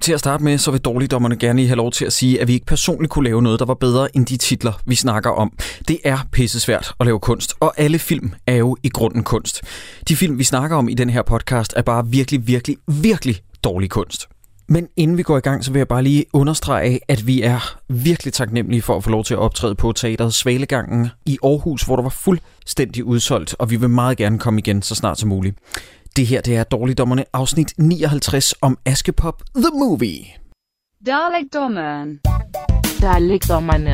Til at starte med, så vil dårligdommerne gerne lige have lov til at sige, at vi ikke personligt kunne lave noget, der var bedre end de titler, vi snakker om. Det er pissesvært at lave kunst, og alle film er jo i grunden kunst. De film, vi snakker om i den her podcast, er bare virkelig, virkelig, virkelig dårlig kunst. Men inden vi går i gang, så vil jeg bare lige understrege, at vi er virkelig taknemmelige for at få lov til at optræde på teateret Svalegangen i Aarhus, hvor der var fuldstændig udsolgt, og vi vil meget gerne komme igen så snart som muligt. Det her, det er Dårligdommerne afsnit 59 om Askepop The Movie. Dalekdommeren. Der ligger man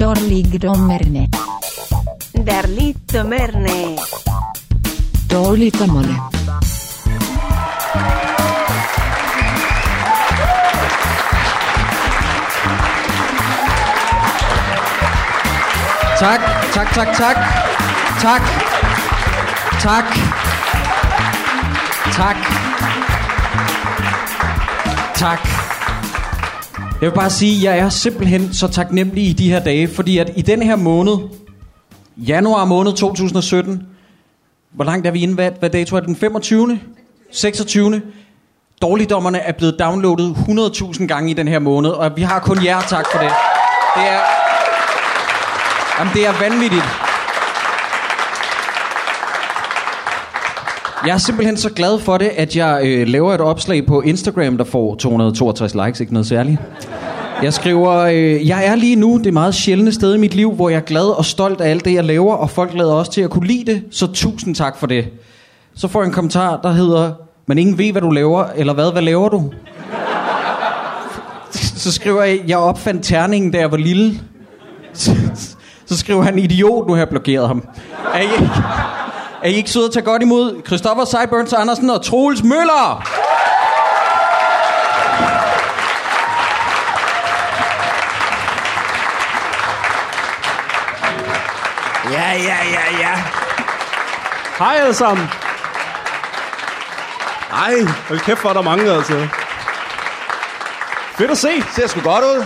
Dårligdommerne. Der lite merne. dårligdommerne. Tak, tak, tak, tak. Tak. Tak. Tak. Tak. Jeg vil bare sige, at jeg er simpelthen så taknemmelig i de her dage, fordi at i den her måned, januar måned 2017, hvor langt er vi inde? Hvad, hvad dato er det? den 25. 26. Dårligdommerne er blevet downloadet 100.000 gange i den her måned, og vi har kun jer tak for det. Det er Jamen, det er vanvittigt. Jeg er simpelthen så glad for det, at jeg øh, laver et opslag på Instagram, der får 262 likes. Ikke noget særligt. Jeg skriver, øh, jeg er lige nu det meget sjældne sted i mit liv, hvor jeg er glad og stolt af alt det, jeg laver, og folk lader også til at kunne lide det, så tusind tak for det. Så får jeg en kommentar, der hedder, men ingen ved, hvad du laver, eller hvad, hvad laver du? Så skriver jeg, jeg opfandt terningen, da jeg var lille. Så skriver han, idiot, nu har jeg blokeret ham. Er I, ikke- er I ikke søde at tage godt imod Christoffer Seiburns Andersen og Troels Møller? Ja, ja, ja, ja. Hej alle sammen. Ej, hold kæft, hvor er der mange, altså. Fedt at se. Ser sgu godt ud.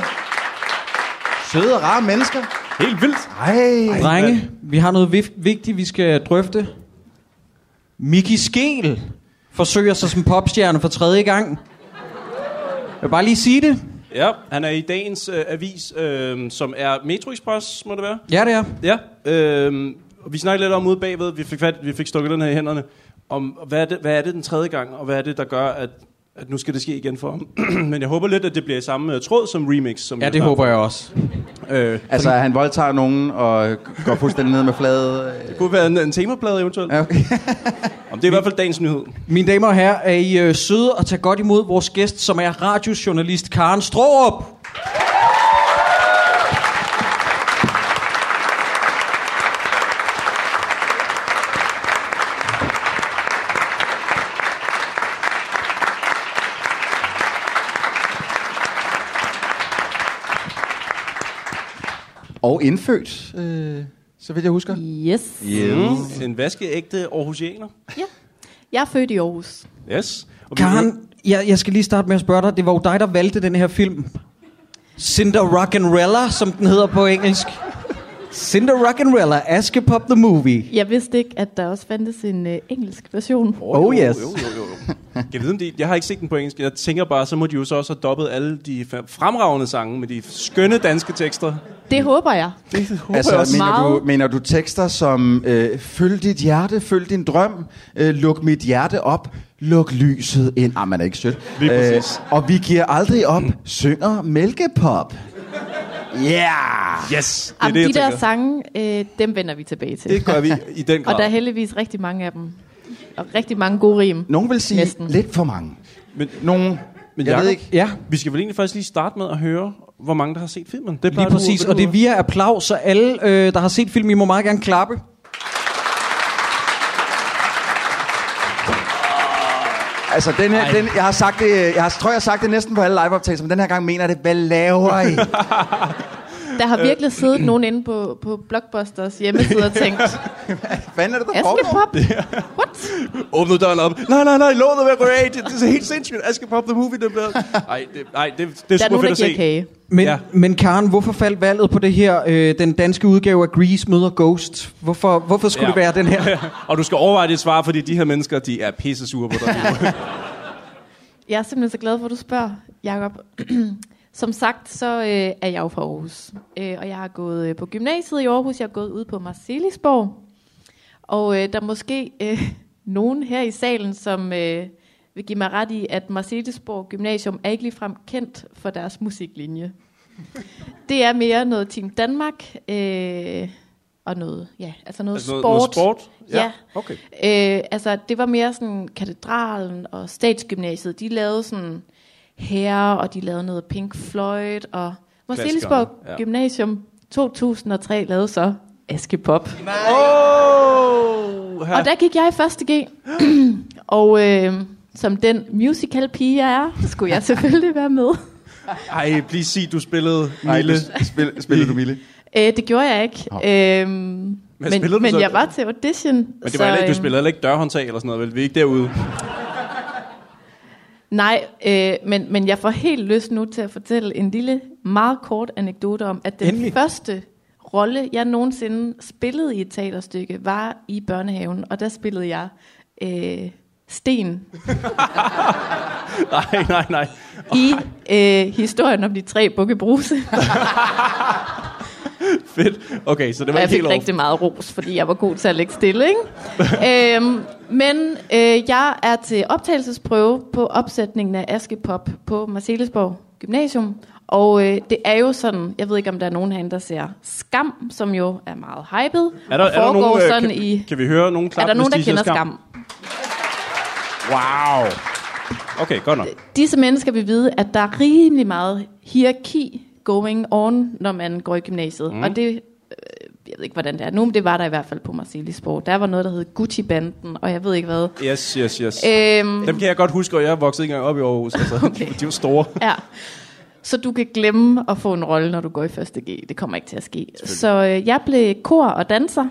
Søde og rare mennesker. Helt vildt. Ej. Drenge, vi har noget vif- vigtigt, vi skal drøfte. Miki Skel forsøger sig som popstjerne for tredje gang. Jeg vil bare lige sige det. Ja, han er i dagens øh, avis, øh, som er Metro Express, må det være. Ja, det er. Ja, øh, vi snakkede lidt om ude bagved. Vi fik, fat, vi fik stukket den her i hænderne. Om, hvad, er det, hvad er det den tredje gang, og hvad er det, der gør, at, at nu skal det ske igen for ham. Men jeg håber lidt, at det bliver i samme øh, tråd som remix. Som Ja, det håber jeg også. jeg. Øh, Altså, han voldtager nogen og går fuldstændig ned med fladet. det kunne være en, en temaplade eventuelt. Ja, okay. Om det er i hvert fald dagens nyhed. Mine damer og herrer, er I øh, søde og tage godt imod vores gæst, som er radiojournalist Karen Strårup. Og indfødt, øh, så vidt jeg husker. Yes. Yes. Mm. En vaskeægte Aarhusianer. Jeg er født i Aarhus. Yes. Og vi- Karen, jeg, jeg skal lige starte med at spørge dig. Det var jo dig, der valgte den her film. Cinderella, som den hedder på engelsk. Cinderella, Askepop the Movie. Jeg vidste ikke, at der også fandtes en øh, engelsk version. Oh, yes. Jo, jo, jo. jo. Kan jeg, vide, om de, jeg har ikke set den på engelsk. Jeg tænker bare, så må de jo så også have dobbet alle de fa- fremragende sange med de skønne danske tekster. Det håber jeg. Altså, mener Meget. du, mener du tekster som øh, Følg dit hjerte, følg din drøm, øh, luk mit hjerte op, luk lyset ind. Ah, man er ikke sødt. Øh, Lige præcis. og vi giver aldrig op, synger mælkepop. Yeah! Yes, det er Jamen, det, de jeg der tænker. sange, øh, dem vender vi tilbage til. Det gør vi i den Og grad. der er heldigvis rigtig mange af dem. Og rigtig mange gode rim. Nogen vil sige Næsten. Næsten. lidt for mange. Men, Nogen, men jeg Jacob, ved ikke. Ja, vi skal vel egentlig først lige starte med at høre, hvor mange der har set filmen. Det plejer lige du- præcis. ved Og du- det er via applaus, så alle, øh, der har set filmen, I må meget gerne klappe. Altså, den her, den, jeg har sagt det, jeg har, tror, jeg har sagt det næsten på alle liveoptagelser, men den her gang mener jeg det. Hvad laver I? Der øh, har virkelig siddet nogen inde på, på Blockbusters hjemmeside og tænkt, Hvad er det, der foregår? Askepop? What? Åbnede døren op. Nej, nej, nej, lånet er ved at gå af. Det, det er helt sindssygt. Askepop the movie, det bliver... Ej, det, ej, det, det er Der er super nogen, fedt der at se. giver kage. Men, Ja. ja. men Karen, hvorfor faldt valget på det her, øh, den danske udgave af Grease møder Ghost? Hvorfor, hvorfor skulle Ja. ja. det være den her? Og du skal overveje dit svar, fordi de her mennesker, de er pisse sure på dig. Jeg er simpelthen så glad for, at du spørger, Jacob. Som sagt, så øh, er jeg jo fra Aarhus. Øh, og jeg har gået øh, på gymnasiet i Aarhus. Jeg har gået ud på Marcelisborg. Og øh, der er måske øh, nogen her i salen, som øh, vil give mig ret i, at Marcelisborg Gymnasium er ikke ligefrem kendt for deres musiklinje. Det er mere noget Team Danmark øh, og noget, ja, altså noget, Altså sport. noget, noget sport? Ja. Okay. Øh, altså, det var mere sådan katedralen og statsgymnasiet. De lavede sådan herre, og de lavede noget Pink Floyd, og Marcelisborg ja. ja. Gymnasium 2003 lavede så Askepop. Oh, Og der gik jeg i første G. og øh, som den musical pige jeg er, skulle jeg selvfølgelig være med. Ej, please sig, du spillede Nej, Mille. du- spil, spiller du Mille? Øh, det gjorde jeg ikke. Nå. Øhm, men spillede du men, men så? jeg var til audition. Men Men det var heller ikke, du spillede heller ikke dørhåndtag eller sådan noget, vel? Vi er ikke derude. Nej, øh, men, men jeg får helt lyst nu til at fortælle en lille, meget kort anekdote om, at den Endelig. første rolle, jeg nogensinde spillede i et teaterstykke, var i børnehaven, og der spillede jeg øh, Sten Nej, nej, nej. i øh, historien om de tre bukkebruse. Fedt. Okay, så det var Og jeg ikke fik helt over. rigtig meget ros, fordi jeg var god til at lægge stille, ikke? øhm, men øh, jeg er til optagelsesprøve på opsætningen af Askepop på Marcellesborg Gymnasium. Og øh, det er jo sådan, jeg ved ikke, om der er nogen herinde, der ser Skam, som jo er meget hyped. Er der, og er der foregår nogen, øh, sådan kan, i... kan vi høre nogen klap, er der hvis nogen, der de siger kender skam? skam? Wow. Okay, godt nok. Disse mennesker vil vide, at der er rimelig meget hierarki going on, når man går i gymnasiet. Mm. Og det, øh, jeg ved ikke, hvordan det er nu, men det var der i hvert fald på Marcelisborg. Der var noget, der hed Gucci-banden, og jeg ved ikke hvad. Yes, yes, yes. Øhm, Dem kan jeg godt huske, og jeg voksede ikke engang op i Aarhus. Altså. Okay. Okay. De var store. ja. Så du kan glemme at få en rolle, når du går i 1. G. Det kommer ikke til at ske. Så øh, jeg blev kor og danser.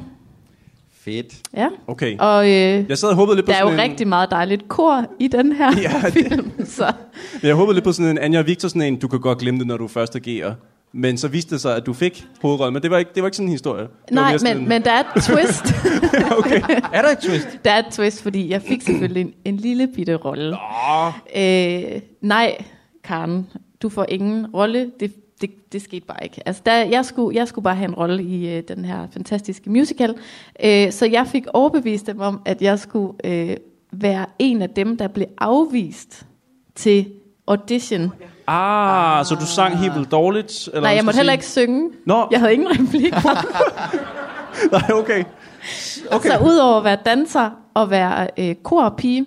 Fedt. Ja. Okay. Og øh, Jeg sad og håbede lidt på der er jo sådan en, rigtig meget dejligt kor i den her Ja, ja, det- film. Så. Jeg håbede lidt på sådan en Anja Victorsen en, du kan godt glemme det, når du er første G'er. Men så viste det sig, at du fik hovedrollen, men det var ikke, det var ikke sådan en historie. Det var Nej, mere sådan men, en- men der er et twist. Er der et twist? Der er et twist, fordi jeg fik selvfølgelig en, en lille bitte rolle. Åh, Øh, nej, Karen, du får ingen rolle. Det, det, det skete bare ikke. Altså, der, jeg, skulle, jeg skulle bare have en rolle i øh, den her fantastiske musical. Øh, så jeg fik overbevist dem om, at jeg skulle øh, være en af dem, der blev afvist til audition. Eller Ah, så du sang helt vildt dårligt? Eller nej, hvad jeg skal måtte sige? heller ikke synge. Nå. Jeg havde ingen replikker. Nej, okay. Okay. Så udover at være danser og være øh, korpige,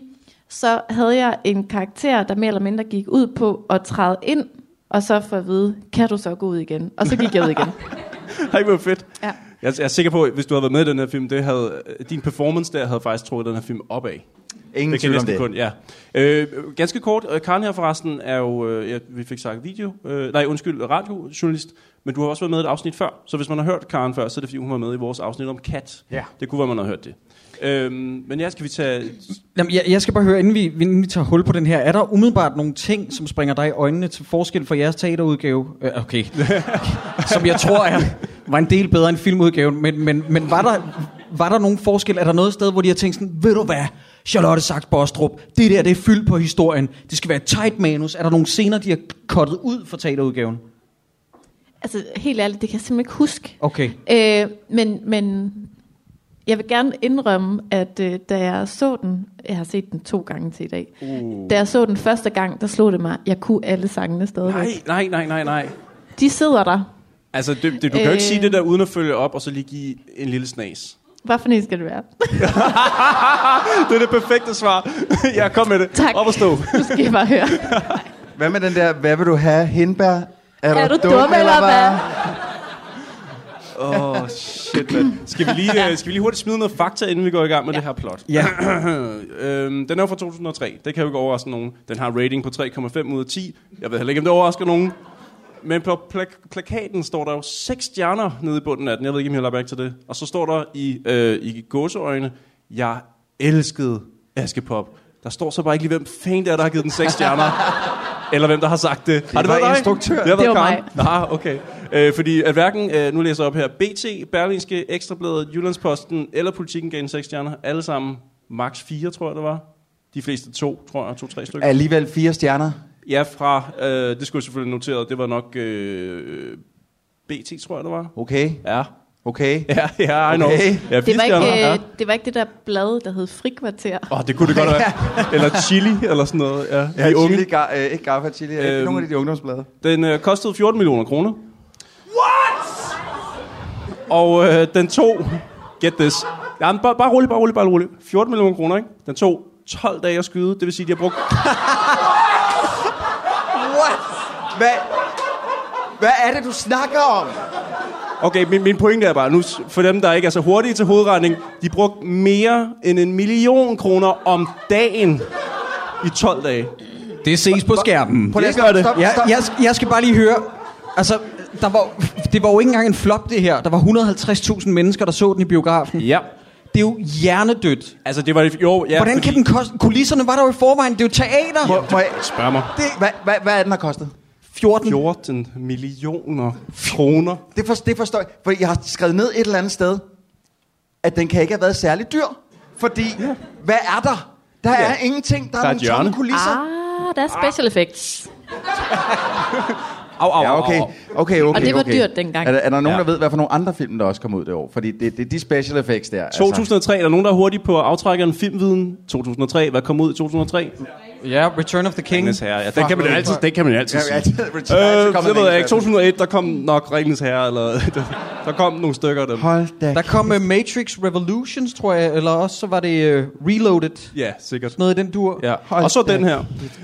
så havde jeg en karakter, der mere eller mindre gik ud på at træde ind, og så få at vide, kan du så gå ud igen? Og så gik jeg ud igen. Har ikke været fedt? Ja. Jeg, jeg er sikker på, at hvis du havde været med i den her film, det havde, din performance der havde faktisk trukket den her film opad. Ingen Det kan tvivl om næsten det. kun, ja. Øh, ganske kort, øh, Karen her forresten er jo, øh, ja, vi fik sagt video, øh, nej undskyld, radiojournalist, men du har også været med i et afsnit før, så hvis man har hørt Karen før, så er det fordi hun var med i vores afsnit om kat. Ja. Det kunne være, man har hørt det. Øh, men ja, skal vi tage... Jamen, jeg, jeg skal bare høre, inden vi, inden vi tager hul på den her, er der umiddelbart nogle ting, som springer dig i øjnene til forskel fra jeres teaterudgave? Øh, okay. som jeg tror er, var en del bedre end filmudgaven, men, men, men var, der, var der nogen forskel? Er der noget sted, hvor de har tænkt sådan, ved du hvad, Charlotte sagt Bostrup, det der det er fyldt på historien, det skal være et tight manus. Er der nogle scener, de har kottet ud fra teaterudgaven? Altså helt ærligt, det kan jeg simpelthen ikke huske. Okay. Øh, men, men jeg vil gerne indrømme, at øh, da jeg så den, jeg har set den to gange til i dag, uh. da jeg så den første gang, der slog det mig, jeg kunne alle sangene stadigvæk. Nej, nej, nej, nej, nej. De sidder der. Altså, det, det, du kan jo ikke Øh. sige det der uden at følge op, og så lige give en lille snas. Hvad for en skal det være? Det er det perfekte svar. ja, kom med det. Tak. Op og stå. Nu skal jeg bare høre. Hvad med den der, hvad vil du have, hindbær? Er du dum eller hvad? Åh, oh, shit, man. Skal vi, lige, øh, skal vi lige hurtigt smide noget fakta, inden vi går i gang med ja. det her plot? Ja. øhm, den er jo fra 2003. Det kan jo ikke overraske nogen. Den har en rating på 3,5 ud af 10. Jeg ved heller ikke, om det overrasker nogen. Men på pla- plakaten står der jo seks stjerner nede i bunden af den. Jeg ved ikke, om jeg har lagt mærke til det. Og så står der i, øh, i gåseøjne, jeg elskede Askepop. Der står så bare ikke lige, hvem fanden det er, der har givet den seks stjerner. Eller hvem der har sagt det. det har det var været dig? instruktør. Det, har været Det var Karen. Ah, okay. Øh, fordi at hverken, øh, nu læser jeg op her, BT, Berlingske, Ekstrabladet, Jyllandsposten eller Politiken gav en 6 stjerner. Alle sammen max 4, tror jeg det var. De fleste to, tror jeg, to-tre stykker. Alligevel fire stjerner. Ja, fra, øh, det skulle jeg selvfølgelig noteret, det var nok øh, BT, tror jeg, det var. Okay, Ja, okay. ja, ja, I know. Okay. Ja, Det var, ikke, ja. øh, det var ikke det der blad, der hed frikvarter. Åh, oh, det kunne det godt være. Eller Chili, eller sådan noget. Ja, Ja, Vi chili, unge. unge. Gar, øh, ikke Gaffa Chili, øh, Øhm. ikke nogen af de ungdomsblade. Den øh, kostede 14 millioner kroner. What? Og øh, den tog, get this, Jamen, bare, bare rolig, bare rolig, bare rolig. 14 millioner kroner, ikke? Den tog 12 dage at skyde, det vil sige, de har brugt... What? Hvad? Hvad er det, du snakker om? Okay, min, min pointe er bare, nu, s- for dem, der ikke er så hurtige til hovedregning, de brugte mere end en million kroner om dagen i 12 dage. Det ses på skærmen. Prøv lige at Det gør stoppe, det. stoppe, Jeg, stoppe. jeg, jeg skal bare lige høre. Altså, der var, det var jo ikke engang en flop, det her. Der var 150.000 mennesker, der så den i biografen. Ja. Det er jo hjernedødt. Altså, det var... Jo, ja, Hvordan kan den koste... Kulisserne var der jo i forvejen. Det er jo teater. Må- må jeg- Spørg mig. det- Hvad, hvad, hvad er den, der kostet? 14. 14 millioner kroner. Det, for, det forstår jeg. For jeg har skrevet ned et eller andet sted, at den kan ikke have været særlig dyr. Fordi, ja. hvad er der? Der er Ja. ingenting. Der, Der er er et nogle hjørne. tomme kulisser. Ah, der er special effects. Au, au, Ja, au, okay. au. okay, okay Og det var okay. dyrt dengang. Er der, er der nogen, Ja. der ved, hvad for nogle andre film, der også kom ud det år? Fordi det, det er de special effects der. altså. 2003, er der nogen, der er hurtig på aftrækkeren filmviden? 2003, hvad kom ud i 2003? Ja, Return of the King. Ringenes Herre, ja, den kan man altid, den kan man altid Ja, ja, sige. det- så Øh, kommer det den ved jeg ikke. engelske. 2001, der kom nok Ringenes Herre, eller der kom nogle stykker af dem. Hold da Der kom uh, Matrix Revolutions, tror jeg. Eller også så var det uh, Reloaded. Ja, sikkert. Noget i den dur. Ja. Hold Og så da den her.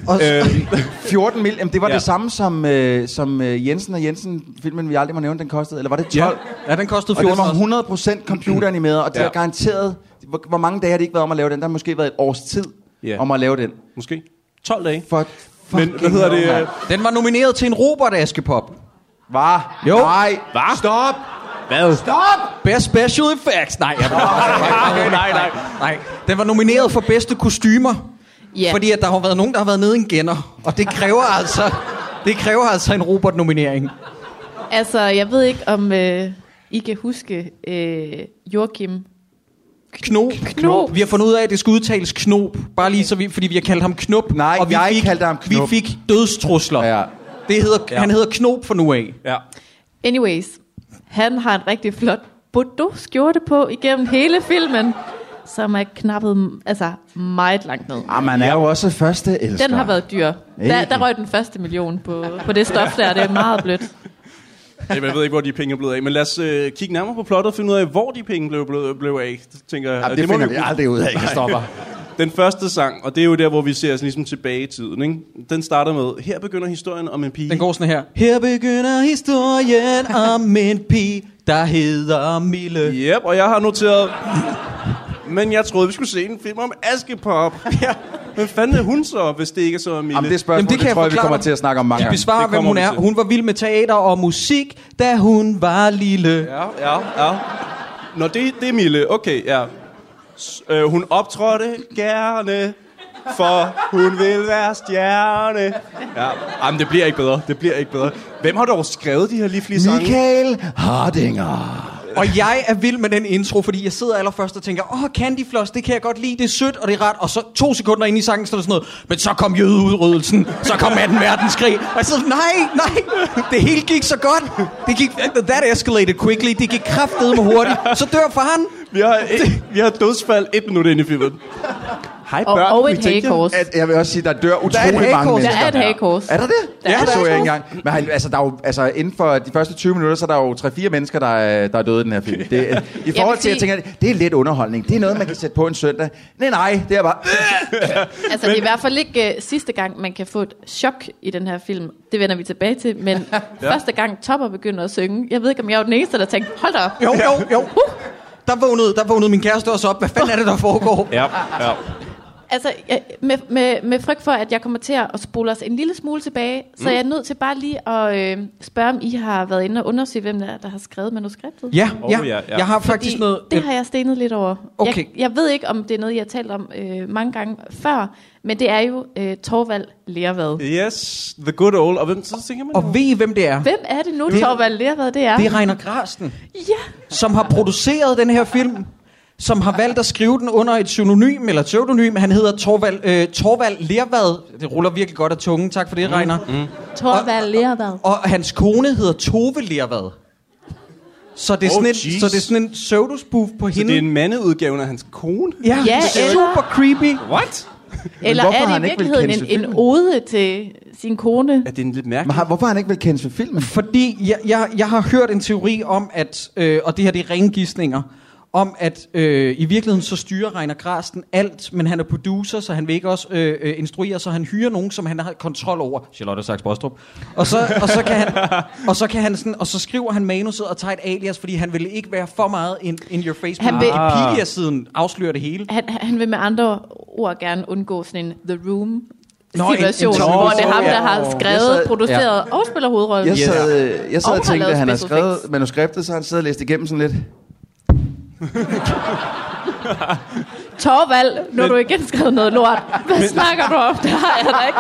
Og så, Øh, 14 mil, jamen det var Ja. ja. det samme som, øh, som øh, Jensen og Jensen, filmen vi aldrig må nævne, den kostede, eller var det 12? Ja. Ja. ja, den kostede Og den 14. var 100% computeranimeret, og det Ja. ja. er garanteret, hvor, hvor mange dage har det ikke været om at lave den? Der har måske været et års tid Ja. ja. om at lave den. måske 12 dage. For, Men hvad hedder det? øh, Den var nomineret til en Robert Askepop. Hvad? Jo. Nej. Hva? Stop. Hvad? Stop. Best Special Effects. Nej, jeg nej, nej, nej, nej. Den var nomineret for bedste kostymer. Ja. Fordi at der har været nogen, der har været nede i en genner. Og det kræver altså, det kræver altså en Robert-nominering. Altså, jeg ved ikke, om øh, I kan huske øh, Joachim Knob. Knob. Vi har fundet ud af, at det skal udtales knob. Bare lige så vi, fordi vi har kaldt ham knop. Nej, og vi jeg fik, kaldte ham Knop. Vi fik dødstrusler. Ja. Det hedder, ja. Han hedder knop for nu af. Ja. Anyways, han har en rigtig flot Bordeaux-skjorte på igennem hele filmen, som er knappet altså, meget langt ned. Ah, man er jo også første elsker. Den har været dyr. Der, Ikke. der røg den første million på, på det stof der, det er meget blødt. Jamen, Jeg ved ikke, hvor de penge er blevet af, men lad os øh, kigge nærmere på plottet og finde ud af, hvor de penge blev, blev, blev af, tænker jeg. Jamen, det, må finder vi- vi aldrig ud af, jeg stopper. Den første sang, og det er jo der, hvor vi ser os ligesom tilbage i tiden, ikke? den starter med, her begynder historien om en pige. Den går sådan her. Her begynder historien om en pige, der hedder Mille. Yep, og jeg har noteret... Men jeg troede, vi skulle se en film om Askepop. Ja. Men fanden er hun så, hvis det ikke er så Mille? Jamen, det Jamen, spørgsmål, Jamen, det det, kan jeg tror jeg, vi forklare kommer dig. til at snakke om mange De gange. besvarer, det hvem kommer hun vi er. til. Hun var vild med teater og musik, da hun var lille. Ja, ja, ja. Nå, det, det er Mille. Okay, ja. S- øh, hun optrådte gerne, for hun vil være stjerne. Ja. Jamen, det bliver ikke bedre. Det bliver ikke bedre. Hvem har dog skrevet de her lige sange? Michael Hardinger. Og jeg er vild med den intro, fordi jeg sidder allerførst og tænker, åh, Candyfloss, det kan jeg godt lide, det er sødt, og det er rart. Og så to sekunder ind i sangen, så er der sådan noget, men så kom jødeudryddelsen, så kom 2. verdenskrig. Og jeg sidder, nej, nej, det hele gik så godt. Det gik, that escalated quickly, det gik kraftedeme hurtigt. Så dør faren. Vi har, et, vi har et dødsfald et minut ind i filmen. Hej, Og, børn. og vi et tænkte jer- hagekors. At, jeg vil også sige, der dør er et utrolig mange hagekors. mennesker. Der er et hagekors. Er der det? Der er det et så jeg hagekors. ikke engang. Men han- altså, der er jo, altså, inden for de første 20 minutter, så er der jo 3-4 mennesker, der, er- der er døde i den her film. Det, øh, I forhold til, sige- jeg tænker, det er lidt underholdning. Det er noget, man kan sætte på en søndag. Nej, nej, det er bare... Altså, det er i hvert fald ikke uh, sidste gang, man kan få et chok i den her film. Det vender vi tilbage til. Men ja. første gang Topper begynder at synge, jeg ved ikke, om jeg var den eneste, der tænkte, hold da op. Jo, jo, jo. Der vågnede, der vågnede min kæreste også op. Hvad fanden er det, der foregår? Ja, ja. Altså, jeg, med, med, med frygt for, at jeg kommer til at spole os en lille smule tilbage, så Mm. jeg er nødt til bare lige at øh, spørge, om I har været inde og undersøge, hvem der, er, der har skrevet manuskriptet. Ja, Åh, ja, ja, ja. jeg har Fordi faktisk noget... Det har jeg stenet lidt over. Okay. Jeg, jeg ved ikke, om det er noget, jeg har talt om øh, mange gange før, men det er jo øh, Torvald Lervad. Yes, the good old. Og hvem så tænker man? Og ved I, hvem det er? Hvem er det nu, Det- Torvald Lervad, det er? Det er Reiner Grasten. Ja, som har produceret den her film, som har valgt at skrive den under et pseudonym, eller et pseudonym. Han hedder Torvald, øh, Torvald Lervad. Det ruller virkelig godt af tungen. Tak for det, mm. Reiner. Mm. Torvald Lervad. Og hans kone hedder Tove Lervad. Så det er, Oh, sådan en, jeez. så det er sådan en pseudospoof på Så hende. det er en mandeudgave af hans kone? Ja, Ja, ja super eller- creepy. What? Eller hvorfor har er det han i ikke villet virkeligheden en, cancel en ode til sin kone? Er det en lidt Men mærkelig? har, hvorfor har han ikke vel kendt til filmen? Fordi jeg, jeg, jeg har hørt en teori om, at, øh, og det her det er rengidsninger, om at øh, i virkeligheden så styrer Reiner Grasten alt, men han er producer, så han vil ikke også øh, øh, instruere, så han hyrer nogen, som han har kontrol over. Charlotte Sachs Bostrup. Og så, og så kan han, og så kan han sådan, og så skriver han manuset og tager et alias, fordi han vil ikke være for meget in, in your face. Han men vil- Ah. Wikipedia-siden afslører det hele. Han, han vil med andre ord gerne undgå sådan en The Room Nå, en- situation, en- Nå, hvor det er ham, ja. der har skrevet, Jeg sad- produceret og spiller hovedrollen. Jeg sad, øh, jeg sad Og og, har tænkte, lavet at han har special skrevet effects. manuskriptet, så har han siddet og læst igennem sådan lidt. Torvald, nu har du igen skrevet noget lort. Hvad snakker du om? Det har jeg da ikke.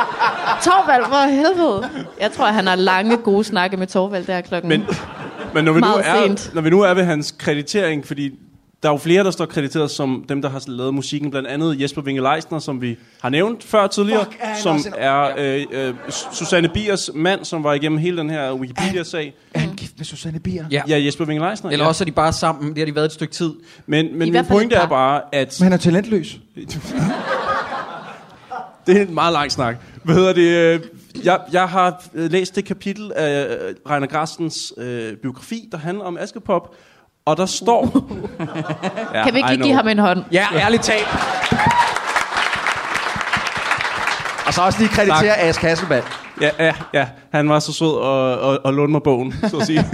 Torvald, for helvede. Jeg tror, han har lange, gode snakke med Torvald der klokken. Men, men når, vi nu Meget er, sent. når vi nu er ved hans kreditering, fordi der er jo flere, der står krediteret som dem, der har lavet musikken. Blandt andet Jesper Winge Leisner, som vi har nævnt før tidligere, Fuck, er han som også en- er øh, øh, Susanne Biers mand, som var igennem hele den her Wikipedia-sag. Er han gift med Susanne Bier? Ja. Ja, Jesper Winge Leisner. Eller ja. også er de bare sammen, det har de været et stykke tid. Men, men min hvert fald pointe et er par. bare, at... Men han er talentløs. Det er en meget lang snak. Hvad hedder det? øh, Jeg, jeg har øh, læst det kapitel af øh, Rainer Grastens øh, biografi, der handler om Askepop, og der står... ja, kan vi ikke I lige know. give ham en hånd? Ja, ærligt talt. Og så også lige kreditere Ask Hasselbald. Ja, ja, ja, han var så sød og, og, og lånte mig bogen, så at sige.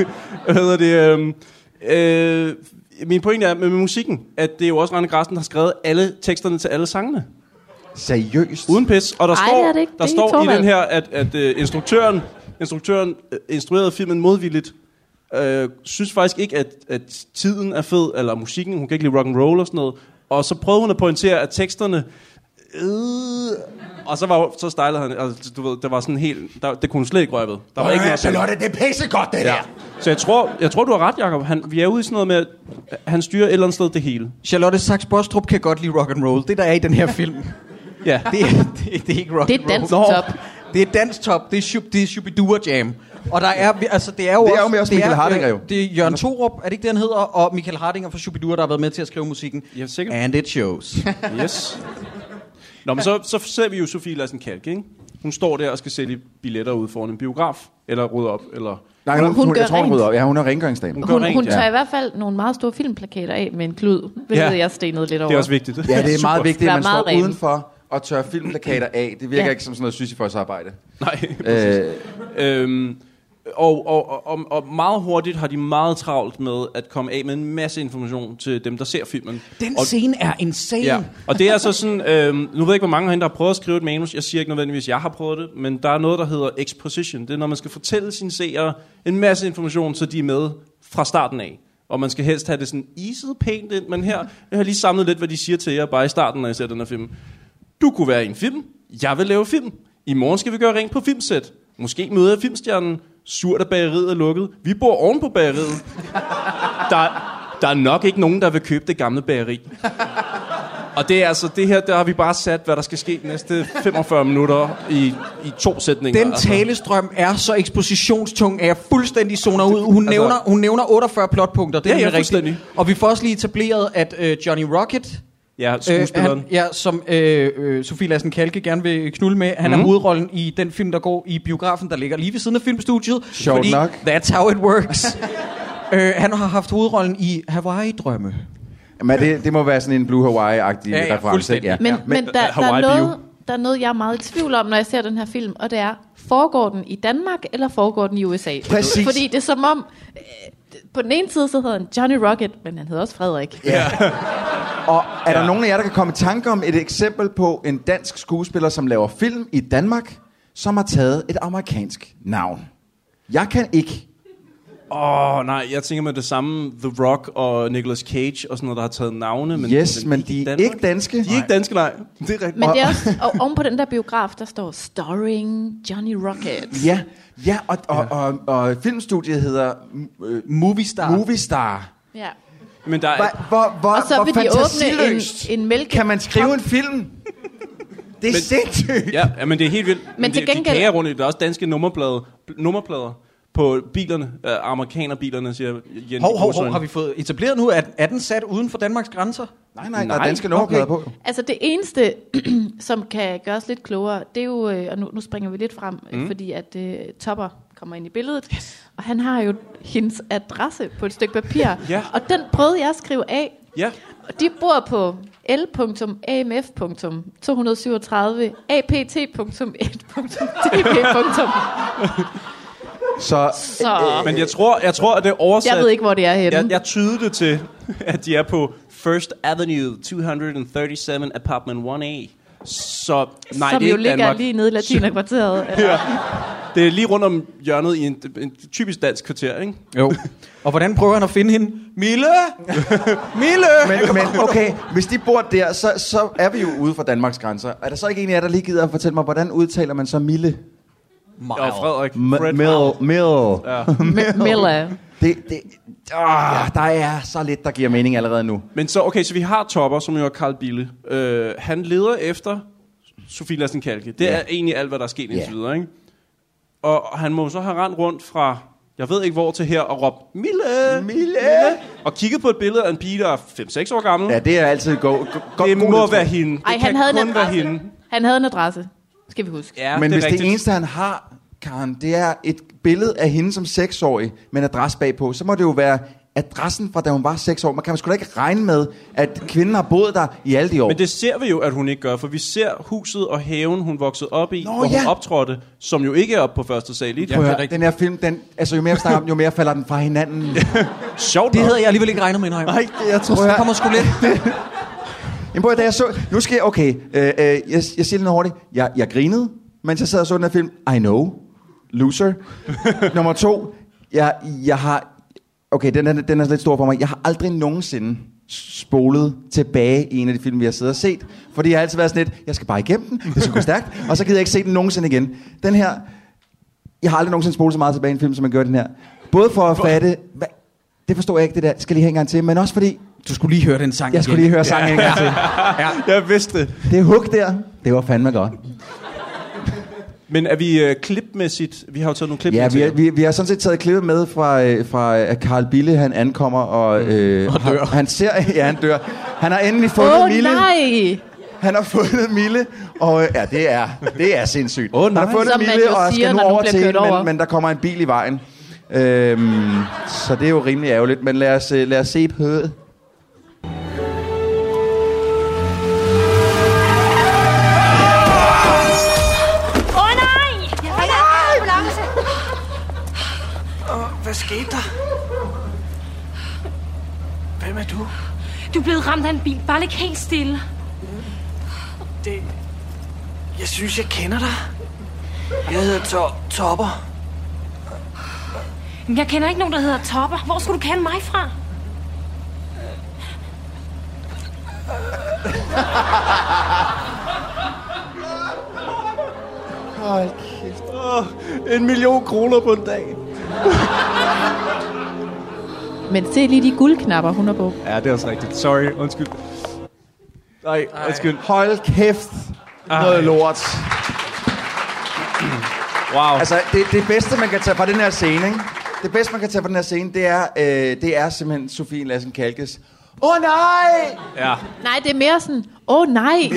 Hvad hedder det? øhm, Øh, min pointe er med, med musikken, at det er jo også Rainer Grasten, der har skrevet alle teksterne til alle sangene. Seriøst? Uden pis. Og der Ej, står, er det ikke der det, står i Torvald? den her, at, at uh, instruktøren, instruktøren uh, instruerede filmen modvilligt. Uh, synes faktisk ikke, at, at tiden er fed, eller musikken, hun kan ikke lide rock and roll og sådan noget. Og så prøvede hun at pointere, at teksterne... Øh, og så, var, så stejlede han, altså, du ved, der var sådan helt, der, det kunne hun slet ikke røre ved. Der var ikke noget at- det er pissegodt, det ja. Så jeg tror, jeg tror, du har ret, Jacob. Han, vi er ude i sådan noget med, at han styrer et eller andet sted det hele. Charlotte Sachs Bostrup kan godt lide rock and roll. Det der er i den her film, Ja. det, er- det, det er ikke rock Det er and roll. dansk top. Det er dansk top. Det er shub, det er Shubidua Jam. Og der er altså det er jo Det er jo også, med også Michael Hardinger, jo. Det er Jørgen Torup, er det ikke det han hedder, og Michael Hardinger fra Shubidua der har været med til at skrive musikken. Ja, sikkert. And it shows. Yes. Nå, men så, så ser vi jo Sofie Lassen Kalk, ikke? Hun står der og skal sælge billetter ude foran en biograf, eller rydde op, eller... Nej, hun, Hun hun, hun, gør jeg tror, hun rent. rydder op. Ja, hun er rengøringsdame. gør Hun, rent, hun ja. tager i hvert fald nogle meget store filmplakater af med en klud, hvilket Ja. jeg stenede lidt over. Det er også vigtigt. Ja, det er meget vigtigt, at Vær man meget står ren. udenfor og tør filmplakater af. Det virker Ja. ikke som sådan noget Sisyfos arbejde. Nej, præcis. Øh, øhm, og, og, og, og meget hurtigt har de meget travlt med at komme af med en masse information til dem, der ser filmen. Den og, scene er insane. Ja. Og det er så sådan, øhm, nu ved jeg ikke, hvor mange herinde, der har prøvet at skrive et manus. Jeg siger ikke nødvendigvis, at jeg har prøvet det, men der er noget, der hedder exposition. Det er, når man skal fortælle sine seere en masse information, så de er med fra starten af. Og man skal helst have det sådan iset pænt ind, men her, jeg har lige samlet lidt, hvad de siger til jer, bare i starten, når jeg ser den her film. Du kunne være i en film. Jeg vil lave film. I morgen skal vi gøre rent på filmsæt. Måske møder jeg filmstjernen. Surt, at bageriet er lukket. Vi bor oven på bageriet. Der, der er nok ikke nogen, der vil købe det gamle bageri. Og det er altså det her, der har vi bare sat, hvad der skal ske de næste 45 Øh, minutter i, i to sætninger. Den altså. talestrøm er så expositionstung, at jeg fuldstændig zoner ud. Hun, Altså- nævner, hun nævner 48 plotpunkter, det Ja, er ja, nemlig rigtigt. fuldstændig. Og vi får også lige etableret, at øh, Johnny Rocket, Ja, Øh, skuespilleren. han, ja, som øh, øh, Sofie Lassen Kalke gerne vil knulde med. Han Mhm. mm. er hovedrollen i den film, der går i biografen, der ligger lige ved siden af filmstudiet. Sjovt fordi nok. That's how it works. øh, han har haft hovedrollen i Hawaii-drømme. men det, det må være sådan en Blue Hawaii-agtig Ja, ja, reference. ikke? fuldstændig. Men, ja. ja, men øh, der, der, er Hawaii noget, der er noget, jeg er meget i tvivl om, når jeg ser den her film, og det er, foregår den i Danmark, eller foregår den i USA? Præcis. Fordi det er som om, øh, på den ene side, så hedder han Johnny Rocket, men han hedder også Frederik. Ja. Og er der nogen af jer, der kan komme i tanke om et eksempel på en dansk skuespiller, som laver film i Danmark, som har taget et amerikansk navn? Jeg kan ikke. Åh, oh, nej, jeg tænker med det samme. The Rock og Nicolas Cage og sådan noget, der har taget navne. Men Yes, men de i er Danmark. ikke danske. De er ikke danske, nej. Det er rigtigt. Men det er også, og oven på den der biograf, der står, starring Johnny Rocket. Ja, ja og, og, og, og filmstudiet hedder øh, Moviestar. Moviestar. Ja. Men der er, Hvor, hvor, hvor, Og så hvor vil de åbne en, fantasiløst en mælke. kan man skrive en film? Det er Men- sindssygt. ja, ja, men det er helt vildt. Men til de, gengæld- De kager rundt i det. Der er også danske nummerplader, nummerplader på bilerne. Øh, amerikanerbilerne, siger Jens. Hov, hov, hov, har vi fået etableret nu, at er den sat uden for Danmarks grænser? Nej, nej, der er Nej, danske nummerplader okay. på. Altså det eneste, som kan gøre os lidt klogere, det er jo, øh, og nu, nu springer vi lidt frem, mm. fordi at øh, Topper kommer ind i billedet, yes. og han har jo hendes adresse på et stykke papir, Ja. og den prøvede jeg at skrive af. Ja, Og de bor på l.amf.237apt.1.dp. Så Så men jeg tror, jeg tror at det er oversat. jeg ved ikke, hvor det er henne. Jeg, jeg tyder det til, at de er på First Avenue 237 Apartment 1A. Så nej, som det er jo ikke ligger Danmark. lige nede i Latinakvarteret. eller- Det er lige rundt om hjørnet i en, en typisk dansk kvarter, ikke? Jo. og hvordan prøver han at finde hende? Mille! Mille! Men, men okay, hvis de bor der, så, så er vi jo ude for Danmarks grænser. Er der så ikke en af jer, der lige gider at fortælle mig, hvordan udtaler man så Mille? Og Frederik. Fred. Mill. Mill. Milla. Det, det, åh, der er så lidt, der giver mening allerede nu. Men så, okay, så vi har Topper, som jo er Carl Bille. Øh, han leder efter Sofie Lassen Kalke. Det Ja. er egentlig alt, hvad der er sket indtil Ja. videre, ikke? Og han må jo så have rendt rundt fra, jeg ved ikke hvor, til her og råbt, Mille! Mille! Og kigget på et billede af en pige, der er 5-6 år gammel. Ja, det er altid go, go, go, det god må ledtråd. være hende. Det Ej, kan han havde kun en være adresse. hende. Han havde en adresse, skal vi huske. Ja, Men det er hvis rigtigt. det eneste, han har, Karen, det er et billede af hende som seksårig med en adresse bagpå, så må det jo være adressen fra, da hun var seks år. Man kan man sgu da ikke regne med, at kvinden har boet der i alle de år. Men det ser vi jo, at hun ikke gør, for vi ser huset og haven, hun voksede op i, Nå, hvor hun ja. optrådte, som jo ikke er oppe på første sal. Ja. Prøv at det er høre, rigtigt. den her film, den, altså jo mere vi snakker om, den, jo mere falder den fra hinanden. Sjovt Det nok. havde jeg alligevel ikke regnet med, nej. Nej, det- jeg tror, Der jeg- kommer sgu lidt. Jamen, prøv at, da jeg så... Nu skal jeg... Okay, øh, øh, jeg, jeg siger det noget hurtigt. Jeg, jeg grinede, mens jeg sad og så den her film. I know. Loser. Nummer to. Jeg, jeg har... Okay, den, den, den er lidt stor for mig. Jeg har aldrig nogensinde spolet tilbage i en af de film, vi har siddet og set. Fordi jeg har altid været sådan lidt, jeg skal bare igennem den, det skal gå stærkt, og så gider jeg ikke se den nogensinde igen. Den her, jeg har aldrig nogensinde spolet så meget tilbage i en film, som jeg gjorde i den her. Både for at fatte, hvad, det forstår jeg ikke det der, skal lige hænge en gang til, men også fordi, Du skulle lige høre den sang jeg skulle lige høre sangen en gang til. Jeg vidste det. Det hug der, det var fandme godt. Men er vi øh, klipmæssigt? Vi har jo taget nogle klip Ja, med vi, er, til. vi, vi har sådan set taget klippet med fra, øh, fra øh, at Carl Bille, han ankommer og, øh, og dør. Han, han ser, ja, han dør. Han har endelig fundet Åh oh, Mille. nej! Han har fundet Mille, og øh, ja, det er, det er sindssygt. Åh, nej. Han har fundet Som man Mille, jo og siger, skal nu når nogen over bliver til kørt hende, over. men, men der kommer en bil i vejen. Øhm, så det er jo rimelig ærgerligt, men lad os, øh, lad os se på det. Åh nej! Jeg ringer efter en ambulance. Hvad skete der? Hvem er du? Du er blevet ramt af en bil. Bare ligg helt stille. Det... Jeg synes, jeg kender dig. Jeg hedder to- Topper. Men jeg kender ikke nogen, der hedder Topper. Hvor skulle du kende mig fra? En million kroner på en dag. Men se lige de guldknapper, hun har på. Ja, det er også rigtigt. Sorry, undskyld. Nej, undskyld. Hold kæft, noget lort. Wow. Altså, det, det bedste, man kan tage fra den her scene, ikke? Det bedste, man kan tage fra den her scene, det er, øh, det er simpelthen Sofie Lassen Kalkes. Åh oh, nej! Ja. Nej, det er mere sådan, åh oh, nej.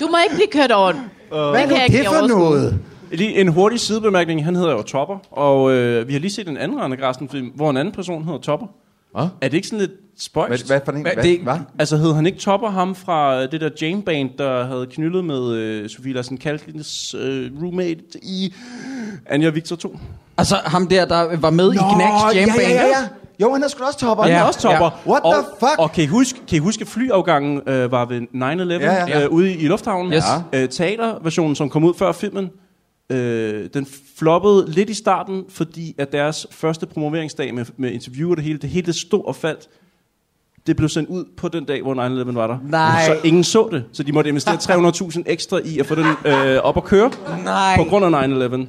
du må ikke blive kørt over. Hvad er kan jeg nu ikke det lige for overskue. noget? Lige en hurtig sidebemærkning. Han hedder jo Topper, og øh, vi har lige set en anden Rane Grasten film, hvor en anden person hedder Topper. Hvad? Er det ikke sådan lidt spøjst? Hvad- hvad for en? Hvad? det er ikke- Hvad? Altså hed han ikke Topper ham fra øh, det der Jane Band, der havde knyldet med øh, Sofie Larsen Kalkins øh, roommate i Anja Victor 2? Altså, ham der, der var med i Knacks Jam ja, ja, Band. ja, ja. Jo, han er sgu da også topper. Han Ja. er også Topper. ja. What og, the fuck? Og kan I huske, kan I huske at flyafgangen øh, var ved 9-11 Ja, ja. Øh, ude i lufthavnen? Yes. Øh, teaterversionen, som kom ud før filmen, øh, den floppede lidt i starten, fordi at deres første promoveringsdag med, med interviewer det hele, det hele det stod og faldt. Det blev sendt ud på den dag, hvor 9-11 var der. Nej. Så ingen så det. Så de måtte investere 300.000 ekstra i at få den øh, op at køre Nej. på grund af 9-11.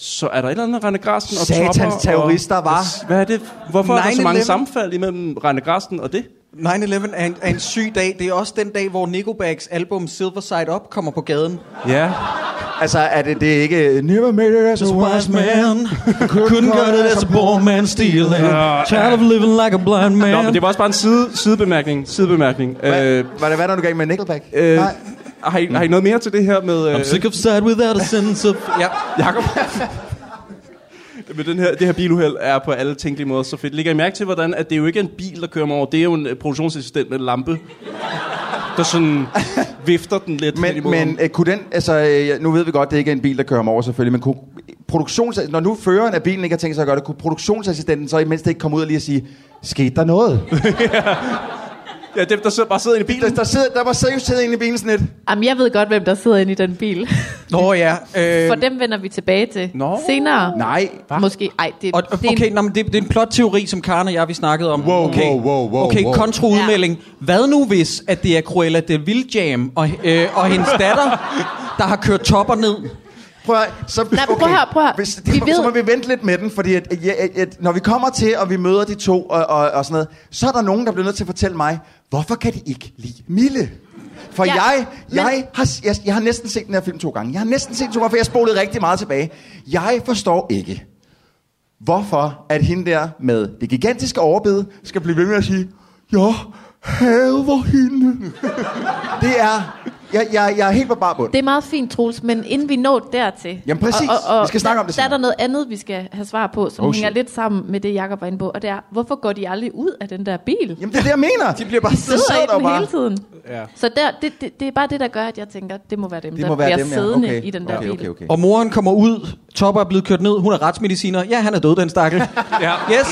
så er der et eller andet Rane Grasten og Satans Topper og- terrorister, hva'? Hvad er det? Hvorfor er der så mange 9/11? sammenfald imellem Rane Grasten og det? 9-11 er en, er en syg dag. Det er også den dag, hvor Nickelbacks album Silver Side Up kommer på gaden. Ja. Altså, er det, det er ikke... Never made it as a wise man. Couldn't cut it as a poor man stealing. Tired of living like a blind man. Nå, men det var også bare en side, sidebemærkning. sidebemærkning. Hva- Øh, Var det hvad, der du gav med Nickelback? øh, Nej. har, I, har I noget mere til det her med... øh, I'm sick of sad without a sense of... Ja, Jacob. Men den her, det her biluheld er på alle tænkelige måder så fedt. Lægger I mærke til, hvordan at det er jo ikke er en bil, der kører mig over. Det er jo en øh, produktionsassistent med en lampe, der sådan vifter den lidt. hen Men, imod ham. men øh, kunne den, altså, øh, nu ved vi godt, det er ikke er en bil, der kører mig over selvfølgelig, men kunne produktions, når nu føreren af bilen ikke har tænkt sig at gøre det, kunne produktionsassistenten så imens det ikke komme ud og lige at sige, skete der noget? Ja, dem, der sidder, bare sidder inde i der, bilen. der, sidder, der var seriøst siddet inde i bilen sådan lidt. Jamen, jeg ved godt, hvem der sidder inde i den bil. Nå ja. Øh, For dem vender vi tilbage til Øhm. Nå. senere. Nej. Måske. Ej, det, og, det er okay, en, nå, men det, det er en plot-teori, som Karen og jeg vi snakkede om. Wow, okay, wow, wow, wow, okay wow. kontraudmelding. Hvad nu hvis, at det er Cruella de Vil Jam og, øh, og hendes datter, der har kørt topper ned? Prøv at, så, okay. Nej, prøv at høre, prøv at høre. Hvis, det, Vi vi ved... Så ved- må vi vente lidt med den, fordi at, at, at, at, når vi kommer til, og vi møder de to og, og, og sådan noget, så er der nogen, der bliver nødt til at fortælle mig, hvorfor kan de ikke lide Mille? For ja, Ja, jeg, jeg, men- har, jeg, jeg har næsten set den her film to gange. Jeg har næsten set den to gange, for jeg spolede rigtig meget tilbage. Jeg forstår ikke, hvorfor at hende der med det gigantiske overbid skal blive ved med at sige, jeg hader hende. det er... Jeg, jeg, jeg er helt på barbund. det er meget fint, Troels, men inden vi når dertil... Jamen, præcis. Vi skal snakke om det Der, der er senere. der noget andet, vi skal have svar på, som Oh, oh, hænger shit. lidt sammen med det, Jacob var inde på, og det er, hvorfor går de aldrig ud af den der bil? Jamen, det er det, jeg mener. De bliver bare De sidder, i den hele tiden. Ja. Så der, det, det, det er bare det, der gør, at jeg tænker, det må være dem, Det der må være bliver dem, ja. siddende okay. i den der okay, bil. okay, okay. Og moren kommer ud, Topper er blevet kørt ned, hun er retsmediciner. Ja, han er død, den stakkel. Ja. Yes,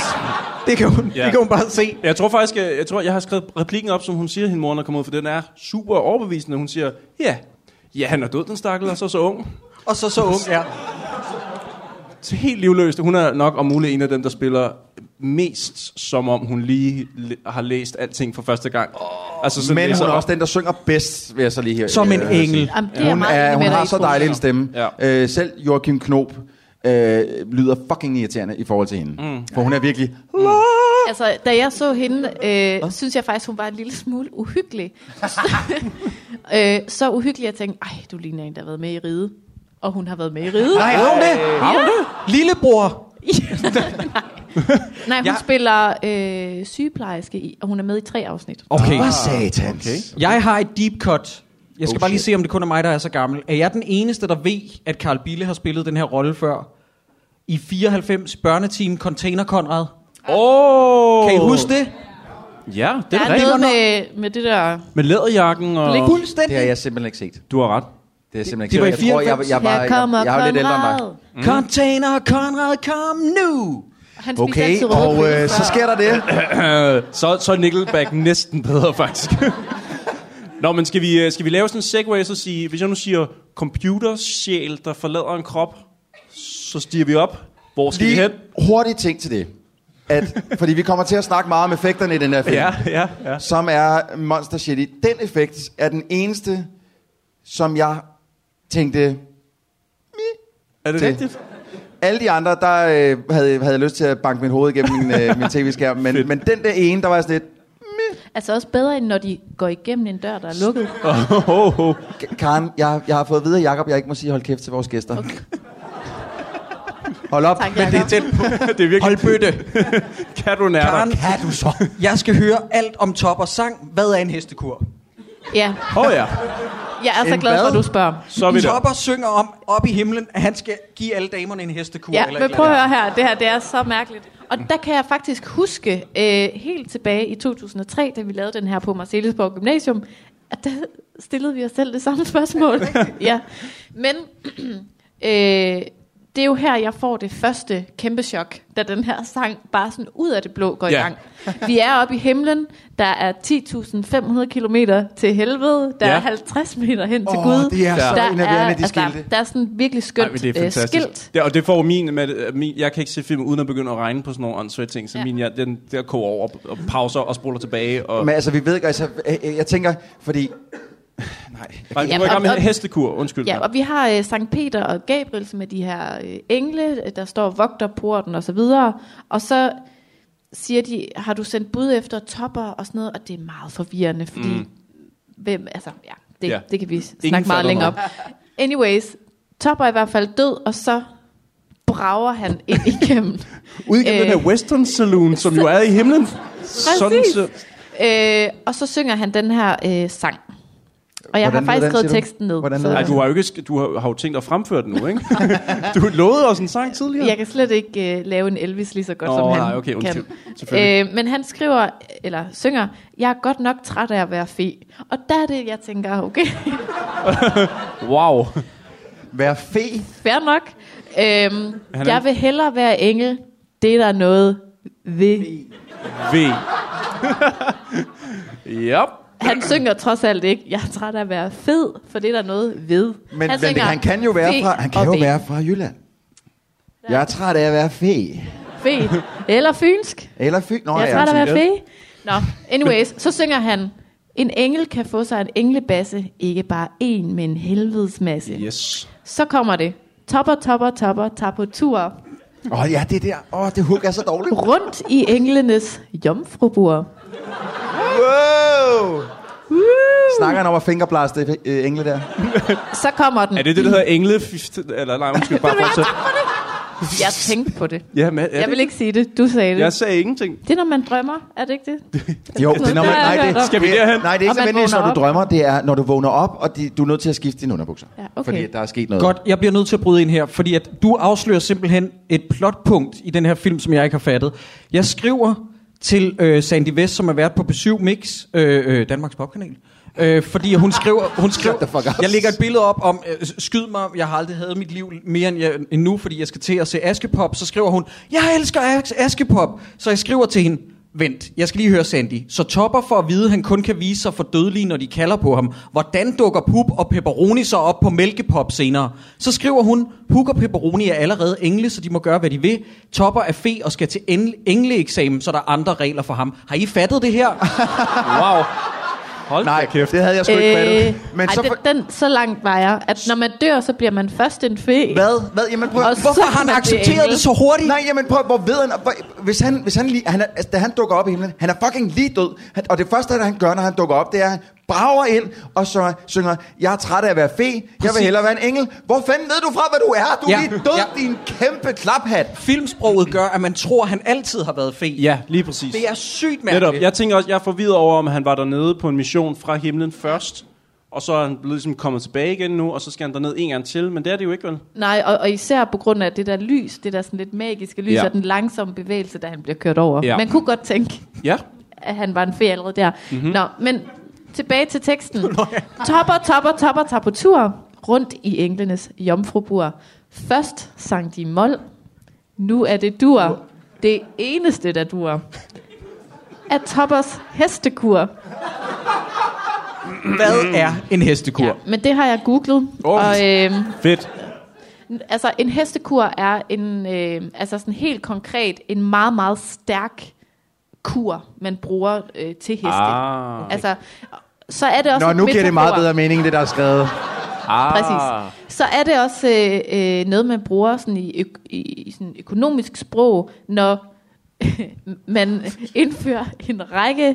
det kan, hun, Ja. ja. det kan hun bare se. Jeg tror faktisk, jeg, jeg tror, jeg har skrevet replikken op, som hun siger, hende mor, når kommer ud, for den er super overbevisende. Hun siger, ja, ja, han er død, den stakkel, og så så ung. Og så så ung, ja. Så helt livløst. Hun er nok om muligt en af dem, der spiller mest, som om hun lige l- har læst alting for første gang. Oh, altså, sådan Men læser hun er op. også den, der synger bedst, vil jeg så lige her. Som en øh, sige. engel. Jamen, det er Hun, meget er, enig hun med dig har i, så Troels. dejlig en stemme. Ja. Øh, selv Joachim Knob øh, lyder fucking irriterende i forhold til hende. Mm. For hun er virkelig... Altså, da jeg så hende, øh, synes jeg faktisk, hun var en lille smule uhyggelig. øh, så uhyggelig, jeg tænkte, ej, du ligner en, der har været med i ride. Og hun har været med i ride. Nej, har hun det? Har hun det? Lillebror. Nej hun Ja. ja. spiller øh, sygeplejerske i, og hun er med i tre afsnit. Okay. Hvad satans? Ah, Okay. Jeg har et deep cut. Jeg skal Oh, oh, bare lige shit. se, om det kun er mig, der er så gammel. Er jeg den eneste, der ved, at Karl Bille har spillet den her rolle før? I 94 børneteam Container Konrad. Åh! Kan I huske det? Ja, det Der er er rigtigt. noget med, med det der... Med læderjakken og... Blik. Det Fuldstændig. har jeg simpelthen ikke set. Det Du har ret. har jeg simpelthen det ikke var set. i Jeg tror, jeg, jeg, 94. jeg, var, jeg, Her kommer jeg er jo lidt ældre end dig. Konrad. Mm. Container Konrad, kom nu! Han spiser Okay, altid røde og øh, så sker der det. Så, så er Nickelback næsten bedre, faktisk. Nå, men skal vi, øh, skal vi lave sådan en segway, så sige, hvis jeg nu siger computersjæl, der forlader en krop, så stiger vi op. Hvor skal vi Lige hen? hurtigt ting til det. At, fordi vi kommer til at snakke meget om effekterne i den her film. Ja, ja, ja. som er Monster Shitty. Den effekt er den eneste, som jeg tænkte... Er det, Det- rigtigt? Alle de andre, der øh, havde, havde jeg lyst til at banke mit hoved igennem min, øh, min tv-skærm, men, men den der ene, der var sådan lidt... Altså også bedre, end når de går igennem en dør, der er lukket. Oh, oh. "K- Karen, jeg, jeg har fået at vide af Jacob, jeg ikke må sige hold kæft til vores gæster. Okay. Hold op. Tak, Jacob. tæt på. Det er virkelig... Hold bøtte. Kan du nærmere? Karen, Kan du så? jeg skal høre alt om top og sang. Hvad er en hestekur? Ja, Åh oh, ja, jeg er så En glad for, at hvad? du spørger. så er vi der. Topper synger om op i himlen, at han skal give alle damerne en hestekur. Ja, eller et men eller prøv at andet. høre her. Det her, det er så mærkeligt. Og der kan jeg faktisk huske, øh, helt tilbage i 2003, da vi lavede den her på Marcelisborg Gymnasium, at der stillede vi os selv det samme spørgsmål. ja. Men øh, det er jo her, jeg får det første kæmpe chok, da den her sang bare sådan ud af det blå går Ja. i gang. Vi er oppe i himlen, der er 10.500 kilometer til helvede, der Ja. er 50 meter hen til Åh, Gud. det er så der enerverende, de der- skilte. Der er sådan virkelig skønt Ej, men det er øh, fantastisk. skilt. Det, og det får min, med, øh, min... Jeg kan ikke se film uden at begynde at regne på sådan nogle åndssvage ting, så ja. Ja. min, jeg, den der koger over og pauser og spoler tilbage. Og... Men altså, vi ved ikke, altså, øh, øh, jeg tænker, fordi Nej, Ja, du var i gang med og- og- hestekur, undskyld. Ja, og vi har øh, Sankt Peter og Gabriel, som er de her øh, engle, øh, der står og vogter porten og så videre. Og så siger de, har du sendt bud efter topper og sådan noget, og det er meget forvirrende, fordi mm. hvem, altså, ja, det, Ja. ja. det kan vi fatter snakke meget længere om. noget. Anyways, topper er i hvert fald død, og så brager han ind igennem. Ud igennem Øh. den her Western Saloon, som jo er i himlen. Sådan Præcis. så, øh, og så synger han den her øh, sang. Og jeg Hvordan- hvordan, har hvordan faktisk skrevet siger du? teksten ned. Hvordan så- lyder Ej, du har jo ikke, sk- du har, har jo tænkt at fremføre den nu, ikke? du lovede os en sang tidligere. Jeg kan slet ikke øh, lave en Elvis lige så godt, Nå, som han nej, okay, undskyld. Selvfølgelig. kan. Øh, men han skriver, eller synger, jeg er godt nok træt af at være fe. Og der er det, jeg tænker, okay, Wow. Vær fe. fair nok. Øhm, Han er- jeg vil hellere være engel. Det er der noget ved. V. Yep. Han synger trods alt ikke, jeg er træt af at være fed, for det er der noget ved. Men, han, men det, han kan jo være fe fra, han kan og jo ve. være fra Jylland. Jeg er træt af at være fe. Fe. Eller fynsk. Eller fy... Nå, Jeg er ja. træt af at være fe. Nå, anyways, så synger han, en engel kan få sig en englebasse, ikke bare en, men en helvedes masse. Yes. Så kommer det. Topper, topper, topper, tager på tur Åh, oh, ja, det der. Åh, oh, det hook er så dårligt. rundt i englenes jomfrubur. Wow! Snakker han om at fingerblaste øh, engle der? Så kommer den. Er det det, der hedder englefift? Eller nej, undskyld, bare fortsæt. Jeg tænkte på det. Ja, men er det? Jeg vil ikke sige det. Du sagde det. Jeg sagde ingenting. Det er, når man drømmer, er det ikke det? Jo, det er når man, Der er nej, jeg det, hørt om. Skal vi derhen? Nej, det er Og ikke man nødvendigvis, når vågner du op. drømmer. Det er, når du vågner op, og de, du er nødt til at skifte dine underbukser. Ja, okay. Fordi der er sket noget. Godt, jeg bliver nødt til at bryde ind her, fordi at du afslører simpelthen et plotpunkt i den her film, som jeg ikke har fattet. Jeg skriver til øh, Sandy West, som er vært på B7 Mix, øh, øh, Danmarks popkanal, øh, fordi hun skriver, hun skriver the fuck up. jeg lægger et billede op om, øh, skyd mig, jeg har aldrig hadet mit liv mere end, jeg, end nu, fordi jeg skal til at se Askepop, så skriver hun, jeg elsker As- Askepop, så jeg skriver til hende, Vent, jeg skal lige høre Sandy. Så topper for at vide, at han kun kan vise sig for dødelige, når de kalder på ham. Hvordan dukker Pup og Pepperoni så op på Mælkepop senere? Så skriver hun, Puk og Pepperoni er allerede engle, så de må gøre, hvad de vil. Topper er fe og skal til en- engleeksamen, så der er andre regler for ham. Har I fattet det her? Wow. Hold Nej, da kæft. det havde jeg sgu ikke fattet. Men Øh, ej, så... så, For, den, den, så langt var jeg, at når man dør, så bliver man først en fe. hvad? Hvad? Jamen prøv... Og Hvor, Hvorfor har han Det er accepteret det engel. så hurtigt? nej, jamen prøv, hvor ved han... Hvor, hvis han, hvis han, lige, han er, altså, da han dukker op i himlen, han er fucking lige død. Han, og det første, han gør, når han dukker op, det er, at han brager ind og så synger, jeg er træt af at være fe, jeg vil Præcis. hellere være en engel. Hvor fanden ved du fra, hvad du er? Du er Ja, lige død, ja. din kæmpe klaphat. Filmsproget gør, at man tror, at han altid har været fe. Ja, lige præcis. Det er sygt Netop. mærkeligt. Jeg tænker også, jeg er forvirret over, om han var dernede på en mission fra himlen først, og så er han blevet ligesom kommet tilbage igen nu, og så skal han derned en gang til, men det er det jo ikke, vel? Nej, og, og især på grund af det der lys, det der sådan lidt magiske lys, Ja. ja. og den langsomme bevægelse, da han bliver kørt over. Ja. Ja. Man kunne godt tænke, Ja. at han var en fe allerede der. Mhm. Mm-hmm. Nå, men tilbage til teksten. topper, topper, topper tager på tur rundt i englenes jomfrubur. Først sang de mol, nu er det dur. Det eneste, der dur, er Toppers hestekur. Hvad Mm. er en hestekur? Ja, men det har jeg googlet. Åh. Og, øhm, Fedt. Altså, en hestekur er en, øh, altså sådan helt konkret en meget, meget stærk kur, man bruger øh, til heste. Ah, okay. Altså, så er det også Nå, en nu giver det meget metafor. bedre mening, det der er skrevet. Ah. Præcis. Så er det også øh, øh, noget, man bruger sådan i, øk- i, i sådan økonomisk sprog, når man indfører en række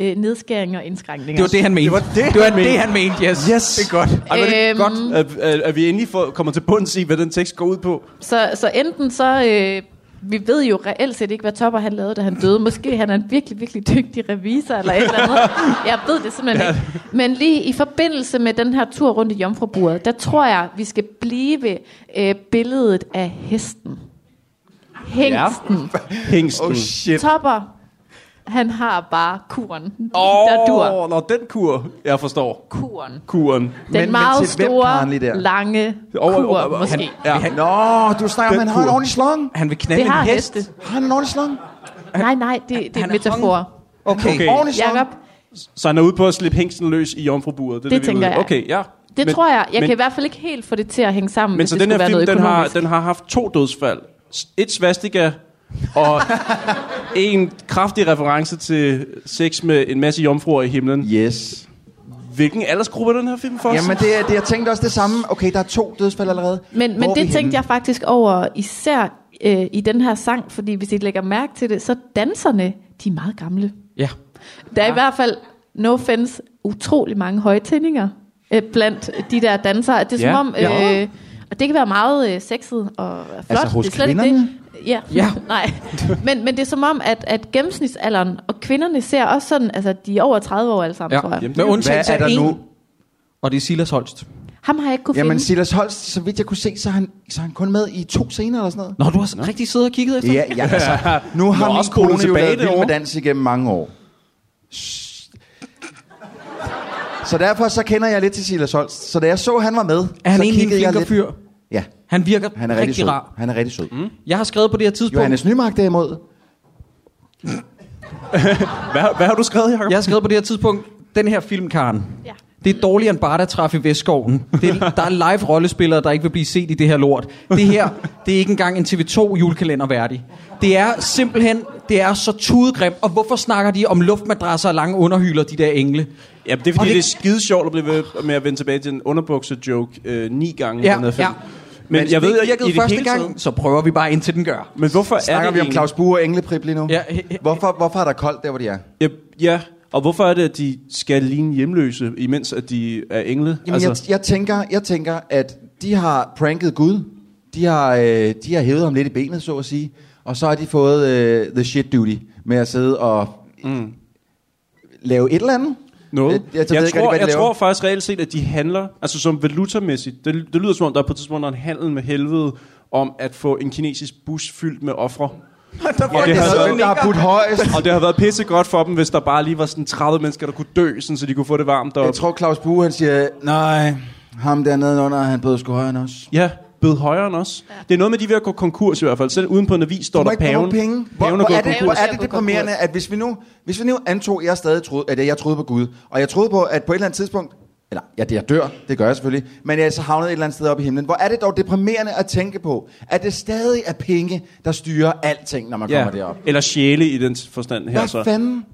øh, nedskæringer og indskrænkninger. Det var det, han mente. Det var det, det, var han mente. det han mente. Yes. Yes. Det er godt. Ej, var det Øhm. godt, at, at, at vi endelig får, kommer til bunds i, hvad den tekst går ud på. Så, så enten så, øh, vi ved jo reelt set ikke, hvad Topper han lavede, da han døde. Måske han er en virkelig, virkelig dygtig revisor eller et eller andet. Jeg ved det simpelthen ikke. Men lige i forbindelse med den her tur rundt i Jomfruburet, der tror jeg, vi skal blive ved øh, billedet af hesten. Hængsten. Hængsten. Oh shit. Topper, han har bare kuren. Oh. Der dur Åh, Nå, den kur. Jeg forstår. kuren. Kuren. Den men men, meget men til hvem peger han lige der? store, lange kur, Over- over- over- måske. han- Han, Ja. Han, Nå, du snakker om, Den han har en kur. ordentlig slong. han vil knalde det har en hest. heste. Har han en ordentlig slong? Nej, nej, det, det er han en er metafor. Okay. Okay. okay. Ordentlig slong. Jakob, Så han er ude på at slippe hængsten løs i jomfruburet. Det, er Det vi er ude tænker i. jeg. Okay, ja. Det Men- men, tror jeg. Jeg men- men, kan i hvert fald ikke helt få det til at hænge sammen, Men hvis så det den skulle her være film, noget den har, økonomisk. den har haft to dødsfald. S- Et svastika og en kraftig reference til sex med en masse jomfruer i himlen. Yes. Hvilken aldersgruppe er den her film for? Jamen, det, er- det, jeg tænkte også det samme. Okay, der er to dødsfald allerede. Men, Hvor men er det vi tænkte henne? jeg faktisk over, især øh, i den her sang, fordi hvis I lægger mærke til det, så danserne, de er meget gamle. Ja. Der er i hvert fald, no offense, utrolig mange højtændinger øh, blandt de der dansere. Det er Ja. som om, Ja. øh, og det kan være meget øh, sexet og flot. hos det er slet ikke kvinderne? Det. Ja, Ja. ja. nej. Men, men det er som om, at, at gennemsnitsalderen og kvinderne ser også sådan, altså de er over 30 år alle sammen, ja. tror ja. jeg. Med undtagelse Hvad er af der en, nu? og det er Silas Holst. Ham har jeg ikke kunne Jamen, finde. Silas Holst, så vidt jeg kunne se, så er han, så er han kun med i to scener eller sådan noget. Nå, du har sådan rigtig siddet og kigget efter? Ja, ja altså, nu har Nå, min også spolet kone jo tilbage været vild derovre. med dans igennem mange år. S- Så derfor så kender jeg lidt til Silas Holst. Så da jeg så, han var med, Er han så egentlig en kiggede jeg flinker lidt. fyr? Ja, Han virker han er rigtig, rigtig sød. rar. Han er rigtig sød. Mm. Jeg har skrevet på det her tidspunkt, Johannes Nymark derimod, Hvad, hvad har du skrevet, Jacob? jeg har skrevet på det her tidspunkt, den her film, Karen. Ja. Det er dårligere end bare, der træffer i Vestskoven. Det er, der er live rollespillere, der ikke vil blive set i det her lort. Det her, det er ikke engang en TV2 julekalender værdig. Det er simpelthen, det er så tudegrimt. Og hvorfor snakker de om luftmadrasser og lange underhylder, de der engle? Jamen, det er Og fordi, det- det, det er skide sjovt at blive ved med at vende tilbage til en underbukse-joke øh, ni gange i Ja, den her film. ja. Men Hvis jeg ved, det at i virkede det første hele gang, taget- så prøver vi bare indtil den gør. Men hvorfor snakker er det vi om egentlig- Claus Bue og Engleprip lige nu. Ja, he- he- Hvorfor, hvorfor er der koldt der, hvor de er? Ja, ja, og hvorfor er det, at de skal ligne hjemløse, imens at de er engle? Jamen, altså. jeg, jeg, tænker, jeg tænker, at de har pranket Gud. De har, øh, de har hævet ham lidt i benet, så at sige. Og så har de fået øh, the shit duty med at sidde og Mm. lave et eller andet. Noget. Jeg, jeg, jeg, jeg, ved ikke rigtig, tror, hvad de jeg laver. tror faktisk reelt set, at de handler, altså som valutamæssigt, det, det lyder som om, der er på et tidspunkt der er en handel med helvede, om at få en kinesisk bus fyldt med ofre. Og det det, det Altså, har er været- sådan, der har budt højest. Og det har været pissegodt for dem, hvis der bare lige var sådan 30 mennesker, der kunne dø, sådan, så de kunne få det varmt Jeg deroppe. tror, Claus Bue, han siger, nej, ham der nedenunder, han bød sgu højere end os. Ja, bød højere end os. Ja. Det er noget med, de er ved at gå konkurs i hvert fald. Selv uden på en avis står Du der må ikke få nogen paven. penge. Hvor, Paven hvor, gået er konkurs. det, hvor konkurs. er det deprimerende, at hvis vi nu, hvis vi nu antog, at jeg stadig troede, at jeg troede på Gud, og jeg troede på, at på et eller andet tidspunkt, eller ja, det jeg dør, det gør jeg selvfølgelig, men jeg er så havnet et eller andet sted op i himlen. Hvor er det dog deprimerende at tænke på, at det stadig er penge, der styrer alting, når man ja. kommer derop. Eller sjæle i den forstand her. Hvad Så. fanden?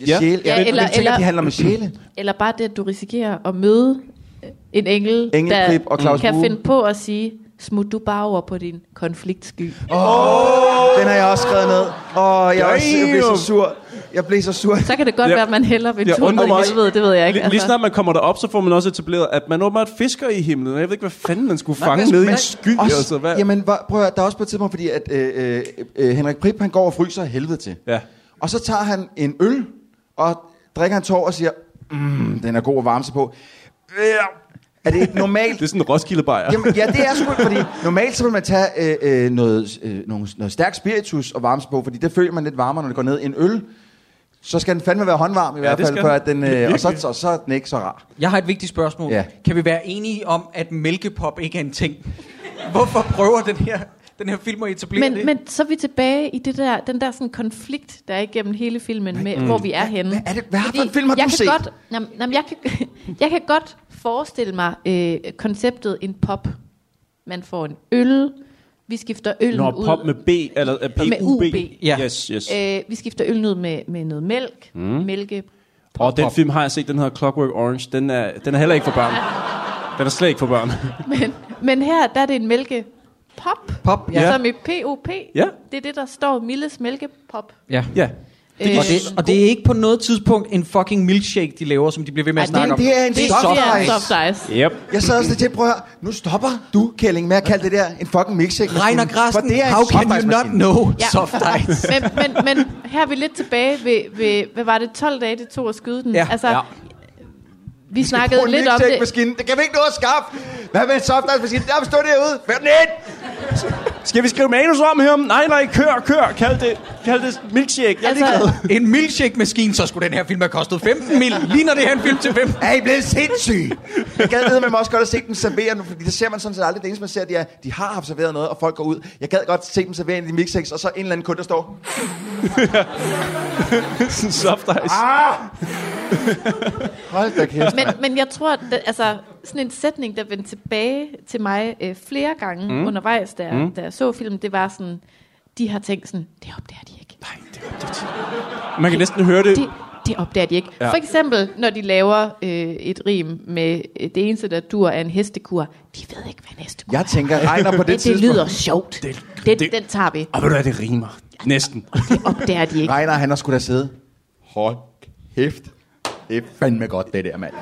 altså. Ja. Sjæle. Ja, Ja, eller, eller- jeg tænker, eller- de handler med sjæle. Eller bare det, at du risikerer at møde øh, en engel, Engelprip og Claus kan Bue. finde på at sige, smut du bare over på din konfliktsky. Den har jeg også skrevet ned. Og jeg, er også, jeg blev Damn. så sur. Jeg blev så sur. Så kan det godt Ja. være, at man heller vil Jeg tur undrer ned i mig også- helvede, det ved jeg ikke. Altså- Lige, lige snart man kommer derop, så får man også etableret, at man åbenbart fisker i himlen. Jeg ved ikke, hvad fanden man skulle fange nede i en sky. Også, Altså, hvad? Jamen, hvor- prøv at, høre, der er også på et tidspunkt, fordi at, øh, øh, øh, Henrik Prip, han går og fryser af helvede til. Ja. Og så tager han en øl, og drikker en tår og siger, mm, den er god at varme sig på. Øh, Er det ikke normalt? Det er sådan en roskildebajer. Jamen, ja, det er sgu, fordi normalt så vil man tage øh, øh, noget, øh, nogle- noget stærk spiritus og varme sig på, fordi det føler man lidt varmere, når det går ned. En øl, så skal den fandme være håndvarm i hvert det fald, skal for den. at den, øh, og, så, så, så er den ikke så rar. Jeg har et vigtigt spørgsmål. Ja. Kan vi være enige om, at mælkepop ikke er en ting? Hvorfor prøver den her, den her film at etablere det? men, men så er vi tilbage i det der, den der sådan konflikt, der er igennem hele filmen, med, hvor vi er henne. Mm. hvad er det- hvad har for en Fordi film har jeg du kan set? Godt, jamen, jamen, jeg, kan, jeg kan godt forestille mig øh, konceptet en pop. Man får en øl, vi skifter øllen Når ud. pop med B, eller øh, P, Med U, B. UB. Ja. Yes, yes. Øh, vi skifter øllen ud med, med noget mælk, mm. mælke. Og den film har jeg set, den hedder Clockwork Orange. Den er, den er heller ikke for børn. Den er slet ikke for børn. Men, men her, der er det en mælkepop. Pop, Ja. ja. Som i POP. Ja. Det er det, der står Milles Øh, mælkepop. ja. ja. Og, det, og det er ikke på noget tidspunkt en fucking milkshake, de laver, som de bliver ved med at Ej, snakke om. Altså, det er en det, soft det er en ice. soft ice. Yep. Jeg sad også lidt til, prøv at høre, nu stopper du, Kælling, med at kalde det der en fucking milkshake. Regner For græsken, det er en how can you not softicemaskine. know Ja. soft ice? Men, men, men her er vi lidt tilbage ved, ved, hvad var det, 12 dage, det tog at skyde den? Ja. Altså, Ja. vi Prøv snakkede en lidt om det. milkshake-maskine. Det kan vi ikke nå at skaffe. Hvad med en soft ice maskine? Der står derude. Før den ind. Skal vi skrive manus om her? Nej, nej, kør, kør. Kald det, kald det milkshake. Jeg er Altså- ligeglad. En milkshake-maskine, så skulle den her film have kostet 15 mil. Ligner det her en film til 15? Er I blevet sindssyge? Jeg gad vide, man også godt at se dem servere nu, fordi det ser man sådan set aldrig. Det eneste, man ser, det er, de har haft serveret noget, og folk går ud. Jeg gad godt se dem servere en af de milkshakes, og så en eller anden kunde, der står. Sådan soft ice. Ah! Hold da kæft. Men, men jeg tror, at det, altså, sådan en sætning, der vendte tilbage til mig øh, flere gange mm. undervejs, da, mm. da jeg så filmen, det var sådan, de har tænkt sådan, det opdager de ikke. Man kan næsten høre det. Det, det opdager de ikke. Ja. For eksempel, når de laver øh, et rim med øh, det eneste, der dur er en hestekur. De ved ikke, hvad en hestekur Jeg tænker, regner på det, det, det tidspunkt. lyder sjovt. Det, det, det, den tager vi. Og ved du hvad, det rimer. Næsten. Det opdager de ikke. Regner, han har sgu da siddet. Hold kæft. Det er fandme godt, det der, mand.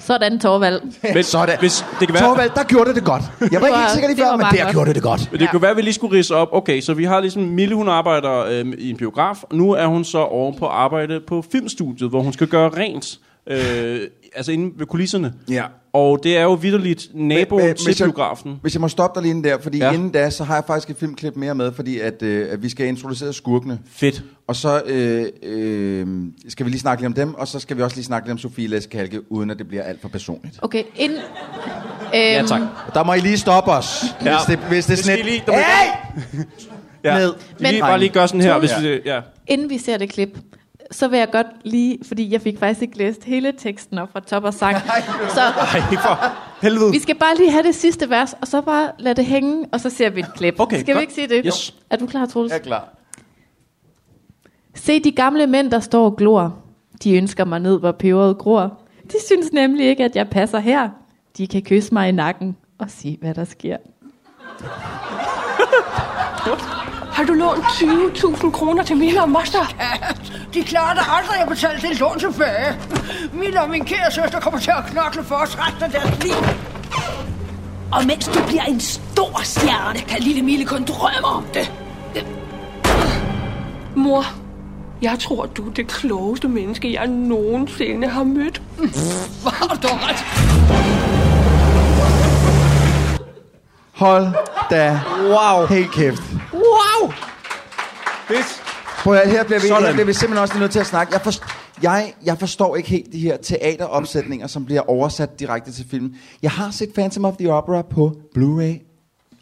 Sådan, Torvald. Men Sådan. Hvis det kan være, Torvald, der gjorde det det godt. Jeg var ikke var- helt sikker lige det før, var men meget der godt. gjorde det det godt. Men det ja. kunne være, at vi lige skulle rise op. Okay, så vi har ligesom Mille, hun arbejder øh, i en biograf. og Nu er hun så over på arbejde på filmstudiet, hvor hun skal gøre rent. Øh, altså inde ved kulisserne. Ja. Og det er jo vidderligt naboen Men- men- til hvis jeg- biografen. Hvis jeg må stoppe dig lige inden der, fordi Ja. ja. inden da, så har jeg faktisk et filmklip mere med, fordi at, øh, at vi skal introducere skurkene. Fedt. Og så øh, øh, skal vi lige snakke lidt om dem, og så skal vi også lige snakke lidt om Sofie Læskalke, uden at det bliver alt for personligt. Okay, ind... Øhm, Ja, tak. Der må I lige stoppe os, ja. hvis det, hvis det Mm. er Det skal sådan I lige- et... der må I- Hey! Ja. Ned. Men, lige, Men- bare lige gøre sådan her. Troels- Hvis vi, ja. Inden vi ser det klip, så vil jeg godt lige, fordi jeg fik faktisk ikke læst hele teksten op fra top og sang. Så Ej, for helvede. vi skal bare lige have det sidste vers, og så bare lade det hænge, og så ser vi et klip. Okay, skal vi godt. ikke sige det? Yes. Er du klar, Troels? Jeg er klar. Se de gamle mænd, der står og glor. De ønsker mig ned, hvor peberet gror. De synes nemlig ikke, at jeg passer her. De kan kysse mig i nakken og se, hvad der sker. Har du lånt 20.000 kroner til Mille og Moster? De klarer det aldrig at betale det lån tilbage. Mille og min kære søster kommer til at knokle for os resten af deres liv. Og mens du bliver en stor stjerne, kan lille Mille kun drømme om det. Mor, jeg tror, du er det klogeste menneske, jeg nogensinde har mødt. Har du ret? Hold da Wow. helt kæft. Wow. Fedt. Prøv at, høre, her bliver vi, her Sådan. bliver vi simpelthen også lige nødt til at snakke. Jeg, forst, jeg, jeg forstår ikke helt de her teateropsætninger, som bliver oversat direkte til film. Jeg har set Phantom of the Opera på Blu-ray.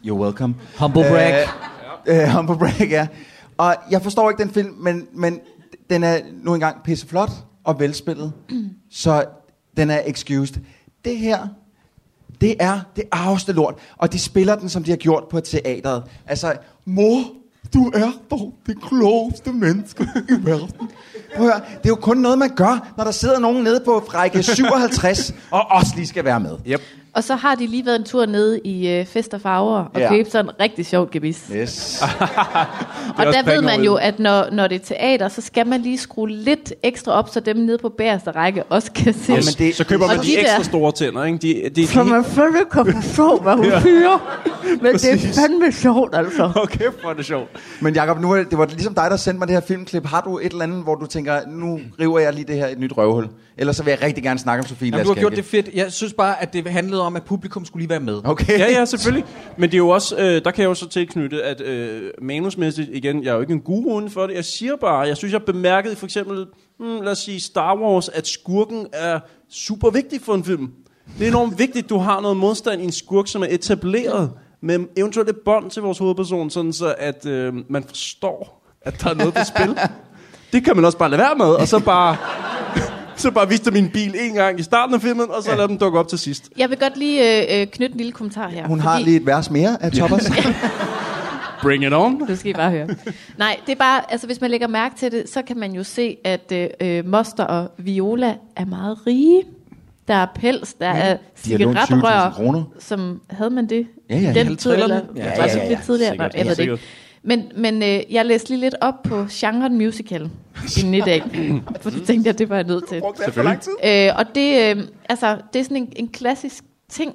You're welcome. Humble brag. Øh, øh, humble brag, ja. Og jeg forstår ikke den film, men, men den er nu engang pisseflot og velspillet. Så den er excused. Det her, det er det arveste lort. Og de spiller den, som de har gjort på teateret. Altså, mor, du er dog det klogeste menneske i verden. Prøv at høre, det er jo kun noget, man gør, når der sidder nogen nede på række 57, og også lige skal være med. Yep. Og så har de lige været en tur ned i øh, Fest og Farver og Ja. ja. købt sådan en rigtig sjov gebis. Yes. Og også der ved man planlovet. jo, at når, når det er teater, så skal man lige skrue lidt ekstra op, så dem nede på bagerste række også kan se. Jamen, det- Så køber Og man de, de der- ekstra store tænder, ikke? De, de, de, de, fandme kan forstå, hvad hun fyrer. Men det er fandme sjovt, altså. okay, hvor er det sjovt. Men Jacob, nu er det, det var ligesom dig, der sendte mig det her filmklip. Har du et eller andet, hvor du tænker, nu river jeg lige det her i et nyt røvhul? Ellers så vil jeg rigtig gerne snakke om Sofie Jamen, du har gjort Laskakke. det fedt. Jeg synes bare, at det handlede om, at publikum skulle lige være med. Okay. Ja, ja, selvfølgelig. Men det er jo også, øh, der kan jeg jo så tilknytte, at øh, manusmæssigt, igen, jeg er jo ikke en guru inden for det. Jeg siger bare, jeg synes, jeg bemærkede i for eksempel, hmm, lad os sige Star Wars, at skurken er super vigtig for en film. Det er enormt vigtigt, du har noget modstand i en skurk, som er etableret med eventuelle bånd til vores hovedperson, sådan så at øh, man forstår, at der er noget på spil. Det kan man også bare lade være med, og så bare... Så bare viste min bil en gang i starten af filmen, og så ja. lade dem dukke op til sidst. Jeg vil godt lige øh, øh, knytte en lille kommentar her. Hun har lige et vers mere af Thomas. Bring it on. Du skal I bare høre. Nej, det er bare, altså hvis man lægger mærke til det, så kan man jo se, at øh, øh, Moster og Viola er meget rige. Der er pels, der er de har lånt 20.000 cigaretrør, kroner. som havde man det Ja, ja, i i den tid, eller halvtrederne? ja, Ja, ja, ja, ja, ja. lidt tidligere, Nå, jeg ved det ikke. Men, men øh, jeg læste lige lidt op på genren musical i middag, for det tænkte jeg, det var jeg nødt til. Selvfølgelig. Øh, og det, øh, altså, det er sådan en, en klassisk ting,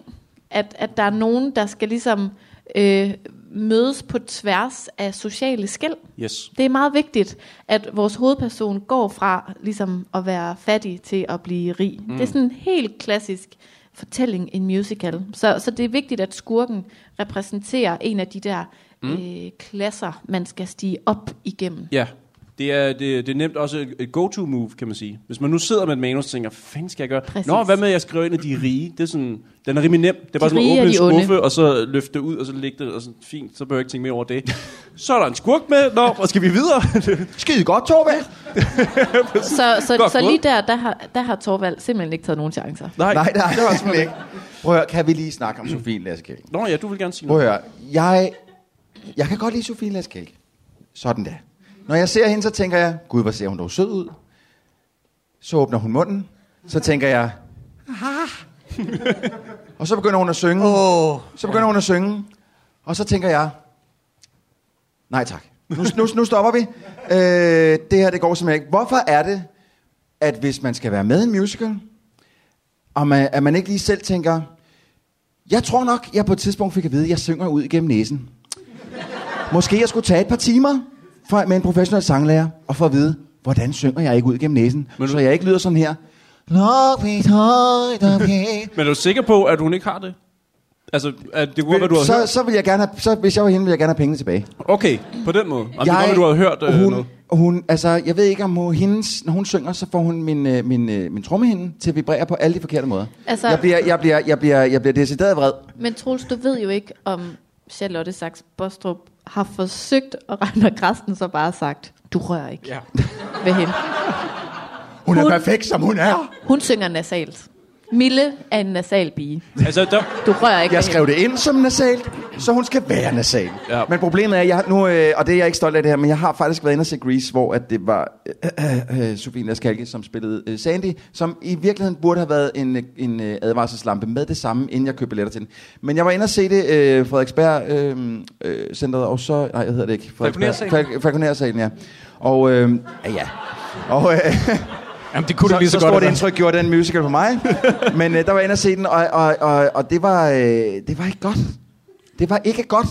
at, at der er nogen, der skal ligesom øh, mødes på tværs af sociale skæld. Yes. Det er meget vigtigt, at vores hovedperson går fra ligesom at være fattig til at blive rig. Mm. Det er sådan en helt klassisk fortælling i en musical. Så, så det er vigtigt, at skurken repræsenterer en af de der mm. øh, klasser, man skal stige op igennem. Ja, det er, det, det er nemt også et, et go-to-move, kan man sige. Hvis man nu sidder med et manus og tænker, hvad fanden skal jeg gøre? Præcis. Nå, hvad med, at jeg skriver ind i de rige? Det er sådan, den er rimelig nem. Det er bare sådan at rige er åbne en de onde. skuffe, og så løfte det ud, og så lægge det, og sådan, fint, så behøver jeg ikke tænke mere over det. så er der en skurk med, nå, og skal vi videre? Skide godt, Torvald. Så, så, Godt så gået. lige der, der har, der har Torvald simpelthen ikke taget nogen chancer. Nej. Nej, nej, det var simpelthen ikke. Prøv at høre, kan vi lige snakke om Sofie Laskakke? Nå ja, du vil gerne sige Prøv noget. at høre, jeg, jeg kan godt lide Sofie Laskæg. Sådan da. Når jeg ser hende, så tænker jeg, gud, hvor ser hun dog sød ud. Så åbner hun munden. Så tænker jeg, og så begynder hun at synge. Oh. Så begynder hun at synge. Og så tænker jeg, nej tak. Nu, nu, nu stopper vi. Øh, det her, det går simpelthen ikke. Hvorfor er det, at hvis man skal være med i en musical, og man, at man ikke lige selv tænker, jeg tror nok, jeg på et tidspunkt fik at vide, at jeg synger ud igennem næsen. Måske jeg skulle tage et par timer fra, med en professionel sanglærer, og få at vide, hvordan synger jeg ikke ud igennem næsen, Men så jeg ikke lyder sådan her. Men er du sikker på, at hun ikke har det? Altså, at det kunne godt være, du har så, hørt... så vil jeg gerne have, så, hvis jeg var hende, ville jeg gerne have pengene tilbage. Okay, på den måde. Jamen, jeg, det kunne godt være, du har hørt øh, hun, noget. Hun, altså, jeg ved ikke, om hun, hendes, når hun synger, så får hun min, øh, min, øh, min trommehinde til at vibrere på alle de forkerte måder. Altså- Altså, jeg, bliver, jeg, bliver, jeg, bliver, jeg bliver decideret vred. Men Troels, du ved jo ikke, om Charlotte Sachs Bostrup har forsøgt, og Ragnar Græsten så bare har sagt, du rører ikke Ja. ved hende. Hun er Hun- perfekt, som hun er. Hun synger nasalt. Mille er en nasal pige. Altså, der... Du rører ikke Jeg ved skrev det ind som nasalt, så hun skal være nasal. Ja. Ja. Men problemet er, jeg har nu, øh, og det er jeg ikke stolt af det her, men jeg har faktisk været inde og se Grease, hvor at det var øh, øh, øh, Sofie Naskalke, som spillede øh, Sandy, som i virkeligheden burde have været en, øh, en øh, advarselslampe med det samme, inden jeg købte billetter til den. Men jeg var inde og se det, øh, Frederiksberg øh, øh, Centeret, og så, nej, jeg hedder det ikke, Falconer-salen. Falconer-salen, Falconer-salen ja. Og, øh, ja, ja. Og, øh, Jamen, det kunne så, det lige så, så godt stort have indtryk gjorde den musical på mig. Men øh, der var jeg inde og se den, og, og, og, og det, var, øh, det var ikke godt. Det var ikke godt.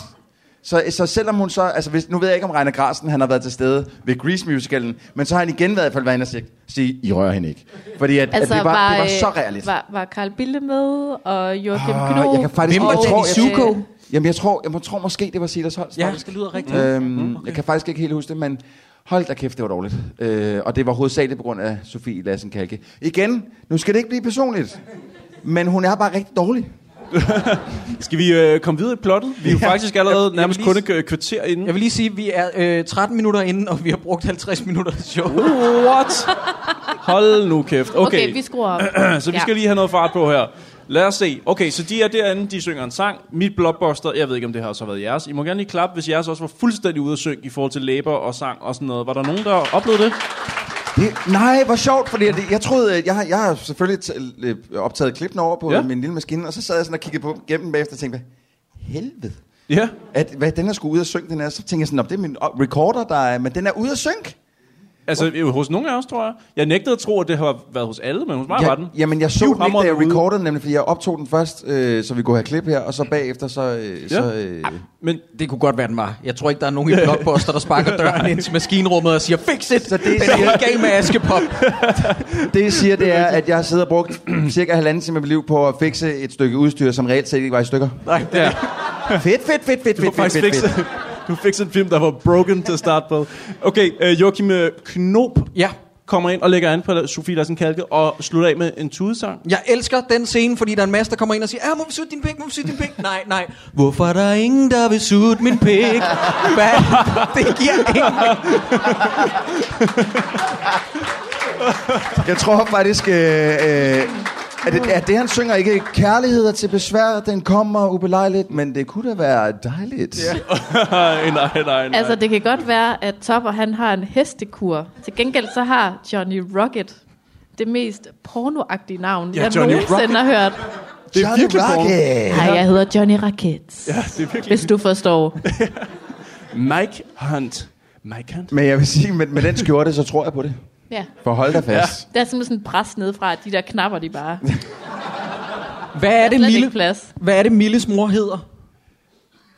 Så, så selvom hun så, altså hvis, nu ved jeg ikke om Reiner Grasen, han har været til stede ved Grease musicalen, men så har han igen i hvert fald været inde og sige, sige I rører hende ikke. Fordi at, altså, at det, var, var, det var øh, så realist. Var, var Carl Bilde med, og Joachim Ah, oh, Knud? jeg kan faktisk og, ikke- jeg tror, øh, jeg- Jamen jeg tror, jeg, må- tror måske, det var Silas Holst. Ja, faktisk. det lyder rigtigt. Øhm, Jeg kan faktisk ikke helt huske det, men hold da kæft, det var dårligt. Øh, og det var hovedsageligt på grund af Sofie Lassen Kalke. Igen, nu skal det ikke blive personligt, men hun er bare rigtig dårlig. Skal vi øh, komme videre i plottet? Vi er jo Ja. faktisk allerede Jeg- jeg nærmest vil kun lige- et øh, kvarter inden. Jeg vil lige sige, at vi er øh, 13 minutter inden, og vi har brugt 50 minutter af showet. What? Hold nu kæft. Okay, Okay, vi skruer op. så vi skal lige have noget fart på her. Lad os se. Okay, så de er derinde, de synger en sang. Mit blockbuster, jeg ved ikke, om det har så været jeres. I må gerne lige klappe, hvis jeres også var fuldstændig ude at synge i forhold til læber og sang og sådan noget. Var der nogen, der oplevede det? Det, nej, hvor sjovt, fordi jeg, jeg troede, at jeg, har- jeg har selvfølgelig t- øh, optaget klippen over på Ja. ja. min lille maskine, og så sad jeg sådan og kiggede på gennem den bagefter og tænkte, hvad helvede, Ja. at, hvad den her skulle ud og synge, den er. Så tænkte jeg sådan, "Nå, det er min øh, recorder, der er, men den er ude at synge. Altså, øh, hos nogle af os, tror jeg. Jeg nægtede at tro, at det har været hos alle, men hos mig var Jeg, den. jamen, jeg så Hiv den ikke, da hammeren jeg ude. recordede den, nemlig, fordi jeg optog den først, øh, så vi kunne have klip her, og så bagefter, så... Øh, så øh, Men Det kunne godt være, den var. Jeg tror ikke, der er nogen i Blockbuster, der sparker døren ind til maskinrummet og siger, fix it! Så det den er siger- helt gal med Askepop. det, jeg siger, det er, at jeg har siddet og brugt cirka halvanden time af mit liv på at fikse et stykke udstyr, som reelt set ikke var i stykker. Nej, det er... Fedt, fedt, fedt, fedt, fedt, Du har fedt, fedt, faktisk fedt, fedt. fikset, du fikset en film, der var broken til at starte på. Okay, øh, Joachim øh, Knop Ja, kommer ind og lægger an på Sofie Larsen Kalke og slutter af med en tudesang. jeg elsker den scene, fordi der er en masse, der kommer ind og siger, ja, må vi sutte din pik, må vi sutte din pik? Nej, nej. Hvorfor er der ingen, der vil sutte min pik? Hvad? Det giver ingen... Jeg tror faktisk... Øh, øh, er det, er det, han synger ikke kærligheder til besvær, den kommer ubelejligt, men det kunne da være dejligt. Ja. nej, nej, nej, nej. Altså, det kan godt være, at Topper han har en hestekur. Til gengæld så har Johnny Rocket det mest pornoagtige navn, Ja, jeg Johnny nogensinde har hørt. det er virkelig porno. Hej, jeg hedder Johnny Rocket, Ja, det er virkelig. hvis du forstår. Mike Hunt. Mike Hunt? Men jeg vil sige, med, med den skjorte, så tror jeg på det. Ja. For hold da fast. Der er simpelthen sådan en pres nedefra, at de der knapper, de bare... Hvad er det, Slet ikke Mille, plads. hvad er det Milles mor hedder?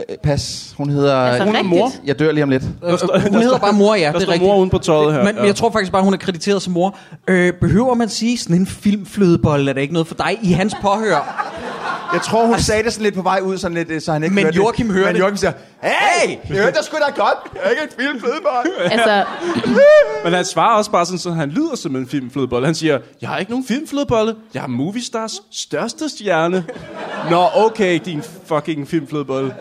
Ja. Pas. Hun hedder... Altså, hun er rigtigt? mor. Jeg dør lige om lidt. Øh, hun hedder bare mor, ja. der det er står rigtigt. mor uden på tøjet her, Men ja. jeg tror faktisk bare, hun er krediteret som mor. Øh, behøver man sige, sådan en filmflødebold er det ikke noget for dig i hans påhør? Jeg tror, hun sagde det sådan lidt på vej ud, sådan lidt, øh, så han ikke Men hørte Joachim det. hører Men det. Joachim siger, Hey! Det hørte jeg sgu da godt. Jeg er ikke et film Altså, Men han svarer også bare sådan, så han lyder som en filmflødebolle. Han siger, jeg har ikke nogen filmflødebolle. Jeg er Moviestars største stjerne. Nå, okay, din fucking filmflødebolle.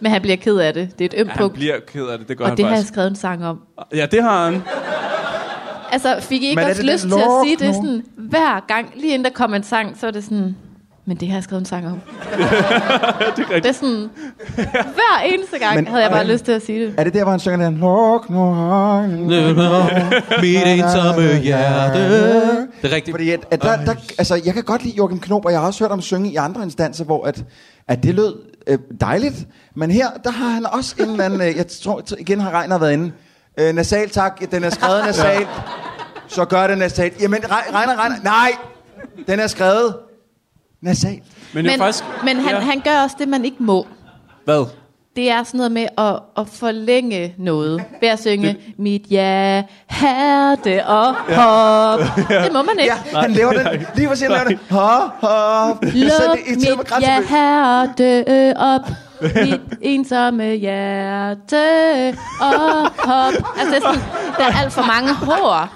men han bliver ked af det. Det er et ømt Han punkt, bliver ked af det, det gør og han det har jeg faktisk. skrevet en sang om. Ja, det har han. Altså, fik I ikke Men er også det lyst den til at lov sige det nu? sådan, hver gang, lige inden der kom en sang, så er det sådan, men det har jeg skrevet en sang om. det er sådan, hver eneste gang Men- men, havde jeg bare Ej. lyst til at sige det. Er det der, hvor han synger den? Luk nu øjnene. Mit ensomme hjerte. Det er rigtigt. Fordi at, at der, der, altså, jeg kan godt lide Joachim Knop, og jeg har også hørt om synge i andre instanser, hvor at, at det lød øh, dejligt. Men her, der har han også en eller anden, øh, jeg tror t- igen har Reiner været inde. Øh, nasal tak, den er skrevet nasalt. Så gør det nasalt. Jamen, Re- Reiner, Reiner, nej, den er skrevet nasalt. Men, Men, faktisk, men han, ja. han gør også det, man ikke må. Hvad? Det er sådan noget med at, at forlænge noget ved at synge mit ja, hatte og hop. Det må man ikke. Ja, han laver den. Lige for at sige, han laver den. Hop, hop. Luk det irriterer mig mit grænseløst. hjerte op. Mit ensomme hjerte og hop. Altså, det er sådan, der er alt for mange hår.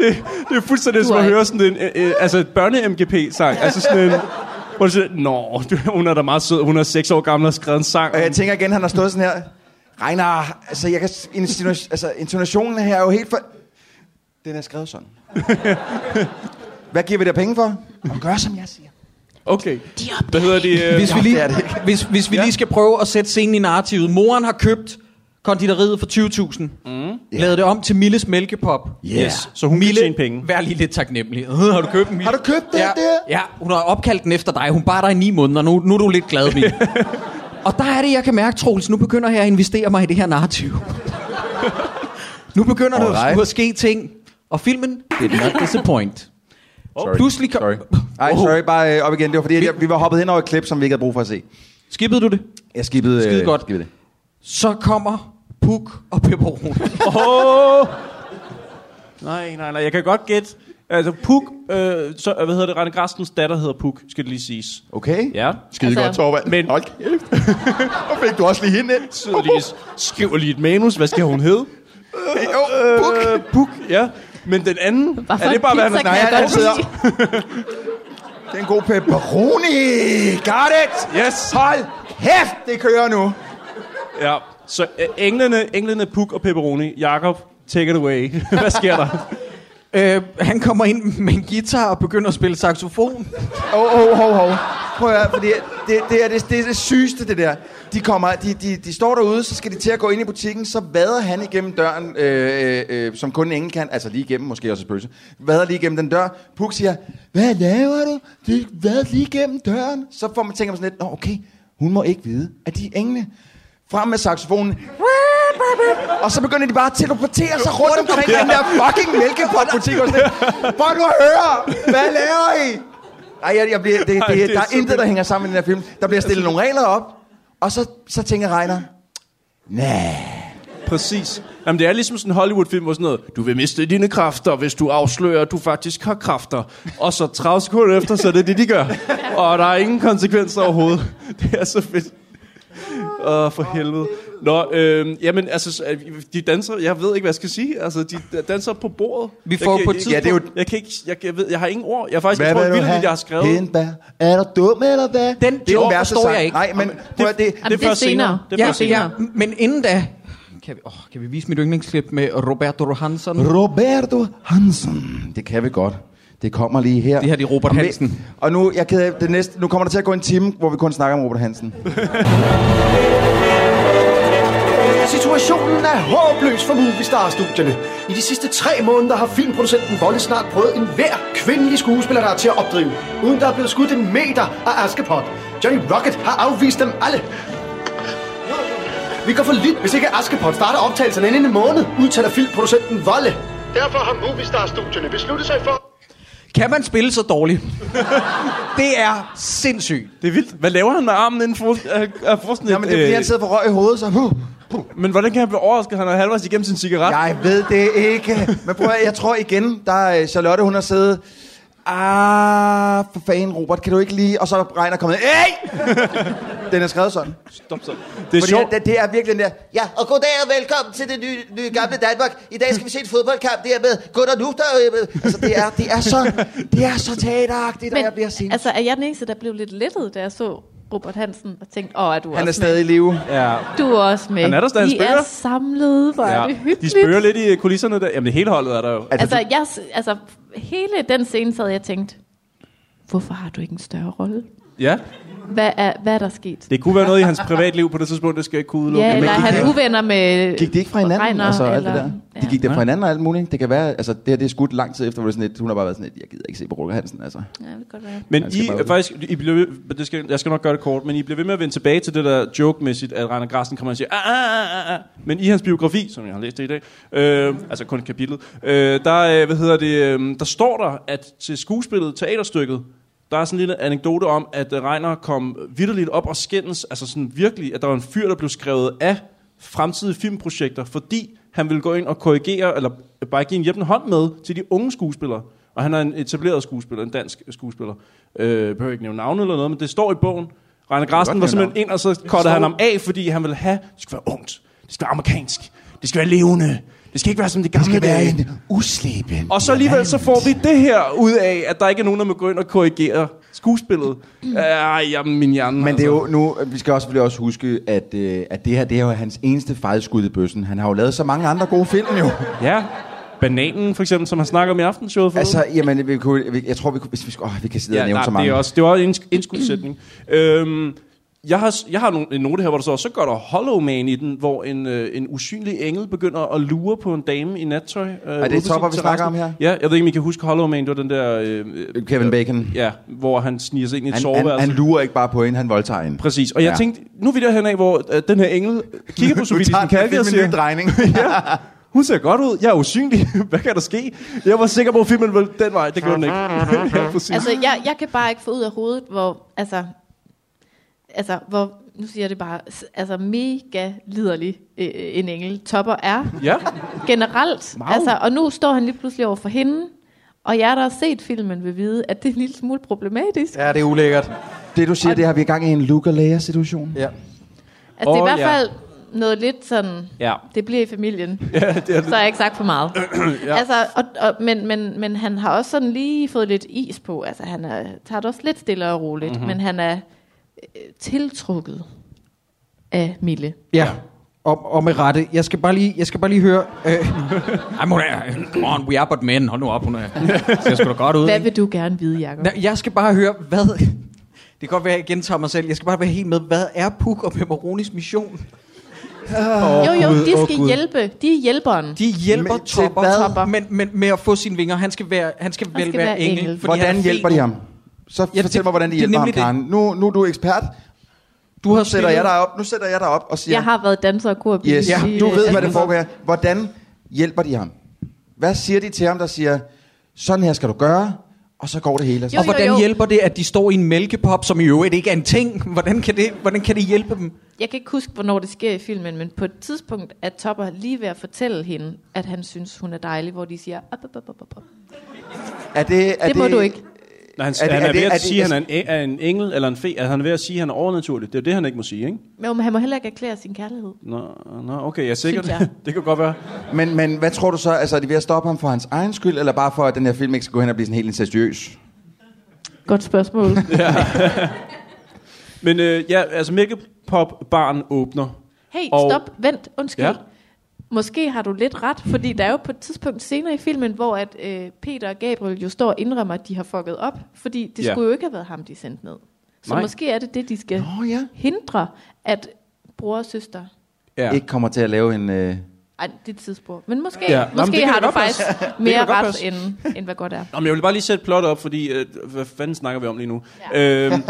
det, det er fuldstændig som at høre sådan en, øh, øh, altså et børne-MGP-sang. Altså sådan en... Hvor du siger, Nå, du- hun er da meget sød. Hun er 6 år gammel og har skrevet en sang. Og jeg tænker igen, han har stået sådan her. Regner, altså, jeg kan, s- insinu- altså intonationen her er jo helt for... Den er skrevet sådan. Hvad giver vi der penge for? Og gør, som jeg siger. Okay. Hvad hedder de? Øh, Hvis vi det lige, er det ikke. hvis, hvis vi lige skal prøve at sætte scenen i narrativet. Moren har købt konditoriet for 20.000. Mm. Lavet det om til Milles Mælkepop. Yes. Så hun kan Mille, tjene penge. vær lige lidt taknemmelig. har du købt den, Mille? Har du købt den ja, der? Ja, hun har opkaldt den efter dig. Hun bar dig i ni måneder. Nu, nu er du lidt glad, Mille. Og der er det, jeg kan mærke, Troels. Nu begynder jeg at investere mig i det her narrativ. nu begynder der Alright. sgu at ske ting. Og filmen did not disappoint. Sorry. Pludselig kom... Sorry. Ej, sorry, bare øh, op igen. Det var fordi, at jeg, vi var hoppet hen over et klip, som vi ikke havde brug for at se. Skippede du det? Jeg skippede, øh, Skide godt. skippede det. Så kommer Puk og Pepperoni. Åh! Nej, nej, nej. Jeg kan godt gætte. Altså, Puk... Øh, så, hvad hedder det? Rane Grastens datter hedder Puk, skal det lige siges. Okay. Ja. Skide Altså- godt, Torvald. Men- Hold kæft. Og fik du også lige hende ind. Så lige, skriver lige et manus. Hvad skal hun hedde? Hey, oh, buk. Øh, Puk, ja. Men den anden... Hvorfor er det bare, hvad han har pizza kan Nej, jeg den godt lide? Det er en god pepperoni. Got it. Yes. Hold kæft, det kører nu. Ja, så øh, englene, englene Puk og Pepperoni. Jakob, take it away. Hvad sker der? øh, han kommer ind med en guitar og begynder at spille saxofon. Åh, oh, oh, oh, oh. Prøv at høre, fordi det, det, er det, det er det sygeste, det der. De, kommer, de, de, de står derude, så skal de til at gå ind i butikken, så vader han igennem døren, øh, øh, øh, som kun ingen kan, altså lige igennem, måske også et pølse, vader lige igennem den dør. Puk siger, hvad laver du? Det vader lige igennem døren. Så får man tænker man sådan lidt, nå okay, hun må ikke vide, at de er engle. Frem med saxofonen. Og så begynder de bare at teleportere sig rundt omkring den der fucking mælkepotbutik. Og sådan lidt, "Prøv nu at høre, hvad laver I? Ej, jeg, jeg bliver, det, det, Ej, Ej, det er det der er Altså- så intet, vildt. der hænger sammen i den her film. Der bliver stillet nogle regler op, og så, så tænker Reiner, nej. Præcis. Jamen, det er ligesom sådan en Hollywood-film, hvor sådan noget, du vil miste dine kræfter, hvis du afslører, at du faktisk har kræfter. Og så 30 sekunder efter, så er det det, de gør. Og der er ingen konsekvenser overhovedet. Det er så fedt. Åh, oh, for helvede. Nå, øh, jamen, altså, så, øh, de danser, jeg ved ikke, hvad jeg skal sige. Altså, de danser på bordet. Vi får jeg, på jeg, et jeg, tidspunkt- jeg, jeg kan ikke, jeg, jeg, ved, jeg har ingen ord. Jeg har faktisk, jeg tror, vildt, jeg har skrevet. Hindbær. Er du dum eller hvad? Den Det er jo joke værste forstår jeg sang. ikke. Nej, men prøv at det... Jamen, det er først senere. Det er Ja, først senere. senere. Men inden da... Kan vi, oh, kan vi vise mit yndlingsklip med Roberto Hansen? Roberto Hansen. Det kan vi godt. Det kommer lige her. Det her, det er Robert Og med- Hansen. Og nu, jeg er ked af, det næste, nu kommer der til at gå en time, hvor vi kun snakker om Robert Hansen. Situationen er håbløs for Movistar-studierne. I de sidste tre måneder har filmproducenten Volle snart prøvet en hver kvindelig skuespiller, der er til at opdrive, uden der er blevet skudt en meter af Askepot. Johnny Rocket har afvist dem alle. Vi går for lidt, hvis ikke Askepot starter optagelserne inden en måned, udtaler filmproducenten Volle. Derfor har Movistar-studierne besluttet sig for... Kan man spille så dårligt? det er sindssygt. Det er vildt. Hvad laver han med armen inden for, øh, øh, for sådan et, Jamen, det er fordi, han sidder for røg i hovedet, så... Huh. Men hvordan kan han blive overrasket, at han er halvvejs igennem sin cigaret? Jeg ved det ikke. Men prøv at, jeg tror igen, der er øh, Charlotte, hun har siddet... Ah, for fanden, Robert, kan du ikke lige... Og så er Reiner kommet... Ej! Den er skrevet sådan. Stop så. Det er Fordi sjovt. det, det er virkelig den der... Ja, og goddag og velkommen til det nye, nye gamle Danmark. I dag skal vi se en fodboldkamp, det er med Gunnar Nuchter. Altså, det er, det er så, det er så teateragtigt, og jeg bliver Men, sin. altså, er jeg den eneste, der blev lidt lettet, da jeg så Robert Hansen og tænkte, åh, er du Han er også stadig i live. Ja. med? Du er også med. Han er der stadig, han I spiller. er samlet, hvor ja. er det De hyggeligt. spørger lidt i kulisserne der. Jamen, hele holdet er der jo. Er det Altså, jeg, s- altså, hele den scene sad jeg og tænkte, hvorfor har du ikke en større rolle? Ja, Hvad er, hvad er der sket? det kunne være noget i hans privatliv på det tidspunkt, det skal jeg ikke kunne udelukke. Ja, eller gik han det- uvenner med... Gik de ikke fra hinanden? Regner, altså, alt eller- det der? De gik der fra hinanden og alt muligt. Det kan være, altså det her det er skudt lang tid efter, hvor det er sådan et, hun har bare været sådan et, jeg gider ikke se på Rukker Hansen, altså. Ja, det kan godt være. Men Jeg skal I, bare ud. faktisk, I bliver ved, men det skal, jeg skal nok gøre det kort, men I bliver ved med at vende tilbage til det der joke-mæssigt, at Rainer Grassen kommer og siger, ah, ah, ah, ah, ah." men i hans biografi, som jeg har læst det i dag, øh, altså kun kapitlet, øh, der, øh, hvad hedder det, øh, der står der, at til skuespillet, teaterstykket, der er sådan en lille anekdote om, at øh, Reiner kom vidderligt op og skændes, altså sådan virkelig, at der var en fyr, der blev skrevet af fremtidige filmprojekter, fordi han ville gå ind og korrigere, eller bare give en hjælpende hånd med til de unge skuespillere. Og han er en etableret skuespiller, en dansk skuespiller. Øh, jeg behøver ikke nævne navne eller noget, men det står i bogen. Rainer Grassen godt var nævne simpelthen navne. ind, og så kottede han ham af, fordi han ville have, det skal være ungt, det skal være amerikansk, det skal være levende, det skal ikke være som det gamle dage. usleben. øh, Og så alligevel, så får vi det her ud af, at der ikke er nogen, der må gå ind og korrigere skuespillet. Ej, jamen, min hjerne. Mm. Men det er jo nu, vi skal også selvfølgelig også huske, at, øh, at det her, det er jo hans eneste fejlskud i bøssen. Han har jo lavet så mange andre gode film jo. altså. Ja, bananen for eksempel, som han snakker om i aftenshowet for Altså, jamen, vi kunne, vi, jeg tror, vi kunne, hvis vi skulle, åh, vi kan sidde og ja, nævne nej, så mange. Det, er også, det var en inds- indskudssætning. øhm, jeg har, s- jeg har nogle- en note her, hvor der står, så går der Hollow Man i den, hvor en, øh, en usynlig engel begynder at lure på en dame i nattøj. Øh, det ude på Topper, vi terrassen. snakker om her? Ja, jeg ved ikke, om I kan huske Hollow Man, det var den der... Øh, øh, Kevin Bacon. ja, hvor han sniger sig ind i et Han, han, han soveværelse. lurer ikke bare på en, han voldtager en. Præcis, og jeg Ja. tænkte, nu er vi derhen af, hvor øh, den her engel kigger på Nu Sofie tager Kalke og filmen en siger, ny drejning. hun ser godt ud, jeg er usynlig, hvad kan der ske? Jeg var sikker på, at filmen ville den vej, det gjorde den ikke. ja, præcis. Altså, jeg, jeg kan bare ikke få ud af hovedet, hvor, altså, altså, hvor, nu siger jeg det bare, s- altså, mega liderlig øh, en engel topper er, ja. generelt. Wow. Altså, og nu står han lige pludselig over for hende, og jer, der har set filmen, vil vide, at det er en lille smule problematisk. Ja, det er ulækkert. Det, du siger, det har vi i gang i en Luke og situation Ja. Altså, det er i Åh, hvert ja. fald noget lidt sådan, Ja. det bliver i familien. ja, det er Så har jeg ikke sagt for meget. Ja. ja. altså, og, og, men, men, men han har også sådan lige fået lidt is på. Altså, han er, tager det også lidt stille og roligt, Mhm. mm-hmm. men han er øh, tiltrukket af Mille. Ja, og, og med rette. Jeg skal bare lige, jeg skal bare lige høre... Øh, Ej, hun er, come on, we are but men. Hold nu op, hun er, ser sgu da godt ud. Hvad ikke? vil du gerne vide, Jacob? Nå, Jeg skal bare høre, hvad... Det kan godt være, at jeg gentager mig selv. Jeg skal bare være helt med. Hvad er Puk og Pepperonis mission? jo, jo, Gud, de åh, skal Gud. hjælperen. hjælpe. De er hjælperen. De hjælper Men men, til Topper, hvad? topper men, men, med at få sine vinger. Han skal, være, han skal Han vel skal være være engel. engel. fordi han Hvordan er hjælper de fed. ham? Så Ja, ja, det- fortæl mig, hvordan de det er hjælper ham, nemlig det. Karen. Nu, nu er du ekspert. Du har Nu sætter jeg spillet- dig op, nu sætter jeg dig op og siger, Jeg har været danser og korpil. yes, i, du ved, øh, hvad det Almindborg. foregår her. Hvordan hjælper de ham? Hvad siger de til ham, der siger, sådan her skal du gøre, og så går det hele. Jo, og jo, hvordan jo. hjælper det, at de står i en mælkepop, som i øvrigt ikke er en ting? Hvordan kan det, hvordan kan det hjælpe dem? Jeg kan ikke huske, hvornår det sker i filmen, men på et tidspunkt er Topper lige ved at fortælle hende, at han synes, hun er dejlig, hvor de siger... Op, op, op, op, op. Er det, er Det må du ikke. Nej, han, Er er det- det, han er er, det- ved er at det- sige, at han er en, er en engel eller en fe. Altså, han er ved at sige, at han er overnaturlig. Det er det, han ikke må sige, ikke? Men han må heller ikke erklære sin kærlighed. Nå, nå okay, jeg er sikker. Synes jeg. det kan godt være. Men, men hvad tror du så? Altså, er de ved at stoppe ham for hans egen skyld, eller bare for, at den her film ikke skal gå hen og blive sådan helt incestuøs? Godt spørgsmål. Men øh, ja, altså, mælkepop-barn åbner. Hey, Og- og... stop, vent, undskyld. Ja. Ja. Måske har du lidt ret, fordi der er jo på et tidspunkt senere i filmen, hvor at øh, Peter og Gabriel jo står og indrømmer, at de har fucket op, fordi det Ja. ja. skulle jo ikke have været ham, de sendte ned. Så Nej. Nej. måske er det det, de skal Nå ja. hindre, at bror og søster... Ja. Ikke kommer til at lave en... Øh... Ej, det er et tidsspor. Men måske, Ja. ja. Nå, men det måske kan har da du godt faktisk passe. Det mere kan da godt ret, passe. end, end hvad godt er. Nå, men jeg vil bare lige sætte plot op, fordi... Øh, hvad fanden snakker vi om lige nu? Ja. Øhm,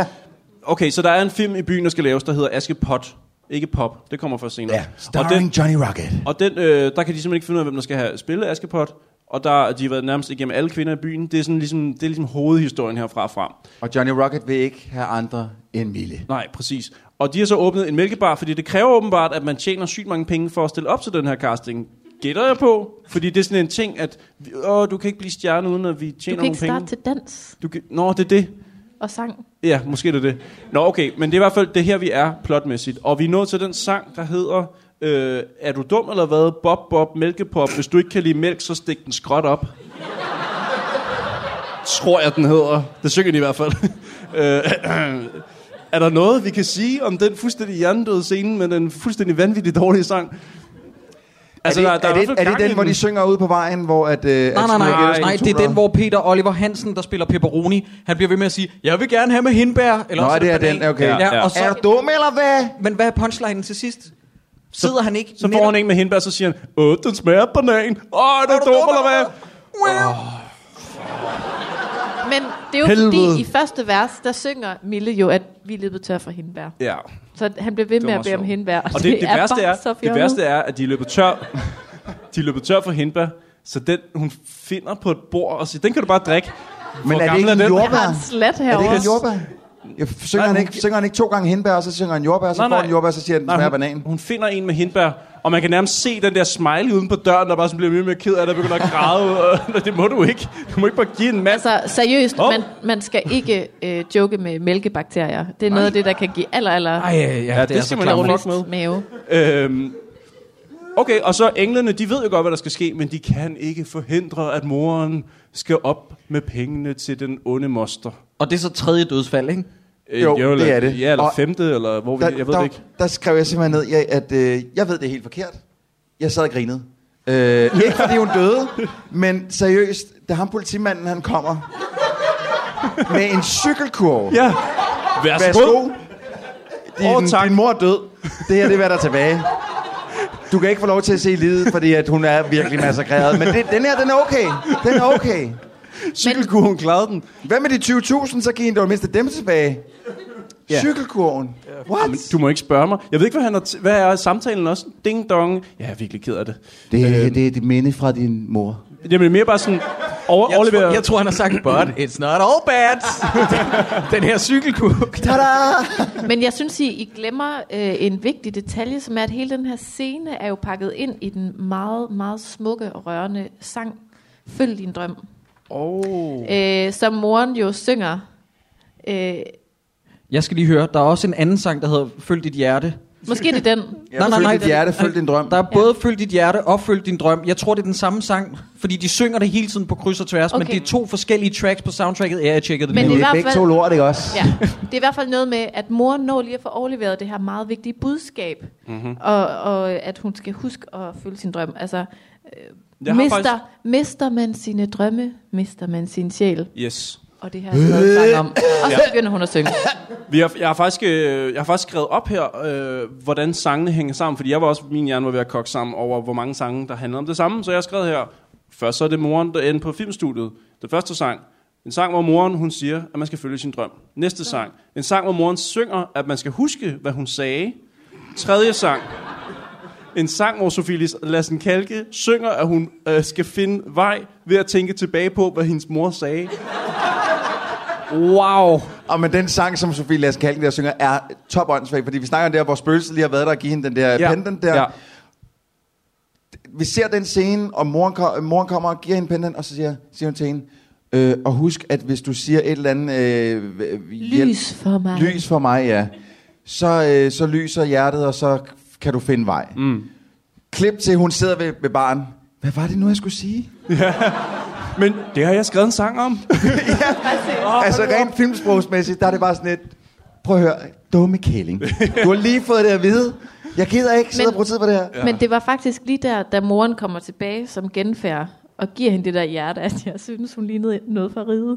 okay, så der er en film i byen, der skal laves, der hedder Aske Pot. Ikke pop, det kommer først senere. og den, Johnny Rocket. og den, øh, der kan de simpelthen ikke finde ud af, hvem der skal have spillet Askepot. Og der, de har været nærmest igennem alle kvinder i byen. Det er, sådan, ligesom, det er ligesom hovedhistorien herfra og frem. Og Johnny Rocket vil ikke have andre end Mille. Nej, præcis. Og de har så åbnet en mælkebar, fordi det kræver åbenbart, at man tjener sygt mange penge for at stille op til den her casting. Gætter jeg på? Fordi det er sådan en ting, at vi- åh, du kan ikke blive stjerne, uden at vi Du tjener kan ikke nogle starte penge. til dans Du kan... Nå, det er det. og sang. Ja, måske det er det. Nå, okay, men det er i hvert fald det her, vi er plotmæssigt. Og vi er nået til den sang, der hedder øh, Er du dum eller hvad? Bob, bob, mælkepop. Hvis du ikke kan lide mælk, så stik den skråt op. Tror jeg, den hedder. Det synger de i hvert fald. Øh, er der noget, vi kan sige om den fuldstændig hjernedøde scene med den fuldstændig vanvittigt dårlige sang? Altså, er det, der- der er er i det, hvert er fald det gang den, i hvor de den. synger ude på vejen, hvor at... Øh, Nej, nej, nej, nej, nej, det er den, hvor Peter Oliver Hansen, der spiller pepperoni, han bliver ved med at sige, jeg vil gerne have med hindbær. Eller Nå, også det er banan. den, okay. Ja, ja. Og så, Er du dum, eller hvad? Men hvad er punchlinen til sidst? Sidder han ikke Så får han en med hindbær, så siger han, Åh, den smager af banan. Åh, er det dum, eller hvad? Men det er jo Helvede. fordi, i første vers, der synger Mille jo, at vi løbet tør for hindbær. Ja. Så han bliver ved Det med var at bede om sjovt. hindbær. Og det, Altså, det, det, værste, bare er, så det fjollet. værste er, at de er løbet tør, de er løbet tør for hindbær, så den, hun finder på et bord og siger, den kan du bare drikke. Men Hvor er det gammel ikke en den? jordbær? har en slat Er det ikke herovre. en jordbær? Jeg synger, Nej, han hun- ikke, synger han ikke to gange hindbær, og så synger han jordbær, og så Nej, får nej. han jordbær, og så siger han, den Nej, smager hun, af banan. hun finder en med hindbær, og man kan nærmest se den der smiley uden på døren, der bare sådan bliver mere og mere ked af, det, og begynder at græde. og det må du ikke. Du må ikke bare give en mand. Altså, seriøst, Hov. man, man skal ikke øh, joke med mælkebakterier. Det er noget af det, der kan give aller, aller... Ej, ja, ja, Ja, det, det skal man lave nok med. Mave. Øhm, okay, og så englene, de ved jo godt, hvad der skal ske, men de kan ikke forhindre, at moren skal op med pengene til den onde moster. Og det er så tredje dødsfald, ikke? Øh, Jo, eller, det er det. Ja, eller Og- femte, eller hvor vi, der, jeg ved der, det ikke. Der skrev jeg simpelthen ned, jeg, at øh, jeg ved det er helt forkert. Jeg sad og grinede. Øh, ikke fordi hun døde, men seriøst, da ham politimanden han kommer med en cykelkurve. Ja, værsgo. Værsgo. Din, Åh, tak. din mor er død. Det her, det er, hvad der er tilbage. Du kan ikke få lov til at se livet, fordi at hun er virkelig massakreret. Men det, den her, den er okay. Den er okay. Cykelkurven klarede den. Hvad med de 20.000, så giver en dog mindst dem tilbage. Ja. Cykelkurven. What? Jamen, du må ikke spørge mig. Jeg ved ikke, hvad, han har t- hvad er samtalen også? Ding dong. Ja, jeg er virkelig ked af det. Det, øh, det er et minde fra din mor. Jamen, mere bare sådan over, Jeg overlevere... tror, jeg tror, han har sagt, but it's not all bad. den her cykelkurve. Tada! Men jeg synes, I, I glemmer øh, en vigtig detalje, som er, at hele den her scene er jo pakket ind i den meget, meget smukke og rørende sang Følg din drøm, Oh. øh, som moren jo synger. Øh, Jeg skal lige høre, der er også en anden sang, der hedder Følg dit hjerte. måske det er den. Ja, nej, nej, nej. Følg dit hjerte, følg din drøm. Der er både Følg dit hjerte og Følg din drøm. Jeg tror, det er den samme sang, fordi de synger det hele tiden på kryds og tværs, okay. men Okay. det er to forskellige tracks på soundtracket. Ja, jeg tjekkede det Men lige i ud. hvert Begge fald- to lort, ikke også? Ja, det er i hvert fald noget med, at mor når lige at få overleveret det her meget vigtige budskab, Mhm. og, og at hun skal huske at følge sin drøm. Altså, Jeg har mister, faktisk- faktisk... mister man sine drømme, mister man sin sjæl. Yes. Og det her er Øh. noget sang om. Og så begynder hun at synge. Vi har, jeg, har faktisk, øh, jeg har faktisk skrevet op her, øh, hvordan sangene hænger sammen, fordi jeg var også, min hjerne var ved at kokke sammen over, hvor mange sange, der handler om det samme. Så jeg har skrevet her, først så er det moren, der ender på filmstudiet. Den første sang, en sang, hvor moren hun siger, at man skal følge sin drøm. Næste sang, en sang, hvor moren synger, at man skal huske, hvad hun sagde. Tredje sang, en sang, hvor Sofie Lis- Lassen Kalke synger, at hun øh, skal finde vej ved at tænke tilbage på, hvad hendes mor sagde. Wow. Og men den sang, som Sofie Lasse Kalken der synger, er top åndssvagt, fordi vi snakker om der, hvor spøgelset lige har været der og give hende den der ja. pendant der. Ja. Vi ser den scene, og moren, ko- moren kommer og giver hende pendant, og så siger, siger hun til hende, øh, og husk, at hvis du siger et eller andet... Øh, øh, hjælp- Lys for mig. Lys for mig, ja. Så, øh, så lyser hjertet, og så kan du finde vej. Mm. Klip til, hun sidder ved, ved barn. Hvad var det nu, jeg skulle sige? Men det har jeg skrevet en sang om. altså rent filmsprogsmæssigt, der er det bare sådan et... Prøv at høre, dumme kælling. Du har lige fået det at vide. Jeg gider ikke sidde Men- og bruge tid på det her. Ja. Men det var faktisk lige der, da moren kommer tilbage som genfærd, og giver hende det der hjerte, at jeg synes, hun lignede noget fra riget.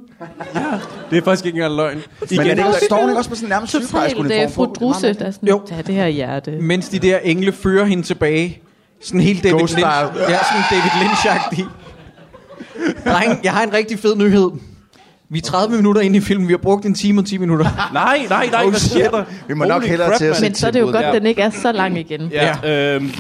Det er faktisk ikke engang løgn. Men er det ikke, der- står hun ikke også på sådan en nærmest Totalt øh, sygeplejerskeuniform fru på? Det er meget Drusse, der er sådan, Jo. jo. tag det her Mm. hjerte. Mens de der engle fører hende tilbage. Sådan helt David Ghost Lynch. style. Ja, sådan David Lynch-agtig. Dreng, jeg har en rigtig fed nyhed. Vi er 30 minutter ind i filmen. Vi har brugt en time og 10 minutter. Nej, nej, nej, Oh, hvad shit. sker der? Vi må nok Holy hellere crap, til at mand. Men så er det jo godt, Ja. at den ikke er så lang igen. Ja, øhm,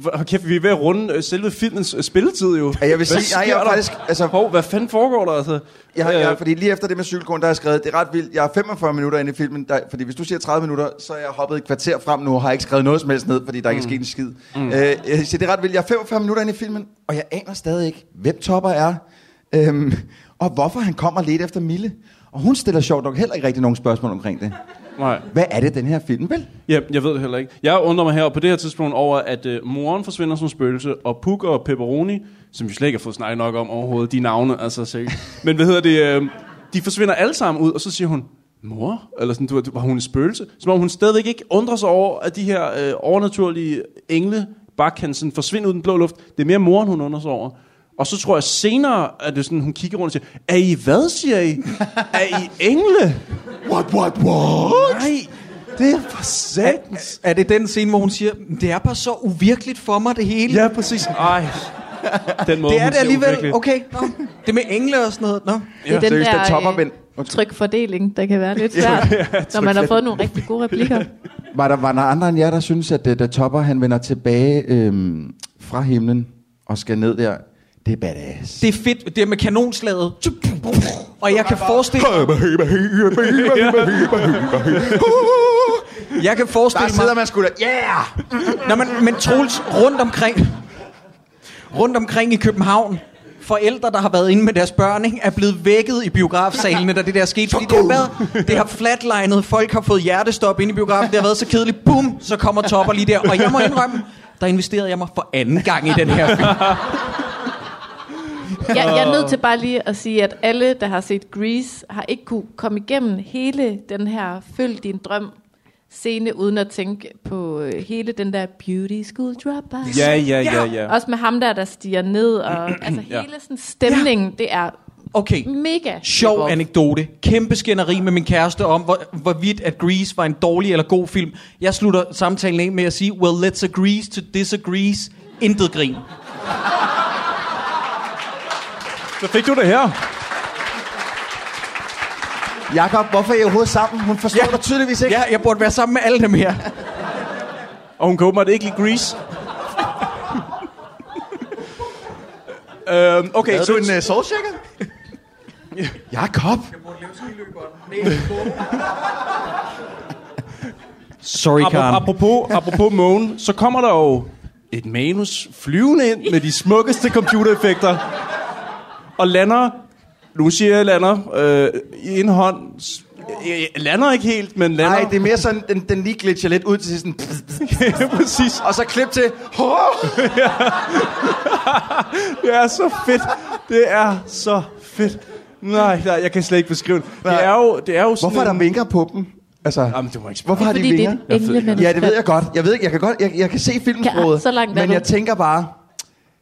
hvor- kæft, vi er ved at runde øh, selve filmens øh, spilletid jo. Ja, jeg vil sige, nej, jeg er faktisk... Altså, Hov, hvad fanden foregår der altså? jeg, har- jeg, har- Øh, fordi lige efter det med cykelgården, der har jeg skrevet, det er ret vildt, jeg er 45 minutter inde i filmen, der, fordi hvis du siger 30 minutter, så er jeg hoppet et kvarter frem nu, og har ikke skrevet noget som helst ned, fordi der ikke er sket en skid. Mm. Øh, jeg siger, det er ret vildt, jeg er 45 minutter inde i filmen, og jeg aner stadig ikke, hvem Topper er, øhm, og hvorfor han kommer lidt efter Mille. Og hun stiller sjovt nok heller ikke rigtig nogen spørgsmål omkring det. Øh, Nej, Hvad er det, den her film vil? ja, jeg ved det heller ikke. Jeg undrer mig her på det her tidspunkt over, at øh, moren forsvinder som spøgelse, og Puk og Pepperoni, som vi slet ikke har fået snakket nok om overhovedet, de navne, altså sikkert. Men hvad hedder det? Øh, de forsvinder alle sammen ud, og så siger hun, mor? Eller sådan, du, ved, var hun en spøgelse? Som om hun stadigvæk ikke undrer sig over, at de her øh, overnaturlige engle Bak, han sådan forsvinder ud i den blå luft. Det er mere moren, hun undrer sig over. Og så tror jeg senere, at det er sådan, hun kigger rundt og siger, er I hvad, siger I? er I engle? What, what, what? Nej, det er for satans. Er, er det den scene, hvor hun siger, det er bare så uvirkeligt for mig, det hele? Ja, præcis. Ej, den måde, det er hun det siger alligevel. uvirkeligt. Okay, nå. det med engle og sådan noget. Nå. Det er den der, øh, trykfordeling, der kan være lidt Ja, svært, ja, når man har tryk- fået nogle rigtig gode replikker. Var der, var der andre end jer, der synes, at øh, da Topper han vender tilbage øhm, fra himlen og skal ned der, det er badass. Det er fedt, det er med kanonslaget. Og jeg kan forestille Jeg kan forestille mig... Der sidder man sgu da, yeah! Nå, men, men Troels, rundt omkring, rundt omkring i København, forældre, der har været inde med deres børn, ikke, er blevet vækket i biografsalene, da det der skete. Fordi det har, været, det har flatlinet, folk har fået hjertestop inde i biografen, det har været så kedeligt, bum, så kommer topper lige der. Og jeg må indrømme, der investerede jeg mig for anden gang i den her film. Jeg, jeg er nødt til bare lige at sige, at alle, der har set Grease, har ikke kunne komme igennem hele den her Følg din drøm scene, uden at tænke på øh, hele den der beauty school dropout. Ja, ja, ja, ja. Også med ham der, der stiger ned, og altså Ja. hele sådan stemningen, det er Okay. mega Sjov anekdote. Kæmpe skænderi med min kæreste om, hvor, hvorvidt at Grease var en dårlig eller god film. Jeg slutter samtalen af med at sige, well, let's agree to disagree. Intet grin. Så fik du det her. Jakob, hvorfor er I overhovedet sammen? Hun forstår ja. dig tydeligvis ikke. Ja, jeg burde være sammen med alle dem her. Og hun kommer det ikke lige Grease. øhm, okay, Lavede så du en, øh, sovsjakker? Jakob! Sorry, Karen. Apropos, apropos Moan, så kommer der jo et manus flyvende ind med de smukkeste computereffekter. Og lander, nu siger jeg lander, øh, i en hånd. S- øh, lander ikke helt, men lander. Nej, det er mere sådan, den, den lige glitcher lidt ud til sådan... Præcis. Og så klip til... Det er så fedt. Det er så fedt. Nej, nej, jeg kan slet ikke beskrive det. Det er jo, det er jo sådan Hvorfor er der en- vinker på dem? Altså, Jamen, du må ikke spørge. hvorfor har de Fordi det er vinger? et englemanus- Ja, det ved jeg godt. Jeg ved, ikke, jeg kan godt, jeg, jeg kan se filmsproget. Ja, ah, så langt er men du. jeg tænker bare,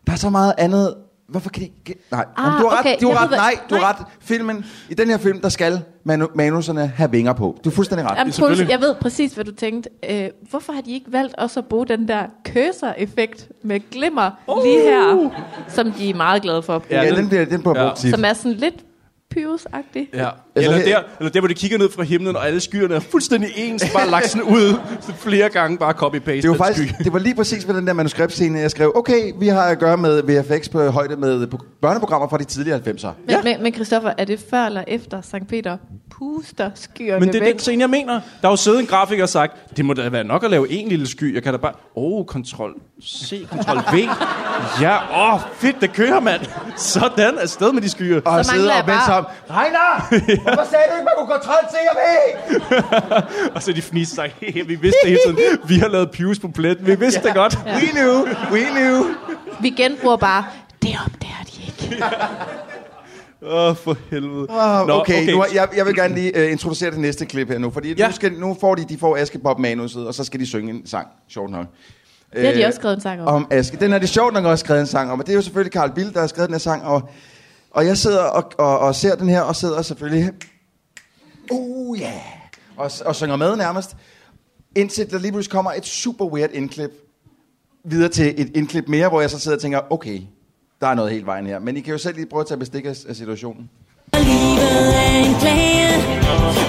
der er så meget andet. Hvorfor kan de ikke... Nej, Ah, Jamen, du har okay, ret. Du jeg har ret. ved, hvad- Nej, du har nej. ret. Filmen, I den her film, der skal manu- manuserne have vinger på. Du er fuldstændig ret. Jamen, Troels, jeg ved præcis, hvad du tænkte. Øh, hvorfor har de ikke valgt også at bruge den der cursor-effekt med glimmer oh! lige her, som de er meget glade for at bruge? Ja, den, bliver, den bliver Uh! Ja. brugt tit. Som er sådan lidt pyrus-agtig. Ja. Altså, Eller der, eller der, hvor de kigger ned fra himlen, og alle skyerne er fuldstændig ens, bare lagt sådan ud flere gange, bare copy-paste. Det var den faktisk, det var lige præcis ved den der manuskriptscene, jeg skrev, okay, vi har at gøre med VFX på højde med på- børneprogrammer fra de tidligere 90'er. Men, ja. men, men Christoffer, er det før eller efter Sankt Peter puster skyerne Men det er væk? den scene, jeg mener. Der er jo siddet en grafiker og sagt, det må da være nok at lave en lille sky. Jeg kan da bare, åh, oh, kontrol C, kontrol V. ja, åh, oh, fedt, det kører, mand. Sådan, afsted med de skyer. Og Så mangler sidder jeg og vender sig om, Regner! Hvorfor sagde du ikke, man kunne kontrol til og Og så de fniste sig, "Hehe, vi vidste det hele tiden. Vi har lavet pius på pletten, vi vidste det godt. We knew, we knew. Vi genbruger bare, det opdager de ikke. Åh, oh, for helvede. Oh, okay, okay. Nu, er- jeg, jeg vil gerne lige uh, introducere det næste klip her nu, fordi ja. Ja. nu, skal, nu får de, de får Askepop-manuset, og så skal de synge en sang, sjovt nok. Det har de Øh, også skrevet en sang om. om Aske. Den har de sjovt nok også skrevet en sang om, og det er jo selvfølgelig Carl Bill, der har skrevet den her sang, og, og jeg sidder og, og, og ser den her, og sidder selvfølgelig, oh ja, yeah, og, og synger med nærmest, indtil der lige pludselig kommer et super weird indklip, videre til et indklip mere, hvor jeg så sidder og tænker, okay, der er noget helt vejen her, men I kan jo selv lige prøve at tage bestik af, af situationen. Livet er en plage,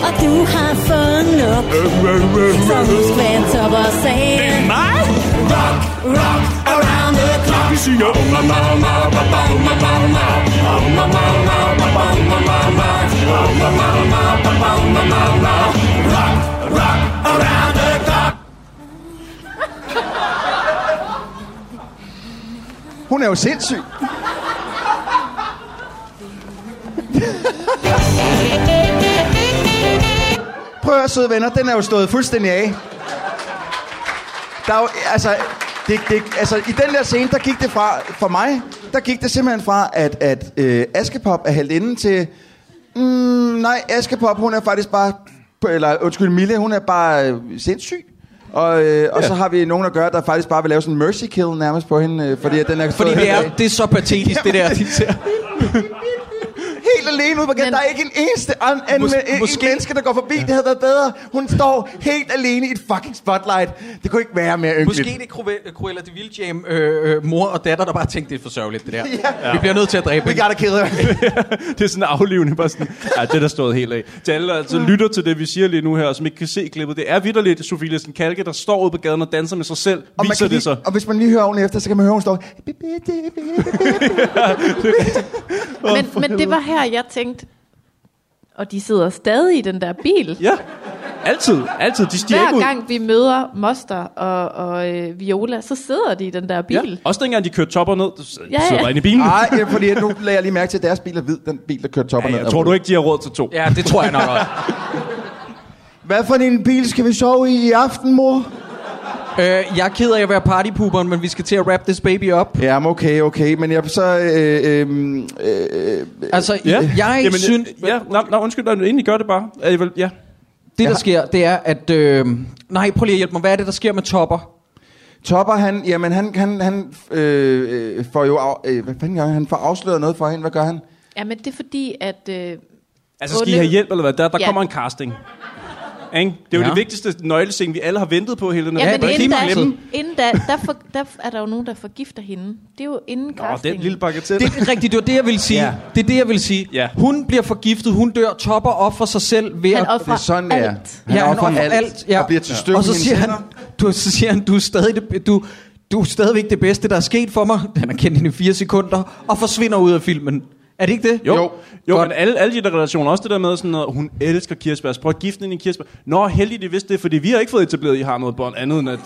og du har fået nok. Så husk, hvad jeg topper sagde. Det er mig! Rock, rock, around the clock. Vi synger om mamma, mamma, mamma, mamma, mamma. Om mamma, mamma, mamma, mamma. Om mamma, mamma, mamma, mamma. Rock, rock, around the clock. Hun er jo sindssyg. Prøv at høre, søde venner, den er jo stået fuldstændig af. Der er jo, altså, det, det, altså, i den der scene, der gik det fra, for mig, der gik det simpelthen fra, at, at øh, Askepop er hældt inden til, mm, nej, Askepop, hun er faktisk bare, eller undskyld, Mille, hun er bare øh, sindssyg. Og, øh, og så har vi nogen at gøre, der faktisk bare vil lave sådan en mercy kill nærmest på hende, øh, fordi at den er... Fordi det er, det er så patetisk, det der, de ser. helt alene ude på gaden. Der er ikke en eneste an, an, Mås- Mås- en, måske- en menneske, der går forbi. Det havde været bedre. Hun står helt alene i et fucking spotlight. Det kunne ikke være mere ynkeligt. Måske det er Cruella- Cruella de Vil Jam, øh, øh, mor og datter, der bare tænkte, det er for sørgeligt, det der. Ja. Vi bliver nødt til at dræbe hende. Jeg er da ked af det. det er sådan aflivende, bare sådan, ja, det er der stået helt af. Til alle, der altså lytter til det, vi siger lige nu her, og som ikke kan se klippet, det er vidderligt Sofie Lessen Kalke, der står ude på gaden og danser med sig selv, og Og, man viser kan det lige, sig. og hvis man lige hører ordentligt efter, så kan man høre, hun står... Men, men det var her, jeg tænkte, og de sidder stadig i den der bil. Ja, altid, altid. De stiger ikke Hver ud. gang vi møder Moster og, og øh, Viola, så sidder de i den der bil. Ja. Også dengang de kørte topper ned, så sidder Ja, ja. bare inde i bilen. Nej, ja, fordi nu lagde jeg lige mærke til, at deres bil er hvid, den bil, der kørte topperne. Ja, jeg tror du ikke, de har råd til to? Ja, det tror jeg nok også. Hvad for en bil skal vi sove i i aften, mor? Øh, jeg er ked af at være partypuberen, men vi skal til at wrap this baby up. Ja, men okay, okay. Men jeg så... Øh, øh, øh, Altså, ja. jeg Jamen, synes... Ja, nej, nej, undskyld, nej, egentlig gør det bare. Er I vel- Ja. Det, der sker, det er, at... Øh, nej, prøv lige at hjælpe mig. Hvad er det, der sker med Topper? Topper, han, jamen, han, han, han øh, øh, får jo... Af, øh, hvad fanden gør han? Han får afsløret noget for hende. Hvad gør han? Ja, men det er fordi, at... Øh, Altså, skal I have hjælp, eller hvad? Der, der Ja. kommer en casting. Ikke? Det er jo Ja. det vigtigste nøglesing, vi alle har ventet på hele den Ja, men inden da, Nå, inden da, der, for, der er der jo nogen, der forgifter hende. Det er jo inden casting. den lille bagatell. Det er rigtigt, det var det, jeg ville sige. Ja. Ja. Det er det, jeg ville sige. Ja. Hun bliver forgiftet, hun dør, Topper offrer sig selv ved Han at... offrer Det er sådan, det er. alt. Han ja, han ofrer offrer alt, alt, alt ja. og bliver til støv Og så i hendes siger, han, hænder. du, så siger han, du er stadig det, du, du er stadigvæk det bedste, der er sket for mig. Han har kendt hende i fire sekunder, og forsvinder ud af filmen. Er det ikke det? Jo, jo, jo Godt. men alle, alle de der relationer, også det der med sådan noget, hun elsker kirsebær, så prøv at gifte hende i kirsebær. Nå, heldigt, I vidste det, fordi vi har ikke fået etableret, at I har noget bånd andet end at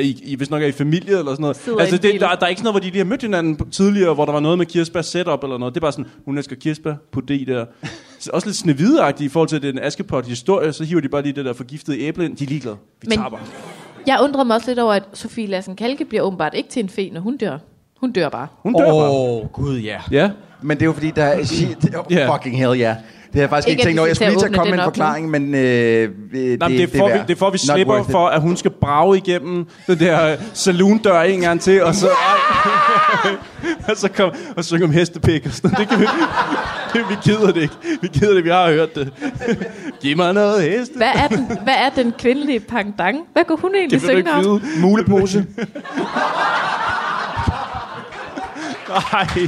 I, I hvis nok er i familie eller sådan noget. Sidder i altså, en det, bil. der, der, er ikke sådan noget, hvor de lige har mødt hinanden på- tidligere, hvor der var noget med kirsebær setup eller noget. Det er bare sådan, hun elsker kirsebær på det der. Så også lidt snevideagtigt i forhold til at det er en askepot historie, så hiver de bare lige det der forgiftede æble ind. De er ligeglade. Vi Men- tager bare. Jeg undrede mig også lidt over, at Sofie Lassen Kalke bliver åbenbart ikke til en fe, når hun dør. Hun dør bare. Hun dør bare. Åh, oh, gud ja. Ja. Men det er jo fordi, der er... Shit, det- oh, Ja. Fucking hell, ja. Det har jeg faktisk ikke, Ikke, at vi tænkt over. Jeg skal skulle til lige til at at komme åbne med en den op forklaring, men... Øh, øh, det, Nej, det, det, det, får vi, værd. det får vi Not slipper worth it. for, at hun skal brage igennem den der øh, saloondør en gang til, og så, og så kom og synge om hestepik og sådan noget. Det kan vi, det, vi gider det ikke. Vi gider det, vi har hørt det. Giv mig noget heste. Hvad er den, hvad er den kvindelige pangdang? Hvad kunne hun egentlig Det vil du synge ikke om? vide. Mulepose. Nej.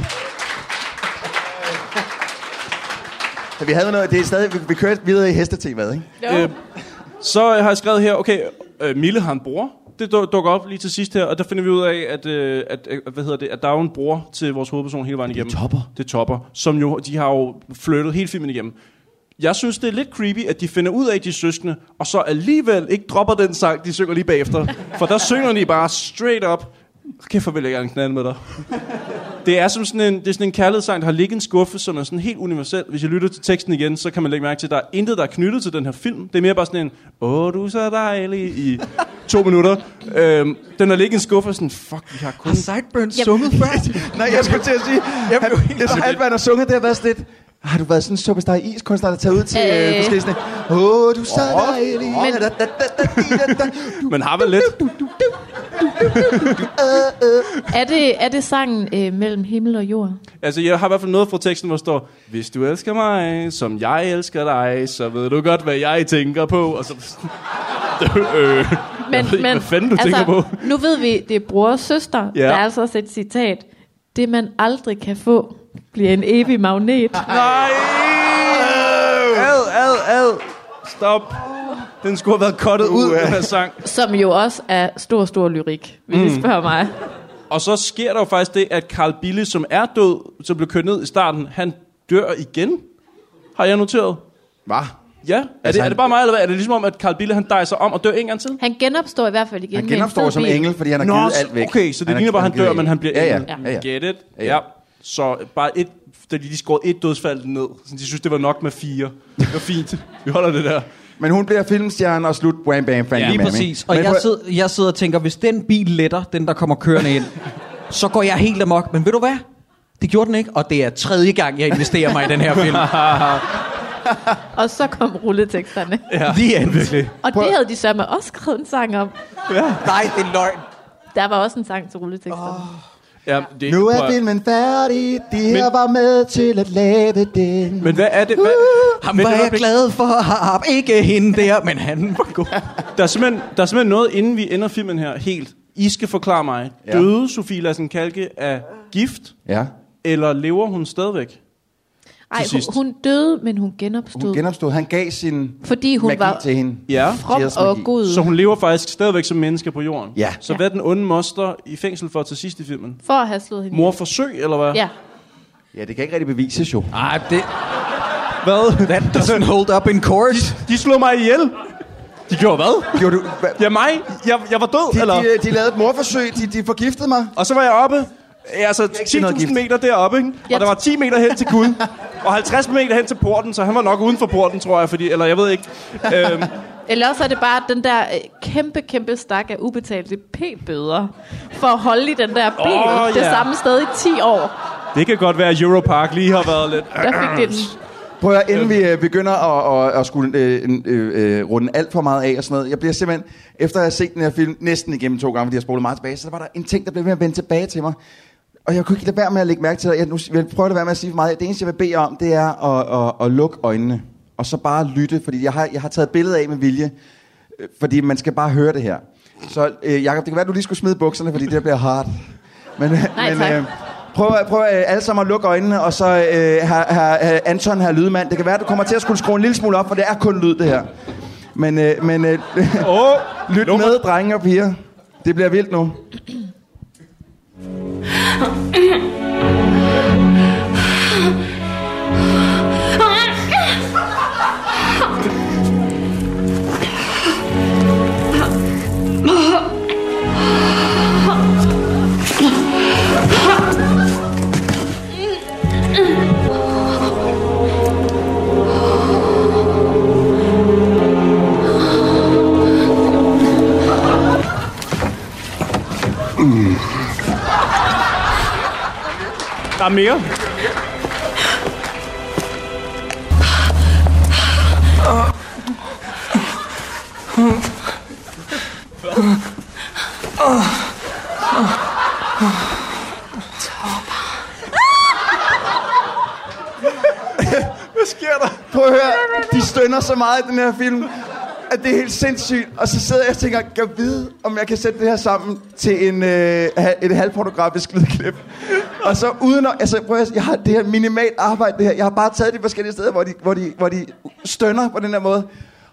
Så vi havde noget... Det er stadig... Vi, vi kørte videre i hestetemaet, ikke? Jo. Øh, så øh, har jeg skrevet her, okay, øh, Mille har en bror. Det du- dukker op lige til sidst her, og der finder vi ud af, at, øh, at, øh, hvad hedder det, at der er jo en bror til vores hovedperson hele vejen igennem. Det topper. Det topper, som jo, de har jo flyttet hele filmen igennem. Jeg synes, det er lidt creepy, at de finder ud af, at de er søskende, og så alligevel ikke dropper den sang, de synger lige bagefter. For der synger de bare straight up, kæft, hvor vil jeg gerne knalde med dig. Det er som sådan en, det er sådan en kærlighedssang, der har ligget i en skuffe, som er sådan helt universel. Hvis jeg lytter til teksten igen, så kan man lægge mærke til, at der er intet, der er knyttet til den her film. Det er mere bare sådan en, åh, du er så dejlig, i to minutter. Øhm, den har ligget i en skuffe, og sådan, fuck, vi har kun... Har Sideburns sunget før? Nej, jeg skulle til at sige... Altså, Jeg blev helt... Det var alt, hvad han har sunget, det har været sådan lidt... Har du været sådan en superstar i iskunst, der er taget ud til øh. Øh. måske sådan et, Åh, du er så Åh. dejlig. Men- Da, da, da, da, da, da. Men har vel lidt... Er det, er det sangen øh, mellem himmel og jord? Altså, jeg har i hvert fald noget fra teksten, hvor der står, hvis du elsker mig, som jeg elsker dig, så ved du godt, hvad jeg tænker på. Og så... øh, Men, altså, ved ikke, hvad fanden du tænker på. Nu ved vi, det er bror og søster. Ja. Ja. Der er altså også et citat. Det man aldrig kan få, bliver en evig magnet. Nej! Ad, ad, ad. Stop. Den skulle have været kottet ud, den her sang. Som jo også er stor, stor lyrik, hvis mm. I spørger mig. Og så sker der jo faktisk det, at Carl Bille, som er død, som blev kørt ned i starten, han dør igen, har jeg noteret. Hvad? Ja, er, det, er Altså, han- det bare mig, eller hvad? Er det ligesom om, at Carl Bille, han dejer sig om og dør en gang til? Han genopstår i hvert fald igen. Han med en genopstår fed som bil. engel, fordi han har givet alt væk. okay, så det er- ligner bare, at han givet dør, alt. men han bliver ja, ja, engel. ja, ja. Get it? Ja. Ja, ja. ja. Så bare et, da de lige skårede et dødsfald ned. Så de synes, det var nok med fire. Det var fint. Vi holder det der. Men hun bliver filmstjerne og slut wham bam fangy Lige præcis. Og jeg sidder, jeg sidder og tænker, hvis den bil letter, den der kommer kørende ind, så går jeg helt amok. Men ved du hvad? Det gjorde den ikke, og det er tredje gang, jeg investerer mig i den her film. og så kom rulleteksterne. Ja. Lige an, virkelig. Og det havde de sørme også skrevet en sang om. Ja. Nej, det er løgn. Der var også en sang til rulleteksterne. Oh. Ja, det, Nu prøv er at- filmen færdig, de Men- her var med til at lave den. Men hvad er det? Hvad, uh, ham var jeg glad for, har ikke hende der, men han var god. Der er, simpelthen, der er simpelthen noget, inden vi ender filmen her helt. I skal forklare mig. Ja. Ja. Døde Sofie Lassen Kalke af gift, Ja. eller lever hun stadigvæk? Ej, Til sidst. hun, hun døde, men hun genopstod. Hun genopstod. Han gav sin Fordi hun magi var- til hende. Ja. From Deres og magi. Gud. Så hun lever faktisk stadigvæk som menneske på jorden. Ja. Så hvad er den onde moster i fængsel for til sidst i filmen? For at have slået hende. Mor forsøg, eller hvad? Ja. Ja, det kan ikke rigtig bevises jo. Nej, det... Hvad? That doesn't hold up in court. De slog mig ihjel. De gjorde hvad? Gjorde du... Hva? Ja, mig. Jeg, jeg var død, De, eller? de, de lavede et morforsøg, de, de forgiftede mig. Og så var jeg oppe, ja, altså sige noget 10.000 meter deroppe, ikke? og der var 10 meter hen til Gud, og 50 meter hen til porten, så han var nok uden for porten, tror jeg, fordi, eller jeg ved ikke. Øhm, Eller også er det bare den der øh, kæmpe, kæmpe stak af ubetalte p-bøder for at holde i den der bil Åh, oh, det ja. samme sted i 10 år. det kan godt være, at Europark lige har været lidt... Der fik det den. Prøv at høre, inden vi øh, begynder at, at, at skulle øh, øh, øh, runde alt for meget af og sådan noget. Jeg bliver simpelthen, efter at have set den her film næsten igennem to gange, fordi jeg spolede meget tilbage, så der var der en ting, der blev ved med at vende tilbage til mig. Og jeg kunne ikke lade være med at lægge mærke til det. Jeg, nu jeg prøver at lade være med at sige for meget. Det eneste, jeg vil bede jer om, det er at, at, at lukke øjnene. Og så bare lytte, fordi jeg har, jeg har taget et billede af med vilje. øh, Fordi man skal bare høre det her. Så øh, Jacob, det kan være, du lige skulle smide bukserne, fordi det bliver hardt. Men, øh, Nej, tak. Prøv, at- prøv at, øh, alle sammen at lukke øjnene, og så øh, her, her, øh, Anton her lydmand. Det kan være, at du kommer til at skulle skrue en lille smule op, for det er kun lyd, det her. Men, øh, men øh, oh, lyt med, drenge og piger. Det bliver vildt nu. Der er mere. Hvad sker der? Prøv at høre, de stønner så meget i den her film, at det er helt sindssygt. Og så sidder jeg og tænker, kan jeg vide, om jeg kan sætte det her sammen til en, øh, ha- et halvpornografisk lydklip. Og så uden at, altså prøv at, høre, jeg har det her minimalt arbejde, det her. Jeg har bare taget de forskellige steder, hvor de, hvor de, hvor de stønner på den her måde.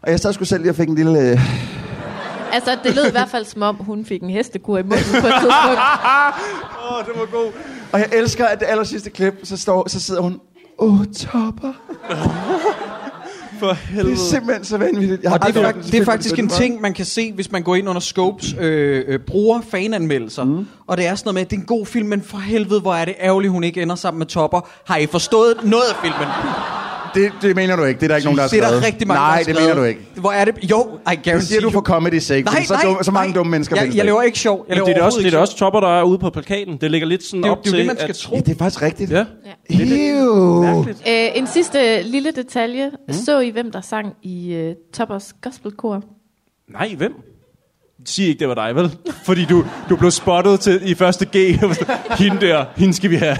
Og jeg sad sgu selv lige og fik en lille... Øh, Altså, det lød i hvert fald som om, hun fik en hestekur i munden på et tidspunkt. Åh, oh, det var god. og jeg elsker, at det aller sidste klip, så, står, så sidder hun... Åh, oh, topper. For Det er helvede. simpelthen så vanvittigt. Jeg har Og det aldrig er, hørt fak- den det er film faktisk en før. ting, man kan se, hvis man går ind under Scopes øh, øh, bruger fananmeldelser. Mm. Og det er sådan noget med, at det er en god film, men for helvede, hvor er det ærgerligt, hun ikke ender sammen med Topper. Har I forstået noget af filmen? Det, det mener du ikke. Det er der ikke nogen, der har det er skrevet. der rigtig mange, der Nej, har det skrevet. mener du ikke. Hvor er det? Jo, I guarantee Det siger du for comedy sake, Nej, nej, så, nej, dumme, så mange nej. dumme mennesker Jeg, findes jeg der laver ikke. ikke sjov. Jeg Men laver det er da også, overhovedet det er da også topper, der er ude på plakaten. Det ligger lidt sådan Det er jo- op det er jo til, det, man skal at... tro. Ja, det er faktisk rigtigt. Ja. Ew. Øh, en sidste lille detalje. Mm. Så I, hvem der sang i øh, Toppers gospelkor? Nej, hvem? Sig ikke, det var dig, vel? Fordi du, du blev spottet til, i første G. hende der, hende skal vi have.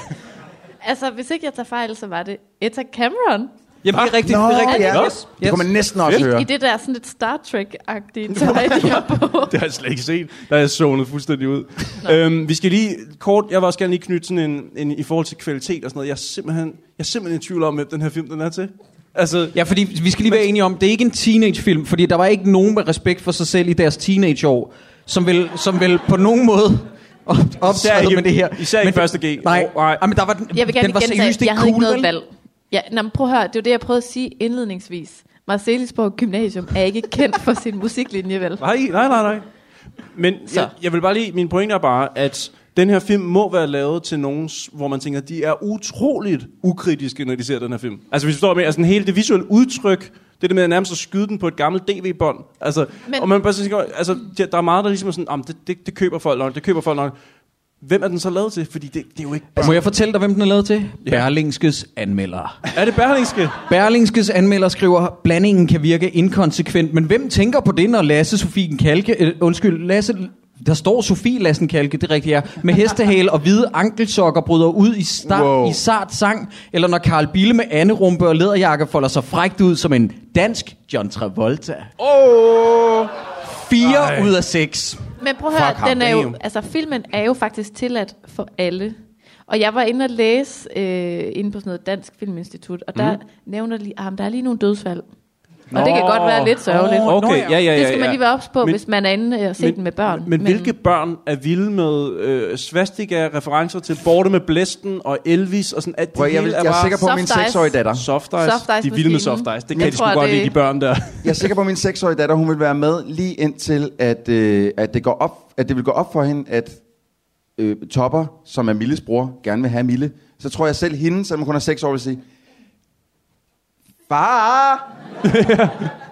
Altså, hvis ikke jeg tager fejl, så var det Etta Cameron. Jamen, det er rigtigt. Nå, det er rigtigt. ja. Yes, Det kunne man næsten også høre. I det der sådan lidt Star Trek-agtige tøj, de har på. Det har jeg slet ikke set. Der er jeg zonet fuldstændig ud. Øhm, vi skal lige kort, jeg vil også gerne lige knytte sådan en, en, i forhold til kvalitet og sådan noget. Jeg er simpelthen, jeg er simpelthen i tvivl om, hvem den her film den er til. Altså, Ja, fordi vi skal lige være enige om, det er ikke en teenagefilm, fordi der var ikke nogen med respekt for sig selv i deres teenageår, som vil, som vil på nogen måde op- optræde ikke- med det her. især ikke Men- første G. Nej, Oh, nej. nej. men der var den, Jeg vil gerne den var gentage, seriøst ikke jeg havde ikke cool, noget vel? valg. Ja, nå, men prøv at høre, det er jo det, jeg prøvede at sige indledningsvis. Marcelisborg Gymnasium er ikke kendt for sin musiklinje, vel? nej, nej, nej, nej. Men jeg, jeg, vil bare lige, min pointe er bare, at den her film må være lavet til nogen, s- hvor man tænker, de er utroligt ukritiske, når de ser den her film. Altså, hvis du står med, altså hele det visuelle udtryk, det der med at nærmest at skyde den på et gammelt DV-bånd. Altså, Men- og man bare tænker, altså, der der er meget, der ligesom er sådan, "Jamen, det, det, det køber folk nok, det køber folk nok. Hvem er den så lavet til? Fordi det, det er jo ikke... Må jeg fortælle dig, hvem den er lavet til? Ja. Berlingskes anmelder. Er det Berlingske? Berlingskes anmelder skriver, blandingen kan virke inkonsekvent, men hvem tænker på det, når Lasse Sofien Kalke... Øh, undskyld, Lasse... Der står Sofie Lassen Kalke, det rigtige er, med hestehale og hvide ankelsokker bryder ud i, star, wow. Wow. i sart sang, eller når Karl Bille med anderumpe og læderjakke folder sig frægt ud som en dansk John Travolta. Åh! Fire Ej. ud af seks. Men prøv at høre, Fuck ham, den er jo, damn. altså, filmen er jo faktisk tilladt for alle. Og jeg var inde og læse øh, inde på sådan noget Dansk Filminstitut, og der mm. nævner lige, ah, men der er lige nogle dødsfald. Og Nå, det kan Nå. godt være lidt sørgeligt. Åh, okay, ja, ja, ja, det skal man ja. lige være ops på, Men- men, hvis man er inde og se den med børn. Men, men hvilke børn er vilde med øh, svastika, referencer til Borte med Blæsten og Elvis og sådan... At det Prøv, jeg hele vil- er jeg er bare- sikker på, at min Soft ice. seksårige datter- Soft ice. Soft ice de er vilde med soft maskinen. ice. Det kan Jeg de sgu tror, godt det- lide, de børn der. Jeg er sikker på, at min seksårige datter, hun vil være med lige indtil, at, øh, at, det, går op, at det vil gå op for hende, at øh, Topper, som er Milles bror, gerne vil have Mille. Så tror jeg selv hende, selvom hun er seks år, vil sige, Far!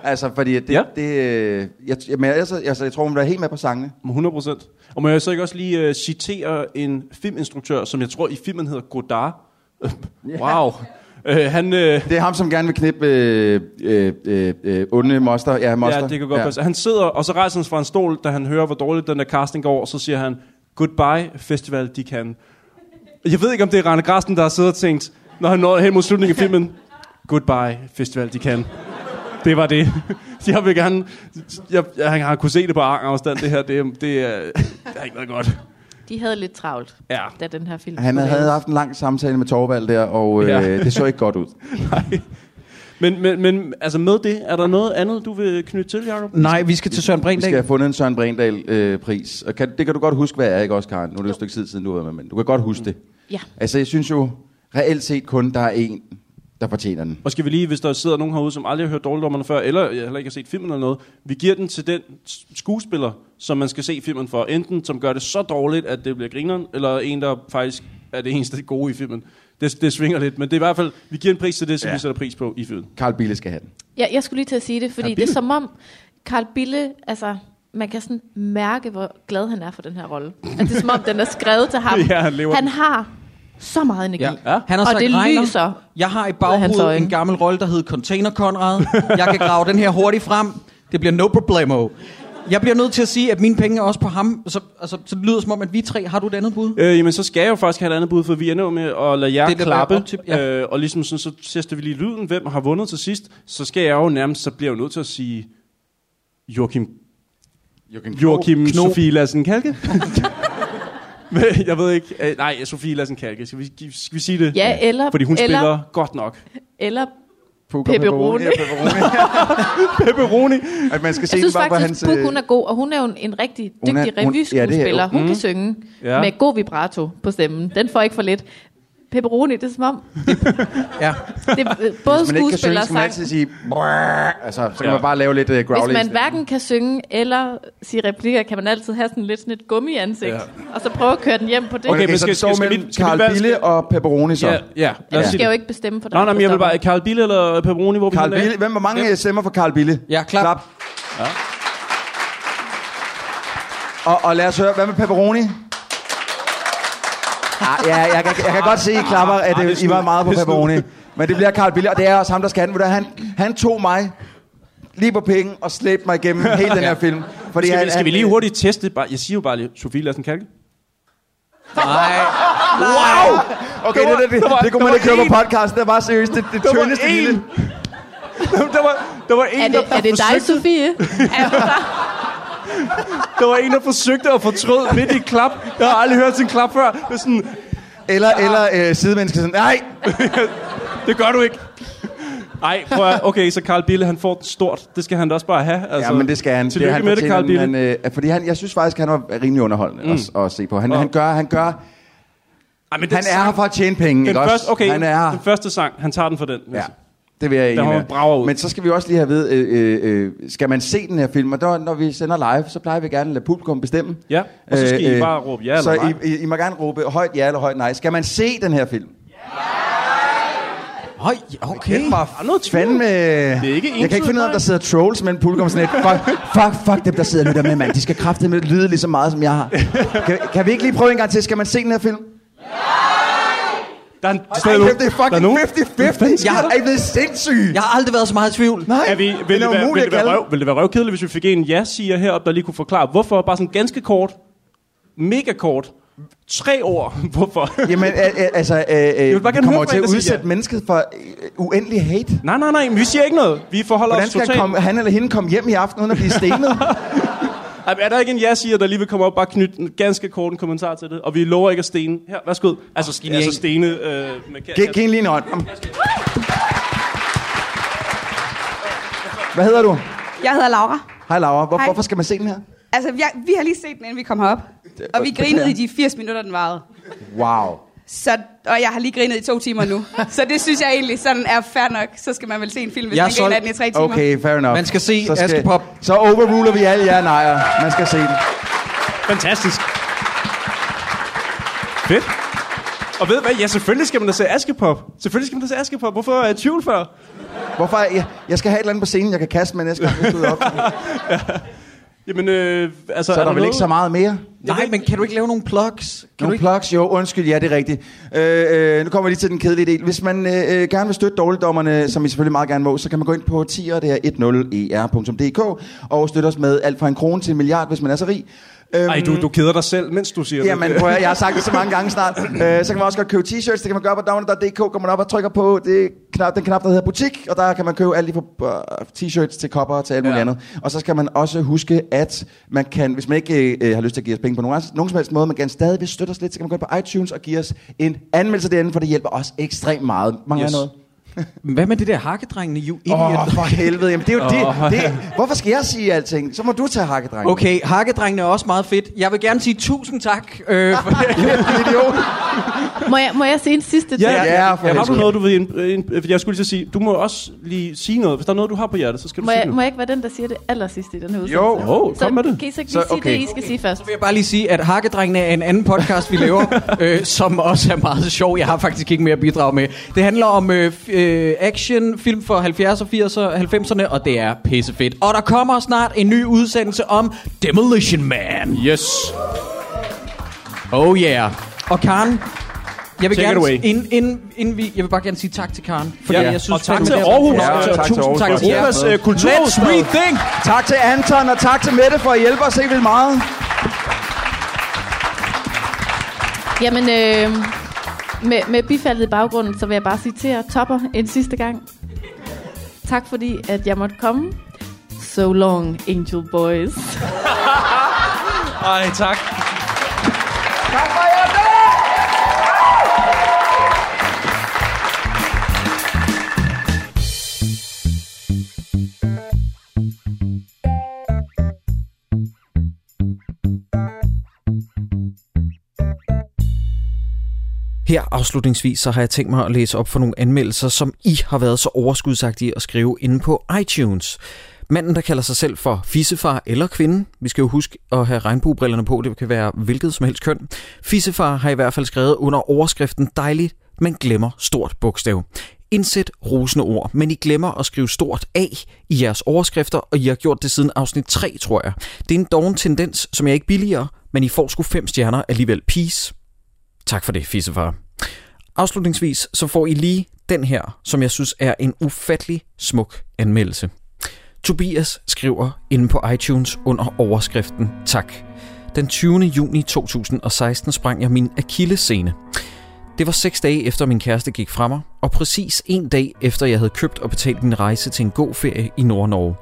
altså, fordi det... Ja. det øh, jeg, men altså, altså, jeg tror, hun vil være helt med på sangene. 100 procent. Og må jeg så ikke også lige øh, citere en filminstruktør, som jeg tror i filmen hedder Godard. wow. Øh, han, øh, Det er ham, som gerne vil knippe øh, øh, øh, øh, onde moster. Ja, moster. Ja, det kan godt ja. passe. Han sidder, og så rejser han sig fra en stol, da han hører, hvor dårligt den der casting går, og så siger han, goodbye festival, de kan. Jeg ved ikke, om det er Rane Grasten, der har siddet og tænkt, når han når hen mod slutningen af filmen, goodbye festival, de kan. Det var det. Jeg vil gerne... Jeg, jeg, jeg har kunne se det på arm afstand, det her. Det, det, er, det er ikke noget godt. De havde lidt travlt, ja. da den her film Han skulle havde laves. haft en lang samtale med Torvald der, og øh, Ja. ja. det så ikke godt ud. Men, men, men altså med det, er der noget andet, du vil knytte til, Jacob? vi skal til Søren Vi skal have fundet en Søren Brindahl-pris. og kan, det kan du godt huske, hvad er, ikke også, Karen? Nu er det jo et stykke tid siden, du har været med, men du kan godt huske det. Ja. Altså, jeg synes jo, reelt set kun, der er en, der fortjener den. Og skal vi lige, hvis der sidder nogen herude, som aldrig har hørt dårligdommerne før, eller jeg heller ikke har set filmen eller noget, vi giver den til den s- skuespiller, som man skal se filmen for. Enten som gør det så dårligt, at det bliver grineren, eller en, der faktisk er det eneste gode i filmen. Det, det svinger lidt, men det er i hvert fald, vi giver en pris til det, som ja. vi sætter pris på i filmen. Karl Bille skal have den. Ja, jeg skulle lige til at sige det, fordi det er som om Carl Bille, altså man kan sådan mærke, hvor glad han er for den her rolle. Altså, det er som om, den er skrevet til ham. Ja, han lever han den. har så meget energi. Ja. Han har og sagt, det regner. lyser. Jeg har i hans baghovedet øjne. en gammel rolle, der hedder Container Conrad. Jeg kan grave den her hurtigt frem. Det bliver no problemo. Jeg bliver nødt til at sige, at mine penge er også på ham. Så, altså, så det lyder som om, at vi tre har du et andet bud. Øh, jamen, så skal jeg jo faktisk have et andet bud, for vi ender jo med at lade jer Det er det, der klappe. er optip, ja. øh, og ligesom sådan, så tester vi lige lyden, hvem har vundet til sidst. Så skal jeg jo nærmest, så bliver jeg jo nødt til at sige Joachim, Joachim, Joachim Kno. Sofie Lassen Kalke. Men jeg ved ikke. Øh, nej, Sofie Lassen Kalke. Skal vi, gi- skal vi sige det? Ja, eller- Fordi hun eller- spiller godt nok. Eller Puk pepperoni. Pepperoni. At man skal Jeg se synes den bare på faktisk, hans... Puk, hun øh, er god, og hun er jo en, en rigtig Hun er- dygtig hun- ja, det revyskuespiller. er- Hun, hun mm. kan synge Ja. ja. med god vibrato på stemmen. Den får ikke for lidt. Pepperoni, det er som om... ja. Det, er, øh, Hvis både man ikke kan synge, skuespiller og skal man sang. altid sige... "Brrr." Altså, så kan Ja. ja. man bare lave lidt uh, growling. Hvis man hverken kan synge eller sige replikker, kan man altid have sådan lidt sådan et gummiansigt. Ja. Ja. Og så prøve at køre den hjem på det. Okay, okay men skal, så det står skal vi- mellem skal vi Karl valg- Bille og pepperoni så. Ja, ja. Lad os Jeg sige skal jeg jo det. ikke bestemme for dig. Nej, nej, men jeg vil Christoffer. bare... Karl Bille eller Pepperoni? Hvor er vi Karl henne af? Bille, hvem, hvor mange ja. stemmer for Karl Bille? Ja, klap. klap. Ja. Og, og lad os høre, hvad med pepperoni? Ah, ja, jeg, jeg, jeg kan godt se, I klapper, at Ah, det er det, I var slut. meget på Det er slut. pepperoni. Men det bliver Karl Bille, og det er også ham, der skal have den. Ved du hvad, Han, han tog mig lige på penge og slæbte mig igennem hele den her film. Fordi skal, han, vi, skal vi lige han- hurtigt teste? Bare, jeg siger jo bare lige, Sofie Lassen Kalke. Nej. Wow! Okay, Der det, var- det, det, der var- det der kunne man var ikke høre en. på podcasten. Det var seriøst det, det Der var tyndeste en. lille. der var, der var en, Er der, det, er det dig, Sofie? Er du der? der, var en, der forsøgte at fortrød midt i et klap. Jeg har aldrig hørt sådan en klap før. Det, er sådan, Eller, eller øh, sidemennesker sådan, nej! det gør du ikke. Ej, prøv at, okay, så Karl Bille, han får den stort. Det skal han da også bare have. Altså, ja, men det skal han. Tillykke han med det, fortjener Karl den. Bille. Han, øh, fordi han, jeg synes faktisk, han var rimelig underholdende mm. at, at, se på. Han, Og- han gør, han gør, Ej, men den øh, han er sang- her for at tjene penge, Den ikke første, også? okay, han er her. den første sang, han tager den for den. Ja, det vil jeg Der har egentlig hun brager ud. Men så skal vi også lige have ved, øh, øh, øh, skal man se den her film? Og der, når vi sender live, så plejer vi gerne at lade publikum bestemme. Øh, Ja, og så skal I bare råbe ja så eller nej. I, I, I må gerne råbe højt ja eller højt nej. Skal man se den her film? Høj, okay. Det var noget fandme... Det er ikke jeg kan ikke finde ud af, om der sidder trolls med en publikum sådan et. Fuck, fuck, fuck dem, der sidder og lytter med, mand. De skal kræfte med lyde lige så meget, som jeg har. Kan, kan vi ikke lige prøve en gang til? Skal man se den her film? Der er en, Ej, kæft, det er fucking 50-50. Jeg er blevet sindssyg. Jeg har aldrig været så meget i tvivl. Nej, Er vi, vil, det, er være, vil, umuligt det at være kalde. røv, vil det være røvkedeligt, hvis vi fik en ja-siger heroppe, der lige kunne forklare, hvorfor? Bare sådan ganske kort. Mega kort. Tre år. Hvorfor? Jamen, al- al- altså, øh, vil bare øh, vi gerne høre, kommer hvad jo til at der siger. udsætte mennesket for øh, uendelig hate. Nej, nej, nej, men vi siger ikke noget. Vi forholder Hvordan os skal han, totalt- komme, han eller hende komme hjem i aften, uden at blive stenet? Ej, men Er der ikke en ja-siger, der lige vil komme op og bare knytte en ganske kort en kommentar til det? Og vi lover ikke at stene. Her, værsgo. Altså, oh, genialt. altså stene øh, med Giv giv hende lige en hånd. Hvad hedder du? Jeg hedder Laura. Hej Laura. Hvor, Hej. hvorfor skal man se den her? Altså, jeg, vi har lige set den, inden vi kom herop. Og vi grinede i de 80 minutter, den varede. Wow. Så, og jeg har lige grinet i to timer nu. Så det synes jeg egentlig sådan er fair nok. Så skal man vel se en film, hvis Jeg jeg er man griner solgt. af den i tre timer. Okay, fair enough. Man skal se Så Askepop. Så overruler vi alle jer nejer. Man skal se den. Fantastisk. Fedt. Og ved du hvad? Ja, selvfølgelig skal man da se Askepop. Selvfølgelig skal man da se Askepop. Hvorfor er jeg i tvivl før? Hvorfor? er Jeg, jeg skal have et eller andet på scenen, jeg kan kaste med næste gang, vi støder op. Jamen, øh, altså... Så er der vel noget? ikke så meget mere? Nej, men kan du ikke lave nogle plugs? Kan Nogle plugs, jo, undskyld, ja, det er rigtigt. Øh, øh, nu kommer vi lige til den kedelige del. Hvis man øh, øh, gerne vil støtte dårligdommerne, som I selvfølgelig meget gerne må, så kan man gå ind på 10'er, det er E 10er.dk, og støtte os med alt fra en krone til en milliard, hvis man er så rig. Øhm, Ej, du, du keder dig selv, mens du siger det. Jamen, prøv at, høre, jeg har sagt det så mange gange snart. Øh, så kan man også godt købe t-shirts, det kan man gøre på downer.dk, går man op og trykker på det knap, den knap, der hedder butik, og der kan man købe alle de for- øh, t-shirts til kopper og til alt muligt ja. andet. Og så skal man også huske, at man kan, hvis man ikke øh, har lyst til at give os penge på nogen, nogen som helst måde, man kan stadig vil støtte os lidt, så kan man gå ind på iTunes og give os en anmeldelse derinde, for det hjælper os ekstremt meget. Mangler Yes. yes. noget? Hvad med det der hakkedrengene? Jo, Åh, oh, for helvede. Jamen, det er jo Åh. det, det. Hvorfor skal jeg sige alting? Så må du tage hakkedrengen. Okay, hakkedrengene er også meget fedt. Jeg vil gerne sige tusind tak. Øh, for... Idiot. Må jeg, må jeg se en sidste Ja, ting? ja, ja, har du noget, du vil... Ind, ind, for øh, jeg skulle til at sige, du må også lige sige noget. Hvis der er noget, du har på hjertet, så skal du Må sige jeg, noget. må jeg ikke være den, der siger det allersidst i den her udsendelse? Jo, så kom med det. Kan I så ikke Så, lige sige okay. det, I skal sige først? Jeg vil bare lige sige, at Hakkedrengene er en anden podcast, vi laver, øh, som også er meget sjov. Jeg har faktisk ikke mere at bidrage med. Det handler om øh, f- øh, action, film for 70'er, 80'er, 90'erne, og det er pissefedt. Og der kommer snart en ny udsendelse om Demolition Man. Yes. Oh yeah. Og Karen, jeg vil Take it gerne, away. inden, inden, inden vi, jeg vil bare gerne sige tak til Karen, fordi Ja. jeg synes, Og tak fandme, til det her Aarhus. podcast- Ja, og tak til tusind Aarhus. tak til jer. Europas, øh, Let's kulturhovedstad. rethink. Tak til Anton, og tak til Mette for at hjælpe os helt vildt meget. Jamen, øh, med, med bifaldet i baggrunden, så vil jeg bare citere Topper en sidste gang. Tak fordi, at jeg måtte komme. So long, angel boys. Ej, tak. Her afslutningsvis så har jeg tænkt mig at læse op for nogle anmeldelser, som I har været så overskudsagtige at skrive inde på iTunes. Manden, der kalder sig selv for fissefar eller kvinde, vi skal jo huske at have regnbuebrillerne på, det kan være hvilket som helst køn. Fissefar har i hvert fald skrevet under overskriften dejligt, men glemmer stort bogstav. Indsæt rosende ord, men I glemmer at skrive stort A i jeres overskrifter, og I har gjort det siden afsnit 3, tror jeg. Det er en doven tendens, som jeg ikke billiger, men I får sgu fem stjerner alligevel. Peace. Tak for det, fissefar. Afslutningsvis så får I lige den her, som jeg synes er en ufattelig smuk anmeldelse. Tobias skriver inde på iTunes under overskriften Tak. Den 20. juni 2016 sprang jeg min akillescene. Det var seks dage efter min kæreste gik fra mig, og præcis en dag efter jeg havde købt og betalt min rejse til en god ferie i Nordnorge.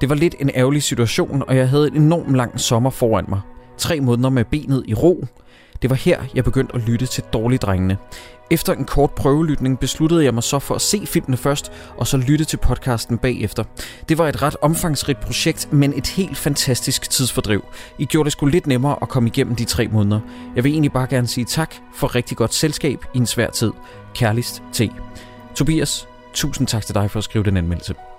Det var lidt en ærgerlig situation, og jeg havde en enorm lang sommer foran mig. Tre måneder med benet i ro. Det var her, jeg begyndte at lytte til Dårligdrengene. Efter en kort prøvelytning besluttede jeg mig så for at se filmene først, og så lytte til podcasten bagefter. Det var et ret omfangsrigt projekt, men et helt fantastisk tidsfordriv. I gjorde det sgu lidt nemmere at komme igennem de tre måneder. Jeg vil egentlig bare gerne sige tak for rigtig godt selskab i en svær tid. Kærligst T. Tobias, tusind tak til dig for at skrive den anmeldelse.